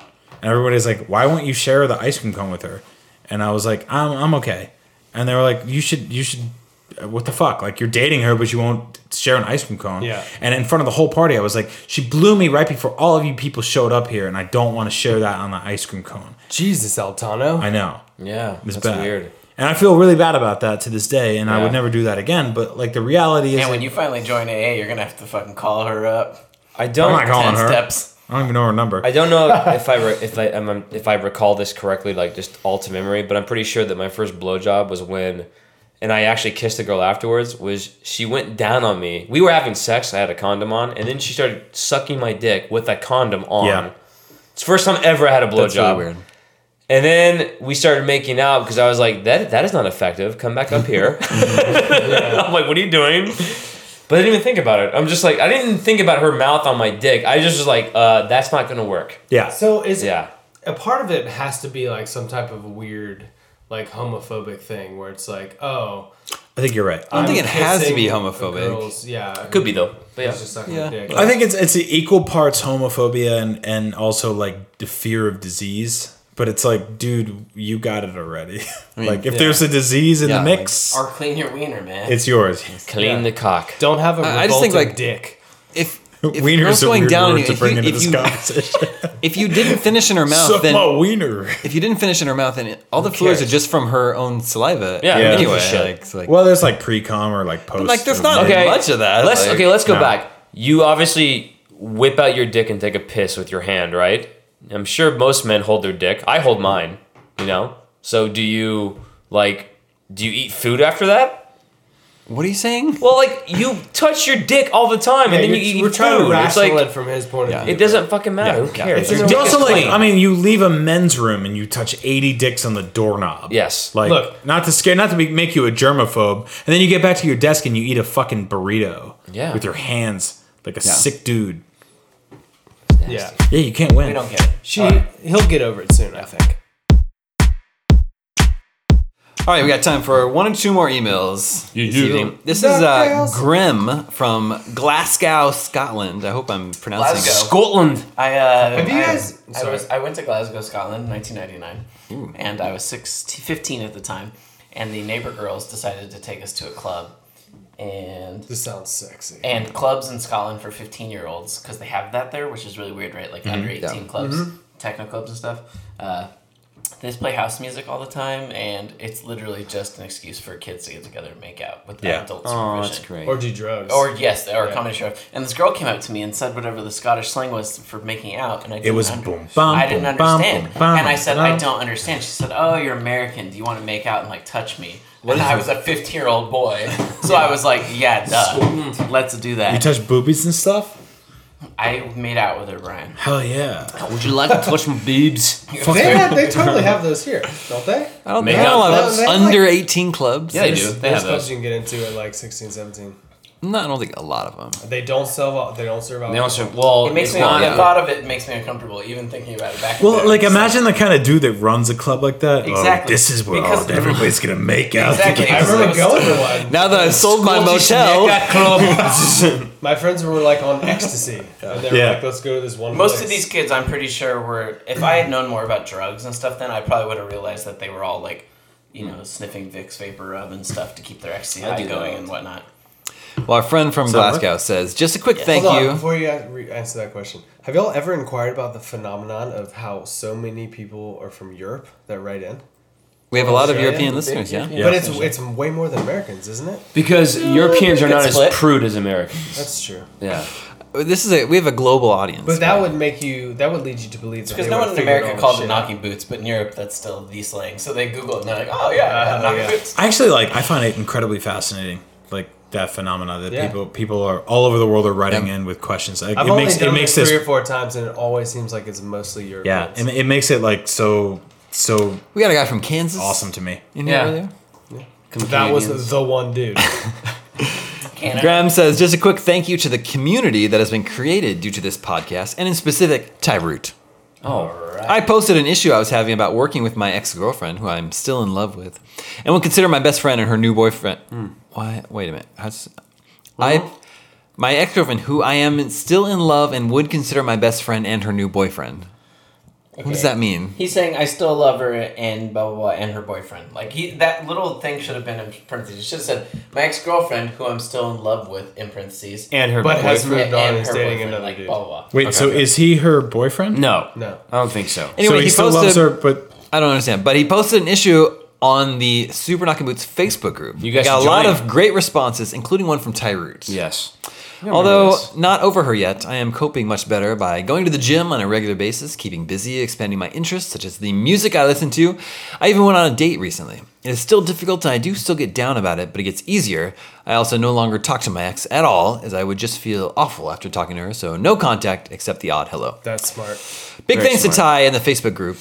And everybody's like, why won't you share the ice cream cone with her? And I was like, I'm, I'm okay. And they were like, you should, you should, uh, what the fuck? Like, you're dating her, but you won't share an ice cream cone. Yeah. And in front of the whole party, I was like, she blew me right before all of you people showed up here, and I don't want to share that on the ice cream cone. Jesus Altano. I know. Yeah, It's that's bad. weird. And I feel really bad about that to this day, and I Yeah. would never do that again. But like the reality is, And when you finally join AA, you're gonna have to fucking call her up. I don't. I'm not calling Ten her. steps. I don't even know her number. I don't know if I re- if I I'm, I'm- if I recall this correctly, like just all to memory, but I'm pretty sure that my first blowjob was when, and I actually kissed a girl afterwards. Was she went down on me? We were having sex. I had a condom on, and then she started sucking my dick with a condom on. Yeah. It's the first time ever I had a That's really blowjob. weird. And then we started making out because I was like, that that is not effective. Come back up here. I'm like, what are you doing? But I didn't even think about it. I'm just like, I didn't think about her mouth on my dick. I just was like, uh, that's not gonna work. yeah. So is Yeah. a part of it has to be like some type of weird like homophobic thing where it's like oh I think you're right. I don't think I'm it has to be kissing homophobic. girls. yeah Could be though. But yeah. it's just sucking Yeah. dick. I think it's it's equal parts homophobia and and also like the fear of disease. But it's like, dude, you got it already. like if there's a disease in Yeah, the like- mix, Or clean your wiener, man. it's yours. Clean the cock. don't have a revolting I- I just think, like- dick if if Wiener's girl's a going weird down, word and to if you, bring into if, this you, conversation. if you didn't finish in her mouth, Suck then my wiener. if you didn't finish in her mouth, then it- all the fluids are cares? just from her own saliva. Yeah, who anyway, gives a shit? like, it's like, Well, there's like pre-com or like post. like, there's or- not- okay, much of that, Let's like- okay, let's go No. back. You obviously whip out your dick and take a piss with your hand, right? I'm sure most men hold their dick. I hold mine. You know. So do you like? Do you eat food after that? what are you saying? Well, like you touch your dick all the time, and then you eat we're food. trying to it's rational like it from his point Yeah. of view. it doesn't fucking matter. Who cares? It's Your a- You dick also is like, clean. I mean, you leave a men's room and you touch 80 dicks on the doorknob. Yes. Like, Look. not to scare, not to be, make you a germaphobe, and then you get back to your desk and you eat a fucking burrito. Yeah. With your hands, like a Yeah. sick dude. Yeah. Yeah, you can't win. We don't get it. She, he'll get over it soon, I think. All right, we got time for one or two more emails. this you. evening. This is uh, Grim from Glasgow, Scotland. I hope I'm pronouncing it. Glasgow. Scotland. I uh, Have you I- guys- I, sorry. was I went to Glasgow, Scotland, in 1999, and I was 16, 15 at the time, and the neighbor girls decided to take us to a club, and This sounds sexy. and clubs in Scotland for 15 year olds because they have that there, which is really weird, right? Like under 18 clubs, Mm-hmm. techno clubs and stuff. Uh, they just play house music all the time, and it's literally just an excuse for kids to get together and make out without Yeah. adult Oh, supervision. that's great. Or do drugs. Or yes, or Yeah. a comedy show. And this girl came up to me and said whatever the Scottish slang was for making out, and I didn't was under- boom, bum, I didn't boom, bum, understand, boom, bum, and I said I bum. don't understand. She said, "Oh, you're American. Do you want to make out and like touch me?" and I was a 15 year old boy, so I was like, "Yeah, duh, let's do You that." touch boobies and stuff? I made out with her, Brian. Hell yeah. Would you like to touch my boobs? they, have, they totally have those here, don't they? I don't Make know. out I love clubs. They have, like- under 18 clubs. Yeah, they do. They have There's clubs those. you can get into at like 16, 17. No, I don't think a lot of them. They don't sell. They don't serve. They also well. It makes it's me. not- The thought of it makes me uncomfortable, even thinking about it back. Well, then. like It's imagine the kind of dude that runs a club like that. Oh, Exactly. this is where Because- all- everybody's gonna make out. Exactly. together. I remember It was- going to one. Now that I've sold my motel, My friends were like on ecstasy, and they were Yeah. like, "Let's go to this one." Most place. of these kids, I'm pretty sure, were. If I had known more about drugs and stuff, then I probably would have realized that they were all like, you know, sniffing Vicks vapor rub and stuff to keep their ecstasy high do that going all and the whatnot. well, our friend from Summer? Glasgow says, just a quick thank Hold on, you. before you a- re- answer that question, have y'all ever inquired about the phenomenon of how so many people are from Europe that write in? We have a lot of Australia, European big listeners, yeah? Yeah. but it's it's way more than Americans, isn't it? because Europeans are not as split. prude as Americans. That's true. Yeah. This is a, we have a global audience. But that would make you that would lead you to believe that Because they no would one have in figured America all called this it shit knocking boots, but in Europe, that's still the slang. So they Google it and they're like, oh yeah, Uh, knocking yeah. boots. I actually like. I find it incredibly fascinating. Like that phenomena that Yeah. people people are all over the world are writing Yeah. in with questions. Like, out. I've it only makes done it makes this this three or four times, and it always seems like it's mostly yeah. Europeans. It, it makes it like so so we got a guy from Kansas. awesome to me. In here Yeah. earlier. that was the one dude. Canada. Graham says, just a quick thank you to the community that has been created due to this podcast, and in specific, Tyroot. Oh. I posted an issue I was having about working with my ex girlfriend, who I'm still in love with, and would consider my best friend and her new boyfriend. Why? Wait a minute. How's, I, my ex girlfriend, who I am still in love and would consider my best friend and her new boyfriend. What does Okay. that mean? He's saying, I still love her and blah, blah, blah, and her boyfriend. Like, he, that little thing should have been in parentheses. It should have said, my ex girlfriend, who I'm still in love with, in parentheses. And her But has boyfriend. moved and- on and and is her dating boyfriend, another like, dude. blah, blah, blah. Wait, so is he her boyfriend? No. No. I don't think so. Anyway, so he, he still posted. loves her, but I don't understand, but he posted an issue on the Super Knockin' Boots Facebook group. You guys got a should lot join. of great responses, including one from Tyroot. Yes. Although this. not over her yet, I am coping much better by going to the gym on a regular basis, keeping busy, expanding my interests, such as the music I listen to. I even went on a date recently. It is still difficult, and I do still get down about it, but it gets easier. I also no longer talk to my ex at all, as I would just feel awful after talking to her, so no contact except the odd hello. That's smart. Big Very thanks to smart. Ty and the Facebook group,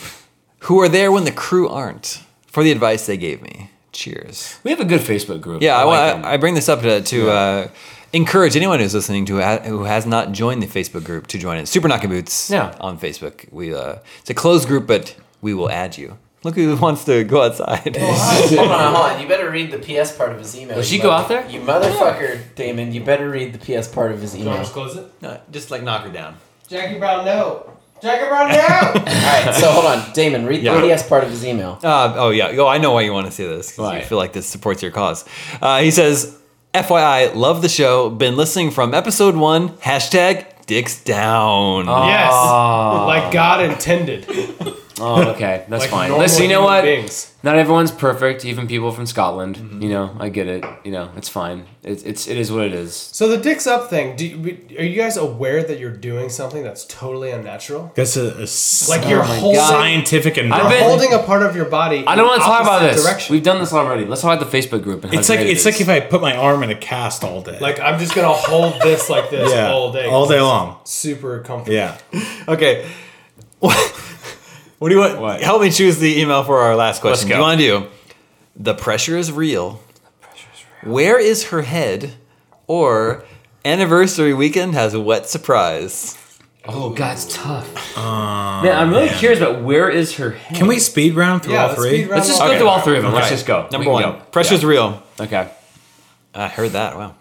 who are there when the crew aren't, for the advice they gave me. Cheers. We have a good Facebook group. Yeah, I, wa- like them. I, bring this up to, to uh, encourage anyone who's listening to ha- who has not joined the Facebook group to join it. Super Knockin' Boots Yeah. on Facebook. We uh, it's a closed group, but we will add you. Look who wants to go outside. hold on, hold on. You better read the PS part of his email. Does you she go mother- out there? You motherfucker, Damon. You better read the PS part of his Do you want email. to just close it? No, just like knock her down. Jackie Brown, no. Jackie Brown, no. All right, so hold on, Damon. Read the PS part of his email. Uh, oh yeah. Oh, I know why you want to see this. 'cause Why? You feel like this supports your cause. Uh, he says, FYI, love the show. Been listening from episode one. Hashtag dicks down. Oh, Yes. Ah. Like God intended. Oh, okay, that's Like fine. normal Listen, you know human what? beings. Not everyone's perfect. Even people from Scotland. You know, I get it. You know, it's fine. It's it's it is what it is. So the dicks up thing. Do you, are you guys aware that you're doing something that's totally unnatural? That's a, a s- oh Like you're holding, scientific and I've you're been- holding a part of your body. I don't want to talk about opposite this. Direction. We've done this already. Let's talk about the Facebook group. And how It's like great it it's like is. if I put my arm in a cast all day. like I'm just gonna hold this like this yeah, all day. all day long. Super comfortable. Yeah, Okay. What, what do you want? What? Help me choose the email for our last question. go. Do you want to do the pressure is real? Where is her head? Or anniversary weekend has a wet surprise. Oh, God, it's tough. man, I'm really curious about where is her head. can we speed round through Yeah, all let's three? speed round Let's just all go three. through all three of them. Let's Okay. just go. We Number can one, go. pressure is real. Yeah. Okay. I heard that. Wow.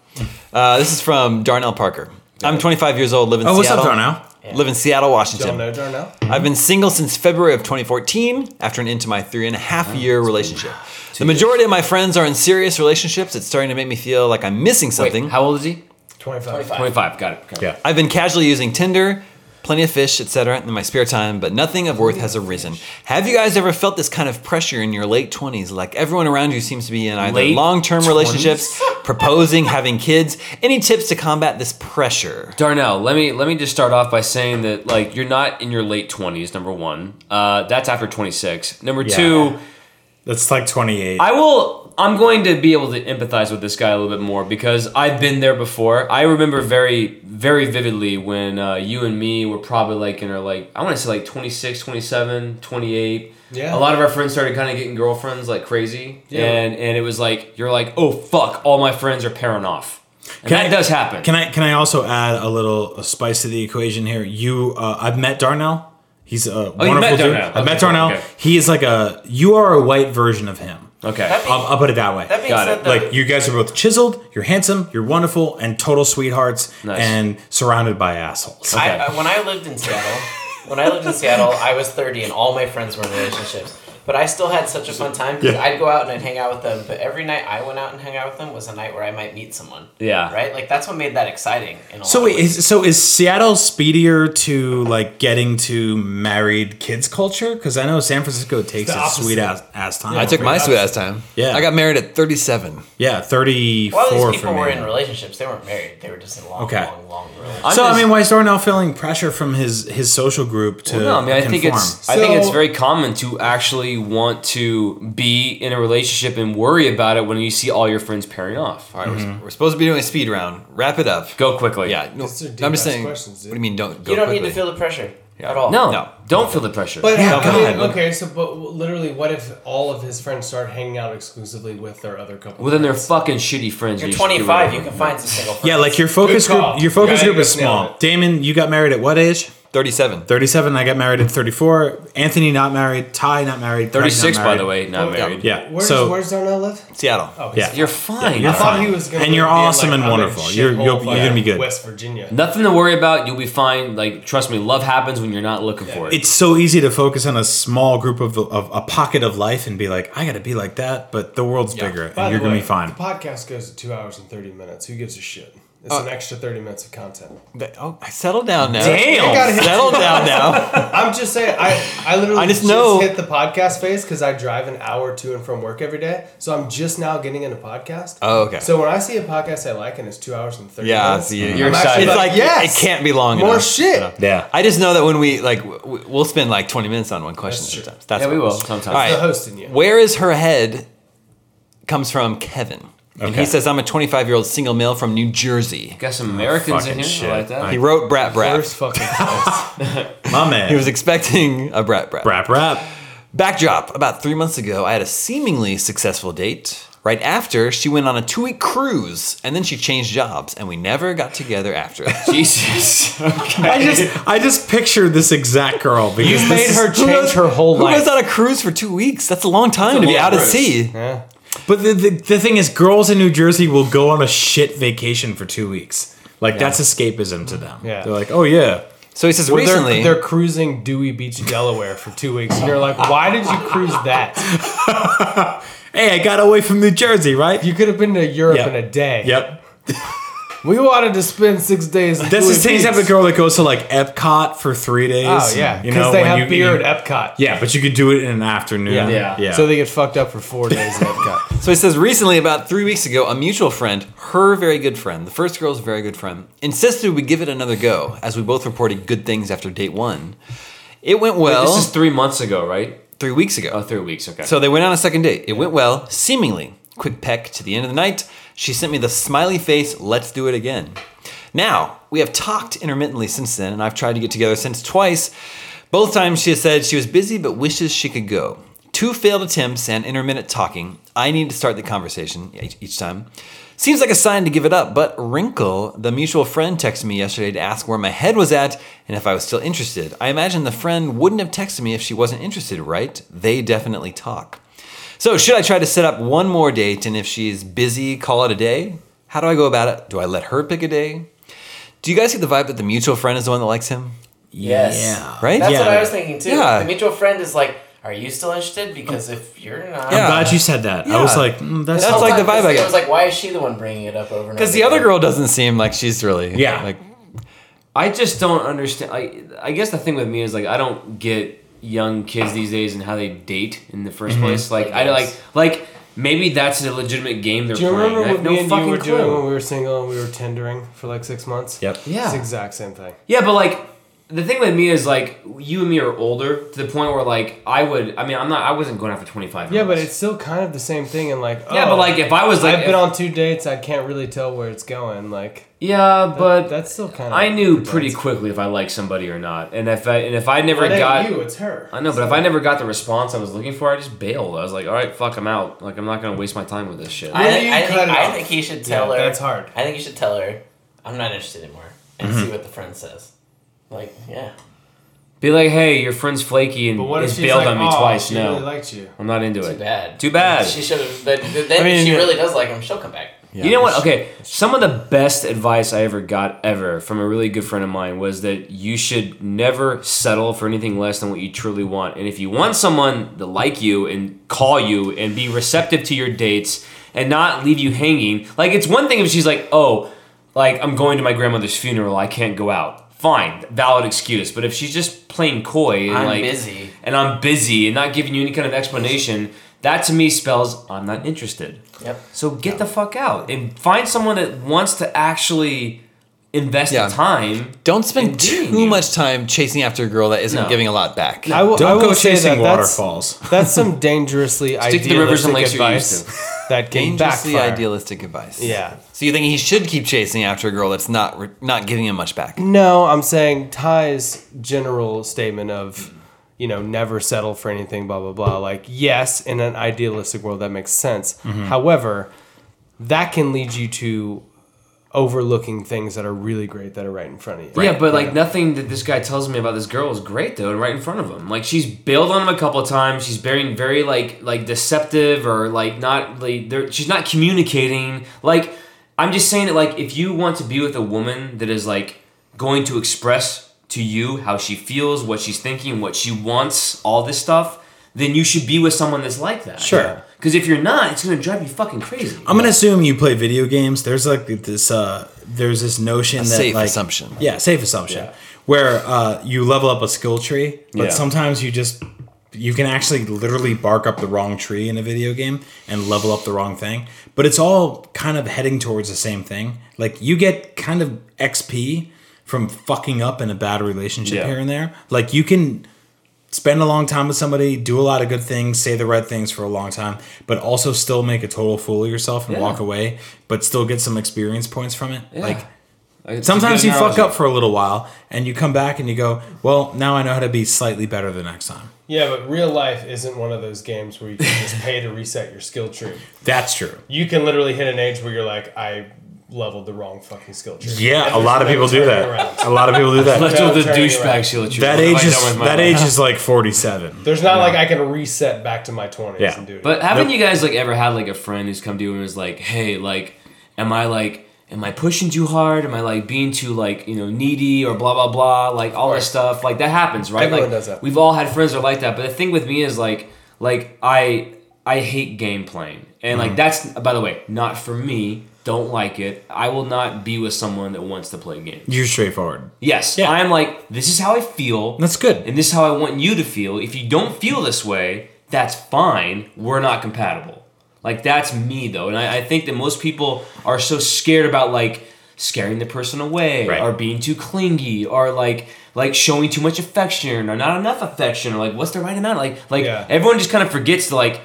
Uh, this is from Darnell Parker. I'm 25 years old, live in Oh, what's Seattle. up, Darnell? Live in Seattle, Washington. Don't know Darnell. I've been single since February of 2014 after an into my three and a half year relationship. The majority of my friends are in serious relationships. It's starting to make me feel like I'm missing something. Wait, how old is he? 25. 25. Got it. Okay. Yeah. I've been casually using Tinder, plenty of fish, etc., in my spare time, but nothing of worth has arisen. Have you guys ever felt this kind of pressure in your late 20s? Like everyone around you seems to be in either Late long term relationships, proposing, having kids. Any tips to combat this pressure? Darnell, let me let me just start off by saying that like you're not in your late twenties. Number one, uh, that's after 26. Number two, That's like twenty eight. I will. I'm going to be able to empathize with this guy a little bit more because I've been there before. I remember very, very vividly when uh, you and me were probably like in our like I want to say like 26, 27, 28. Yeah. A lot of our friends started kind of getting girlfriends like crazy, Yeah. and and it was like you're like oh fuck, all my friends are pairing off. And that does happen. Can I can I also add a little spice to the equation here? You, uh, I've met Darnell. He's a wonderful Oh, met dude. Darnell. I've met Okay, Darnell. okay. He is like a you are a white version of him. okay. I'll, I'll put it that way. That being Got said, it. though, like you guys are both chiseled. You're handsome. You're wonderful and total sweethearts Nice. and surrounded by assholes. I, Okay. I- when I lived in Seattle, when I lived in Seattle, I was 30 and all my friends were in relationships. But I still had such a fun time because Yeah. I'd go out and I'd hang out with them. But every night I went out and hung out with them was a night where I might meet someone. Yeah. Right? Like that's what made that exciting. In a So lot of wait, ways. is, so is Seattle speedier to like getting to married kids culture? Because I know San Francisco takes the a opposite. sweet ass, ass time. I took my sweet ass time. Yeah. I got married at 37. yeah thirty While four these for people me. were in relationships, they weren't married. They were just in long, Okay. long, long relationships. I'm so just- I mean, why is Darnell feeling pressure from his his social group to No, I mean I conform? think it's I think it's So- very common to actually want to be in a relationship and worry about it when you see all your friends pairing off. All right, we're- we're, supposed to be doing a speed round. Wrap it up. Go quickly. Yeah. No, I'm These are deep just ass saying. questions, dude. what do you mean don't go You don't quickly? need to feel the pressure Yeah. at all. No, No. Don't feel the pressure. But Yeah, I mean, God. okay, so but literally, what if all of his friends start hanging out exclusively with their other couple? well, then they're fucking shitty friends. You're and should do 25. whatever. You can find some single friends. yeah, like your focus Good call. group. Your focus Yeah, group you is just nailed small. it. Damon, you got married at what age? 37. Thirty-seven. I got married at thirty-four. Anthony not married. Ty not married. Craig, not 36, by married. the way, not married. Yeah. Where so does, where's Darnell live? Seattle. Oh, yeah, You're fine. You're I thought fine. he was gonna And you're be in, like, awesome and I'm in wonderful. You're- shithole you'll- you're gonna be good. West Virginia. Nothing to worry about. You'll be fine. Like, trust me, love happens when you're not looking for it. it's so easy to focus on a small group of, of a pocket of life and be like, I got to be like that, but the world's bigger By and you're the gonna way, be fine. The podcast goes to two hours and thirty minutes. Who gives a shit? It's an extra thirty minutes of content. But- Oh, I settled down now. I gotta hit- Settle down now. I'm just saying, I, I literally I just just, know- hit the podcast phase because I drive an hour to and from work every day. So I'm just now getting into podcast. Oh, okay. So when I see a podcast I like and it's two hours and 30 Yeah, minutes, so you- I'm you're actually excited. It's like, yeah, it yes, can't be long more enough. shit. Yeah. I just know that when we like, w- w- we'll spend like 20 minutes on one question That's true. sometimes. That's yeah, we what- will sometimes. All right. The host in you. Where is her head? Comes from Kevin, and he Okay. says, "I'm a 25 year old single male from New Jersey." Got some Americans in fucking here. shit. I like that. He wrote "brat brat." First fucking place. My man. He was expecting a brat brat. rap rap. Backdrop About three months ago, I had a seemingly successful date. Right after, she went on a two week cruise, and then she changed jobs, and we never got together after. that. Jesus. okay. I just I just pictured this exact girl because this made is- her change her whole Who life. goes on a cruise for two weeks? That's a long time to be long out at cruise. sea. But the, the, the thing is, girls in New Jersey will go on a shit vacation for two weeks. Like that's escapism to them. Yeah. They're like, oh yeah. So he says Where they're- recently. they're, cruising Dewey Beach, Delaware for two weeks, and you're like, why did you cruise that? Hey, I got away from New Jersey, right? You could have been to Europe Yep. in a day. Yep. We wanted to spend six days. in That's Dewey the same Beach. type of girl that goes to like Epcot for three days. Oh yeah, you because know they when have you- beer you- at Epcot. Yeah, but you could do it in an afternoon. Yeah. yeah. So they get fucked up for four days at Epcot. So he says recently, about three weeks ago, a mutual friend, her very good friend, the first girl's very good friend, insisted we give it another go, as we both reported good things after date one. It went well This is three months ago, right? three weeks ago. Oh, three weeks. Okay. So they went on a second date. It went well, seemingly. Quick peck to the end of the night. She sent me the smiley face, let's do it again. Now, we have talked intermittently since then, and I've tried to get together since twice. Both times she has said she was busy but wishes she could go. Two failed attempts and intermittent talking. I need to start the conversation each- each time. Seems like a sign to give it up, but Wrinkle, the mutual friend, texted me yesterday to ask where my head was at and if I was still interested. I imagine the friend wouldn't have texted me if she wasn't interested, right? They definitely talk. So, should I try to set up one more date and if she's busy, call it a day? How do I go about it? Do I let her pick a day? Do you guys get the vibe that the mutual friend is the one that likes him? Yes. Right? That's Yeah. what I was thinking too. Yeah. The mutual friend is like, "Are you still interested? Because if you're not, Yeah. I'm glad you said that. I was like, mm, that's, That's like the vibe I It get. was like, why is she the one bringing it up over? Because the other girl doesn't seem like she's really. Yeah. Like, I just don't understand. I I guess the thing with me is like I don't get young kids these days and how they date in the Mm-hmm. 1st place. Like I like like maybe that's a legitimate game they're Do you playing. remember I have what no me and you fucking were clue. doing when we were single and we were tendering for like six months? Yep. Yeah. It's the exact same thing. Yeah, but like the thing with me is like you and me are older to the point where like I would. I mean, I'm not. I wasn't going after 25. Yeah, but it's still kind of the same thing. And like, Yeah, oh, but like if I was like, I've been if- on two dates, I can't really tell where it's going. Like, yeah, but that's still kind of. I knew pretty quickly if I liked somebody or not, and if I and if I never It ain't got you, it's her. I know, but if I never got the response I was looking for, I just bailed. I was like, all right, fuck, I'm out. Like, I'm not gonna waste my time with this shit. I, Where do think, you I, think, cut it I off? think he should tell Yeah, her. that's hard. I think you should tell her, "I'm not interested anymore," and Mm-hmm. see what the friend says. Like, yeah, Be like, hey, your friend's flaky and But what if has she's bailed like, on me "Oh, twice. she No, really liked you. I'm not into too it. bad. Too bad. She should have. But then mean, if she yeah. really does like him, she'll come back. You know what? Okay, some of the best advice I ever got ever from a really good friend of mine was that you should never settle for anything less than what you truly want. And if you want someone to like you and call you and be receptive to your dates and not leave you hanging, like it's one thing if she's like, "Oh, like I'm going to my grandmother's funeral, I can't go out." Fine, valid excuse. But if she's just plain coy and I'm like busy. and I'm busy and not giving you any kind of explanation, that to me spells I'm not interested. Yep. So get the fuck out and find someone that wants to actually invest Yeah. the time. don't spend And dating too you. much time chasing after a girl that isn't No. giving a lot back. I will, I Don't will go say chasing that that's- waterfalls. That's some dangerously Stick idealistic to the rivers and lakes you're used advice that came back. Dangerously idealistic advice. Yeah. So you think he should keep chasing after a girl that's not re- not giving him much back? No, I'm saying Ty's general statement of, you know, never settle for anything, blah blah blah. Like, yes, in an idealistic world, that makes sense. Mm-hmm. However, that can lead you to overlooking things that are really great that are right in front of you. Yeah, but like nothing that this guy tells me about this girl is great though, and right in front of him. Like she's bailed on him a couple of times. She's being very like like deceptive or like not like there. She's not communicating. Like I'm just saying that like if you want to be with a woman that is like going to express to you how she feels, what she's thinking, what she wants, all this stuff, then you should be with someone that's like that. Sure. Because if you're not, it's gonna drive you fucking crazy. I'm gonna assume you play video games. There's like this. Uh, there's this notion that safe like, assumption. Yeah, safe assumption. Where uh, you level up a skill tree, but Yeah. sometimes you just you can actually literally bark up the wrong tree in a video game and level up the wrong thing. But it's all kind of heading towards the same thing. Like you get kind of XP from fucking up in a bad relationship Yeah. here and there. Like you can spend a long time with somebody, do a lot of good things, say the right things for a long time, but also still make a total fool of yourself and walk away, but still get some experience points from it. Like It's a sometimes good you fuck analogy. up for a little while and you come back and you go, "Well, now I know how to be slightly better the next time." Yeah, but real life isn't one of those games where you can just pay to reset your skill tree. That's true. You can literally hit an age where you're like, I leveled the wrong fucking skill tree. Yeah, a lot of people do that. A lot of people do that. That's what the Turn it around. douchebag she let you. That What have age I is done with my that life? age is like 47. There's not like I can reset back to my 20s Yeah. and do it. But haven't you guys like ever had like a friend who's come to you and was like, "Hey, like, am I like, am I pushing too hard? Am I like being too like you know needy or blah blah blah? Like all this stuff. Like that happens, right? Everyone like, does that. We've all had friends that are like that. But the thing with me is like like I I hate game playing, and Mm-hmm. like that's by the way not for me. Don't like it. I will not be with someone that wants to play games. You're straightforward. Yes, Yeah. I am like this is how I feel. That's good. And this is how I want you to feel. If you don't feel this way, that's fine. We're not compatible. Like that's me though. And I, I think that most people are so scared about like scaring the person away Right. or being too clingy or like like showing too much affection or not enough affection or like what's the right amount? Like like Yeah. everyone just kind of forgets to like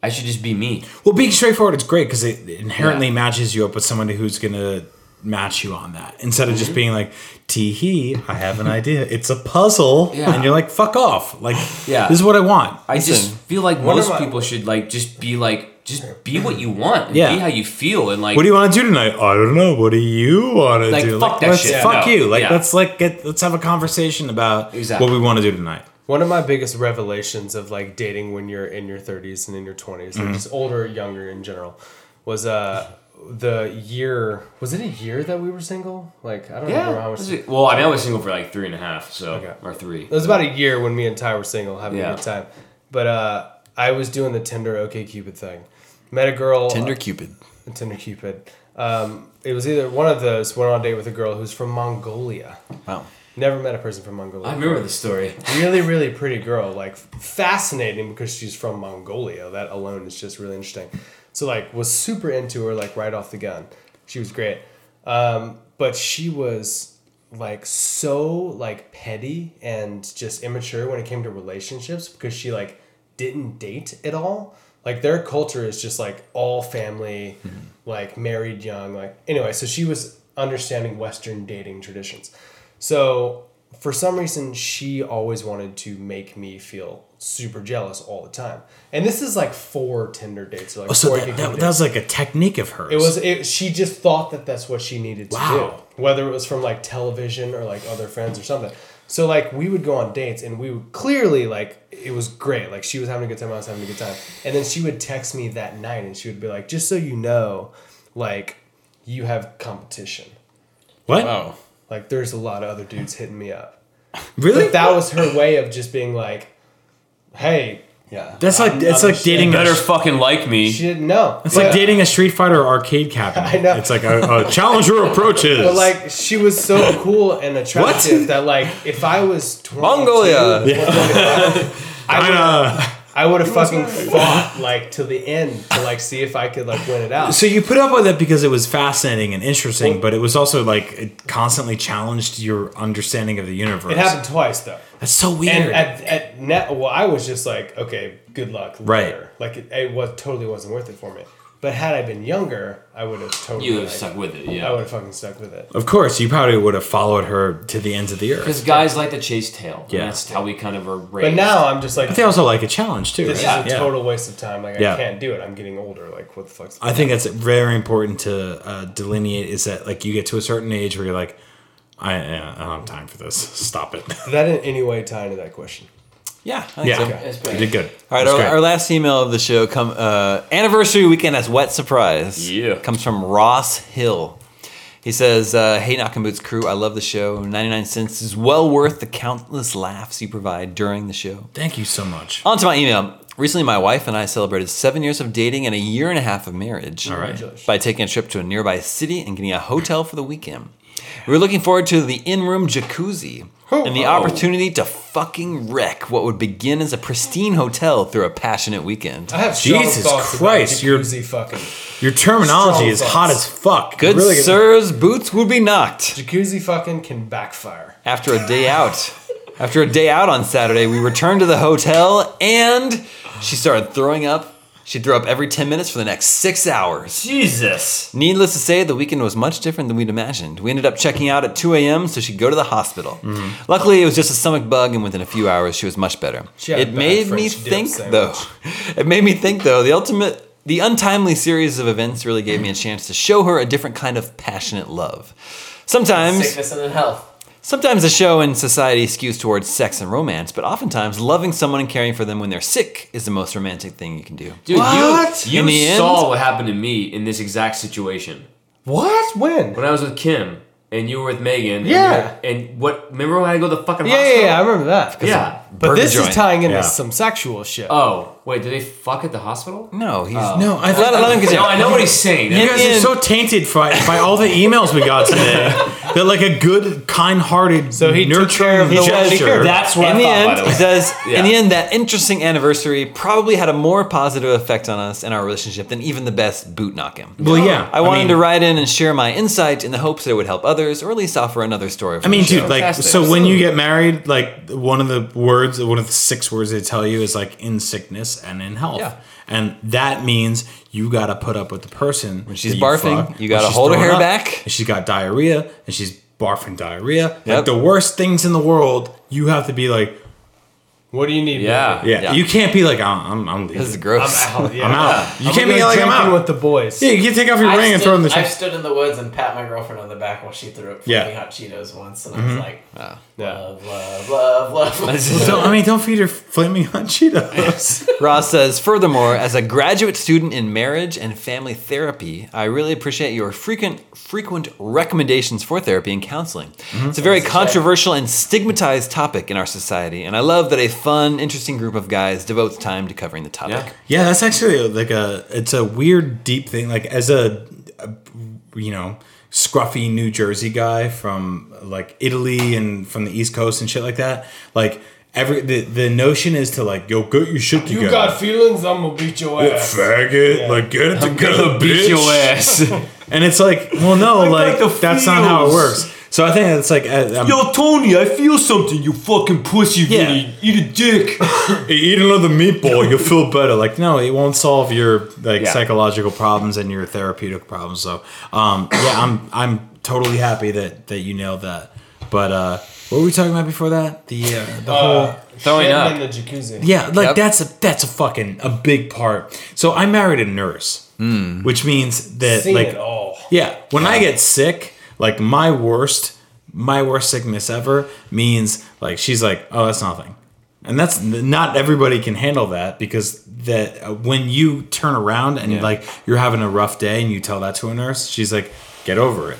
I should just be me. Well, being straightforward is great because it inherently Yeah. matches you up with someone who's going to match you on that instead of Mm-hmm. just being like, tee hee, I have an idea. It's a puzzle. Yeah. And you're like, fuck off. Like, Yeah. this is what I want. I just Listen, feel like one of most my- people should like just be like just be what you want and Yeah. be how you feel and like What do you want to do tonight? I don't know. What do you want to Like, do? fuck that let's- shit. Fuck No. you. Like, Yeah. let's like get let's have a conversation about Exactly. what we want to do tonight. One of my biggest revelations of like dating when you're in your 30s and in your 20s, Mm-hmm. or just older, younger in general, was uh the year. Was it a year that we were single? Like I don't remember how much. Was it- Well, I mean, I was single for like three and a half, so Okay. or three. It was about a year when me and Ty were single, having Yeah. a good time. But uh, I was doing the Tinder OK Cupid thing. Met a girl. Tender Cupid. Uh, Tinder Cupid. Um, it was either one of those. Went on a date with a girl who's from Mongolia. Wow. Never met a person from Mongolia. I remember this story. really, really pretty girl. Like fascinating because she's from Mongolia. That alone is just really interesting. So like was super into her like right off the gun. She was great. Um, but she was like so like petty and just immature when it came to relationships because she like didn't date at all. Like their culture is just like all family, Mm-hmm. like married young, like anyway, so she was understanding Western dating traditions. So for some reason, she always wanted to make me feel super jealous all the time. And this is like four Tinder dates. Or like Oh, so four that, Tinder that, dates. that was like a technique of hers. It was. It, she just thought that that's what she needed to Wow. do, whether it was from like television or like other friends or something. So like we would go on dates and we would clearly like it was great. Like she was having a good time, I was having a good time, and then she would text me that night and she would be like, "Just so you know, like you have competition. what Like there's a lot of other dudes hitting me up." really? But that was her way of just being like, "Hey, yeah." that's like I'm that's like understanding. dating. A, Better it's fucking like me. She didn't know. It's like dating a Street Fighter arcade cabinet. I know. It's like a, a challenger approaches. But like she was so cool and attractive that like if I was 22, Mongolia. I I would know. I would have fucking fought like to the end to like see if I could like win it out. So you put up with it because it was fascinating and interesting, but it was also like it constantly challenged your understanding of the universe. It happened twice though, That's so weird. and at at net, well, I was just like, okay, good luck, Right. later. Like it, it was totally wasn't worth it for me. But had I been younger, I would have totally. You would have like, stuck with it, I yeah. would have fucking stuck with it. of course, you probably would have followed her to the ends of the earth. Because guys like to chase tail. Yeah. Yeah. That's how we kind of are raised. But now I'm just like, But they also like a challenge too. this right? is a total waste of time. Like Yeah. I can't do it. I'm getting older. Like what the fuck's the I think that's very important to uh, delineate. Is that like you get to a certain age where you're like, I, I don't have time for this. Stop it. Did that in any way tie into that question? Yeah. I think Yeah, so. you did good. All right, That's our, great. our last email of the show come uh, anniversary weekend as wet surprise. Yeah. comes from Ross Hill. He says, uh, "Hey, Knock and Boots crew, I love the show. Ninety nine cents is well worth the countless laughs you provide during the show." Thank you so much. On to my email. Recently, my wife and I celebrated seven years of dating and a year and a half of marriage. All right. By taking a trip to a nearby city and getting a hotel for the weekend. We were looking forward to the in room jacuzzi and the opportunity to fucking wreck what would begin as a pristine hotel through a passionate weekend. I have strong Jesus thoughts Christ, about you're- jacuzzi fucking Your terminology Strong is hot as thoughts. fuck. Good Really sirs, boots would be knocked. jacuzzi fucking can backfire. After a day out, after a day out on Saturday, we returned to the hotel and she started throwing up. She threw up every 10 minutes for the next six hours. Jesus. Needless to say, the weekend was much different than we'd imagined. We ended up checking out at 2 a.m. so she'd go to the hospital. Luckily, it was just a stomach bug, and within a few hours, she was much better. Mm-hmm. She had a It bad made me French dip think, sandwich. though. It made me think, though, the ultimate. The untimely series of events really gave me a chance to show her a different kind of passionate love. Sometimes Sickness and in health. Sometimes the show and society skews towards sex and romance, but oftentimes loving someone and caring for them when they're sick is the most romantic thing you can do. Dude, What? you, In the you end- saw what happened to me in this exact situation. What? When? When I was with Kim and you were with Megan. and Yeah. you- And, what? Remember when I go to the fucking Yeah, yeah, hospital? yeah, I remember that. Yeah. But Burger this joint. is tying into Yeah. some sexual shit. Oh wait, did they fuck at the hospital? No, he's No, I Let, let him Oh. No, continue. I know what he's saying. You guys are in- so tainted by, by all the emails we got today. That like a good, kind-hearted, so he took nurturing care of the one he gesture. cared. That's what in the end, by the way. it does. Yeah. In the end, that interesting anniversary probably had a more positive effect on us and our relationship than even the best boot knock him. Well, yeah. I wanted mean- to write in and share my insight in the hopes that it would help others, or at least offer another story. I From mean, the show. dude, like, Fantastic. so when you get married, like, one of the words, one of the six words they tell you is like in sickness and in health. Yeah. And that means you got to put up with the person. When she's barfing, you gotta hold her hair back. And she's got diarrhea, and she's barfing diarrhea. Yep. Like, the worst things in the world, you have to be like, What do you need? Yeah. yeah, Yeah. you can't be like, "Uh, I'm, I'm, I'm leaving. this is gross. Baby? Yeah. I'm out. You I'm can't gonna be go like, I'm drinking out. with the boys. yeah, you can take off your I've ring and stood- throw it in the trash. I've stood in the woods and pat my girlfriend on the back while she threw up Yeah. Mm-hmm. flaming hot Cheetos once, and I was like, Yeah. love, love, love, love. Don't- I mean, don't feed her flaming hot Cheetos. Ross says, furthermore, as a graduate student in marriage and family therapy, I really appreciate your frequent frequent recommendations for therapy and counseling. Mm-hmm. It's a very controversial and stigmatized topic in our society, and I love that a fun, interesting group of guys devotes time to covering the topic. Yeah. Yeah, that's actually like a it's a weird deep thing. Like as a, a you know scruffy New Jersey guy from like Italy and from the East Coast and shit like that. Like every the, the notion is to like yo get your shit together. You got feelings? I'm gonna beat your Yeah, ass. faggot, like get it together, bitch. ass. And it's like, well, no, like the that's not how it feels. works. So I think it's like, uh, um, Tony, I feel something. You fucking pussy. Yeah. Vinny. Eat a dick. eat another meatball, you'll feel better. Like, no, it won't solve your like Yeah. psychological problems and your therapeutic problems. So, um, yeah, I'm I'm totally happy that that you nailed that. But uh, what were we talking about before that? The uh, the whole Throwing Shitting up. in the jacuzzi. yeah, like Yep. that's a that's a fucking a big part. So I married a nurse, which means that Seen like it all. yeah, when I get sick, like my worst, my worst sickness ever means like she's like, oh, that's nothing, and that's not everybody can handle that because that uh, when you turn around and like you're having a rough day and you tell that to a nurse, she's like, get over it.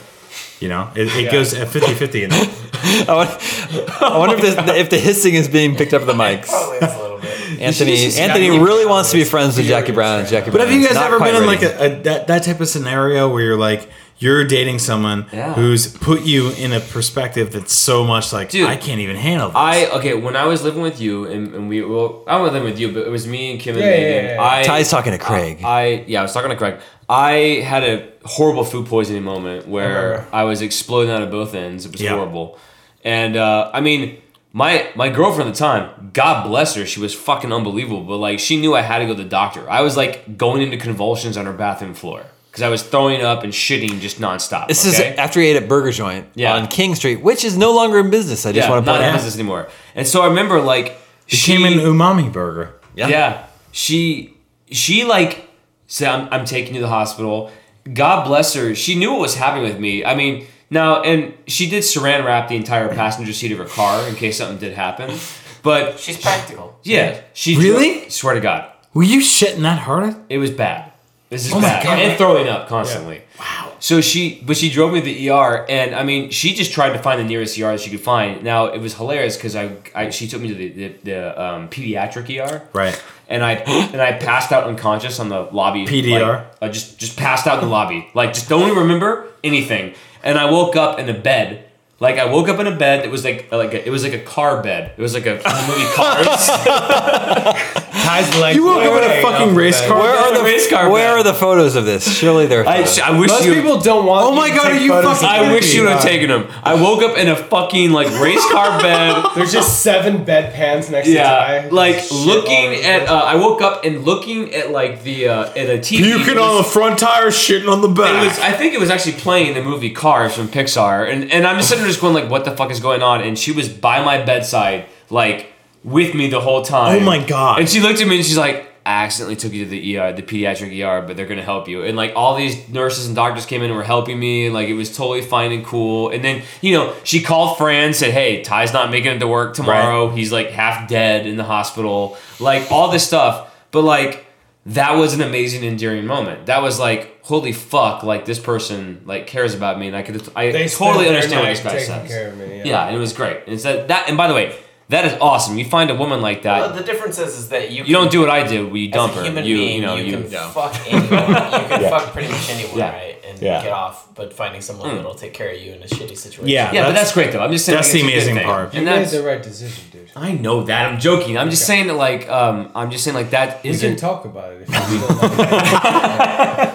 You know, it, it goes uh, at 50 50. And I wonder, I wonder if, Oh this, if the hissing is being picked up at the mics. Probably is a little bit. Anthony Anthony really wants to be friends with Jackie Brown. and Jackie But Brown have you is guys not ever quite been in ready. like a, a that, that type of scenario where you're like you're dating someone Yeah. who's put you in a perspective that's so much like Dude, I can't even handle this. I okay. When I was living with you, and, and we well, I wasn't living with you, but it was me and Kim and Yeah, yeah, Megan. yeah, yeah. I Ty's talking to Craig. I yeah, I was talking to Craig. I had a horrible food poisoning moment where I, was exploding out of both ends. It was Yeah. horrible, and uh, I mean, my my girlfriend at the time, God bless her, she was fucking unbelievable. But like, she knew I had to go to the doctor. I was like going into convulsions on her bathroom floor because I was throwing up and shitting just nonstop. This okay? is after he ate at Burger Joint Yeah. on King Street, which is no longer in business. I just yeah, want to not point in out. business anymore. And so I remember like she Came in umami burger. Yeah. Yeah. She she like said I'm, I'm taking you to the hospital. God bless her. She knew what was happening with me. I mean, now and she did saran wrap the entire passenger seat of her car in case something did happen. But She's practical. yeah, she Really? swear to God, Were you shitting that hard? it was bad. This is Oh my bad. God. And throwing up constantly. Wow. So she, but she drove me to the ER, and I mean, she just tried to find the nearest ER that she could find. Now it was hilarious because I, I, she took me to the the, the um, pediatric ER, Right. and I and I passed out unconscious on the lobby. PDR. like, I just just passed out in the lobby. Like just don't even remember anything. And I woke up in a bed. Like I woke up in a bed that was like like a, it was like a car bed. It was like a from the movie Cars. Ty's legs. You woke up in a fucking race car. Where are the Race car Where are the photos of this? Surely there are I, photos. I wish Most you. people don't want. Oh you my to God, take are you photos fucking- of I them. wish you would have God. taken them. I woke up in a fucking like race car bed. There's just seven bedpans next to Yeah, Ty. like Shit all looking over at. the Uh, I woke up and looking at like the uh, at a TV. Puking It was- on the front tire, shitting on the It back. was, I think it was actually playing the movie Cars from Pixar, and, and I'm just sitting there just going like, what the fuck is going on? And she was by my bedside, like with me the whole time. Oh my God. And she looked at me and she's like, I accidentally took you to the ER, the pediatric ER, but they're gonna help you. And like all these nurses and doctors came in and were helping me, and like it was totally fine and cool. And then you know she called Fran, said, hey, Ty's not making it to work tomorrow. He's like half dead in the hospital, like all this stuff. But like that was an amazing, endearing moment. That was like, holy fuck, like this person like cares about me, and I could I They spent totally their understand what this night guy taking says. care of me, yeah. and it was great. And it's that that and by the way, that is awesome. You find a woman like that. Well, the difference is, is that you you don't do what I do. We as dump a her. human you being, you know you. can fuck anyone. You can Yeah. fuck pretty much anyone, Yeah. right? And Yeah. get off, but finding someone that'll take care of you in a shitty situation. yeah, Yeah. but That's- that's great though. I'm just saying that's like, it's a good the amazing thing. part. You And made that's the right decision, dude. I know that. I'm joking. I'm just saying that like um I'm just saying like that We can isn't talk about it if you don't like it.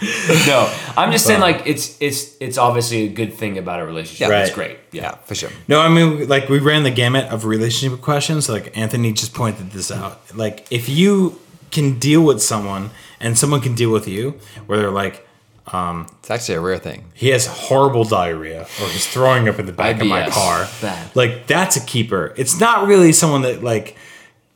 no. I'm just saying like it's it's it's obviously a good thing about a relationship. Yeah. It's Right. great. Yeah, for sure. No, I mean, like we ran the gamut of relationship questions. Like Anthony just pointed this out. Like if you can deal with someone and someone can deal with you, where they're like, It's actually a rare thing. he has horrible diarrhea or he's throwing up in the back of my IBS. car. Bad. Like that's a keeper. It's not really someone that like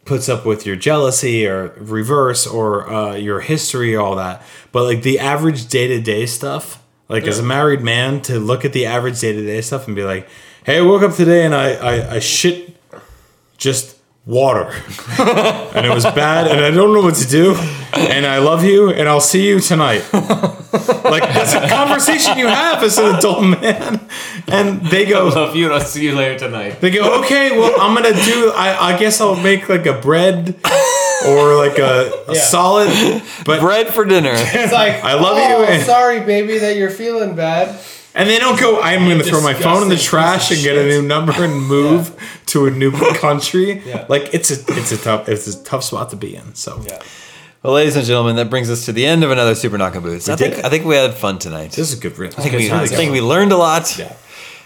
puts up with your jealousy or reverse or uh, your history or all that. But like the average day to day stuff, like as a married man, to look at the average day to day stuff and be like, "Hey, I woke up today and I I, I shit just." Water, and it was bad, and I don't know what to do. And I love you, and I'll see you tonight. Like that's a conversation you have as an adult man, and they go, Love you. and I'll see you later tonight. they go, okay, well, I'm gonna do. I, I guess I'll make like a bread or like a, a Yeah. solid, but Bread for dinner. It's like I love oh, you, and- Sorry, baby, that you're feeling bad. and they don't go. I'm gonna throw my phone in the Disgusting trash and piece of get a new number and move to a new country. Yeah. Like it's a it's a tough it's a tough spot to be in. So well, ladies and gentlemen, that brings us to the end of another Super Naka Boots. I did think it. I think we had fun tonight. this is a good riff. I think, we, I think we learned a lot.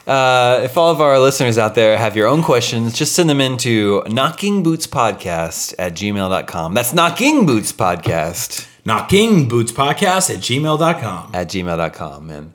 Uh, if all of our listeners out there have your own questions, just send them in to knockingbootspodcast at gmail.com. That's knockingbootspodcast Knocking Boots Podcast at gmail.com. at gmail.com. And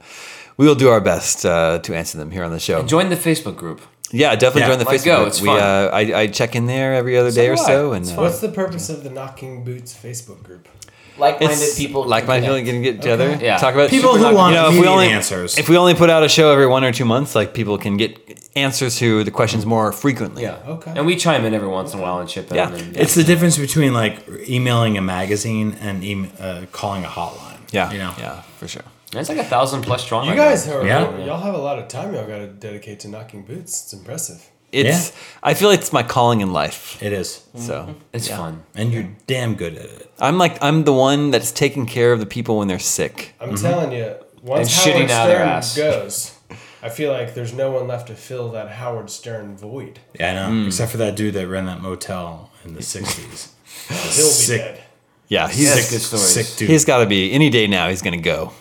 we will do our best uh, to answer them here on the show. Join the Facebook group. yeah, definitely Yeah, join the let's Facebook go. group. It's we, fun. Uh, I, I check in there every other day or do I. so. And uh, What's the purpose of the Knocking Boots Facebook group? Like-minded it's people. like-minded people connect. can get together, Yeah. talk about People who Super want you know, if we immediate only answers. if we only put out a show every one or two months, like people can get answers to the questions more frequently. Yeah. Okay. And we chime in every once in a while and chip in. Yeah. And, It's the difference between like emailing a magazine and em- uh, calling a hotline. Yeah, you know. yeah, for sure. It's like a thousand plus strong. You right guys now. are Yeah. y'all have a lot of time y'all gotta dedicate to knocking boots. It's impressive. It's I feel like it's my calling in life. It is, So It's fun. and you're damn good at it. I'm like I'm the one that's taking care of the people when they're sick. I'm Mm-hmm. telling you, once And shitting Howard out their Stern ass. goes, I feel like there's no one left to fill that Howard Stern void. Yeah, I know. Mm. Except for that dude that ran that motel in the '60s. He'll be Sick. dead. Yeah, he's Sick good stories. Sick dude he's got to be any day now. He's gonna go.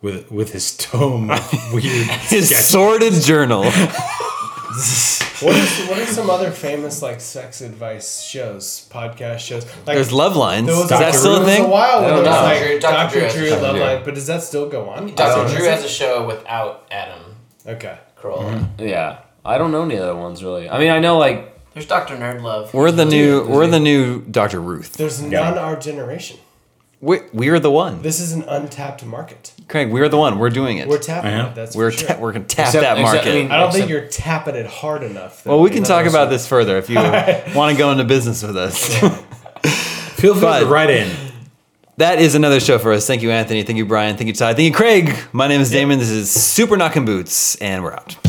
with with his tome of weird. His sketch- sordid journal. What is what are some other famous like sex advice shows, podcast shows? Like There's love lines. there was Is that Dr. still there a was thing? A while when No, it was Dr. like Drew- Dr. Dr. Drew Drew, has a Love show. Line, but does that still go on? Dr. Drew has a show without Adam Okay. Carolla. Mm-hmm. Yeah. I don't know any other ones really. I mean, I know like There's Dr. Nerdlove. We're the new we're the new Dr. Ruth. There's none our generation. We we're the one. This is an untapped market. Craig, we're the one. We're doing it. We're We're tapping Uh-huh. it. That's we're, for sure. ta- we're gonna tap Except- that except- market. I mean, I don't think except- you're tapping it hard enough. well, we can talk Another about show. this further if you want to go into business with us. Feel free But- to write in. That is another show for us. Thank you, Anthony. Thank you, Brian. Thank you, Todd. Thank you, Craig. My name is Damon. This is Super Knockin' Boots, and we're out.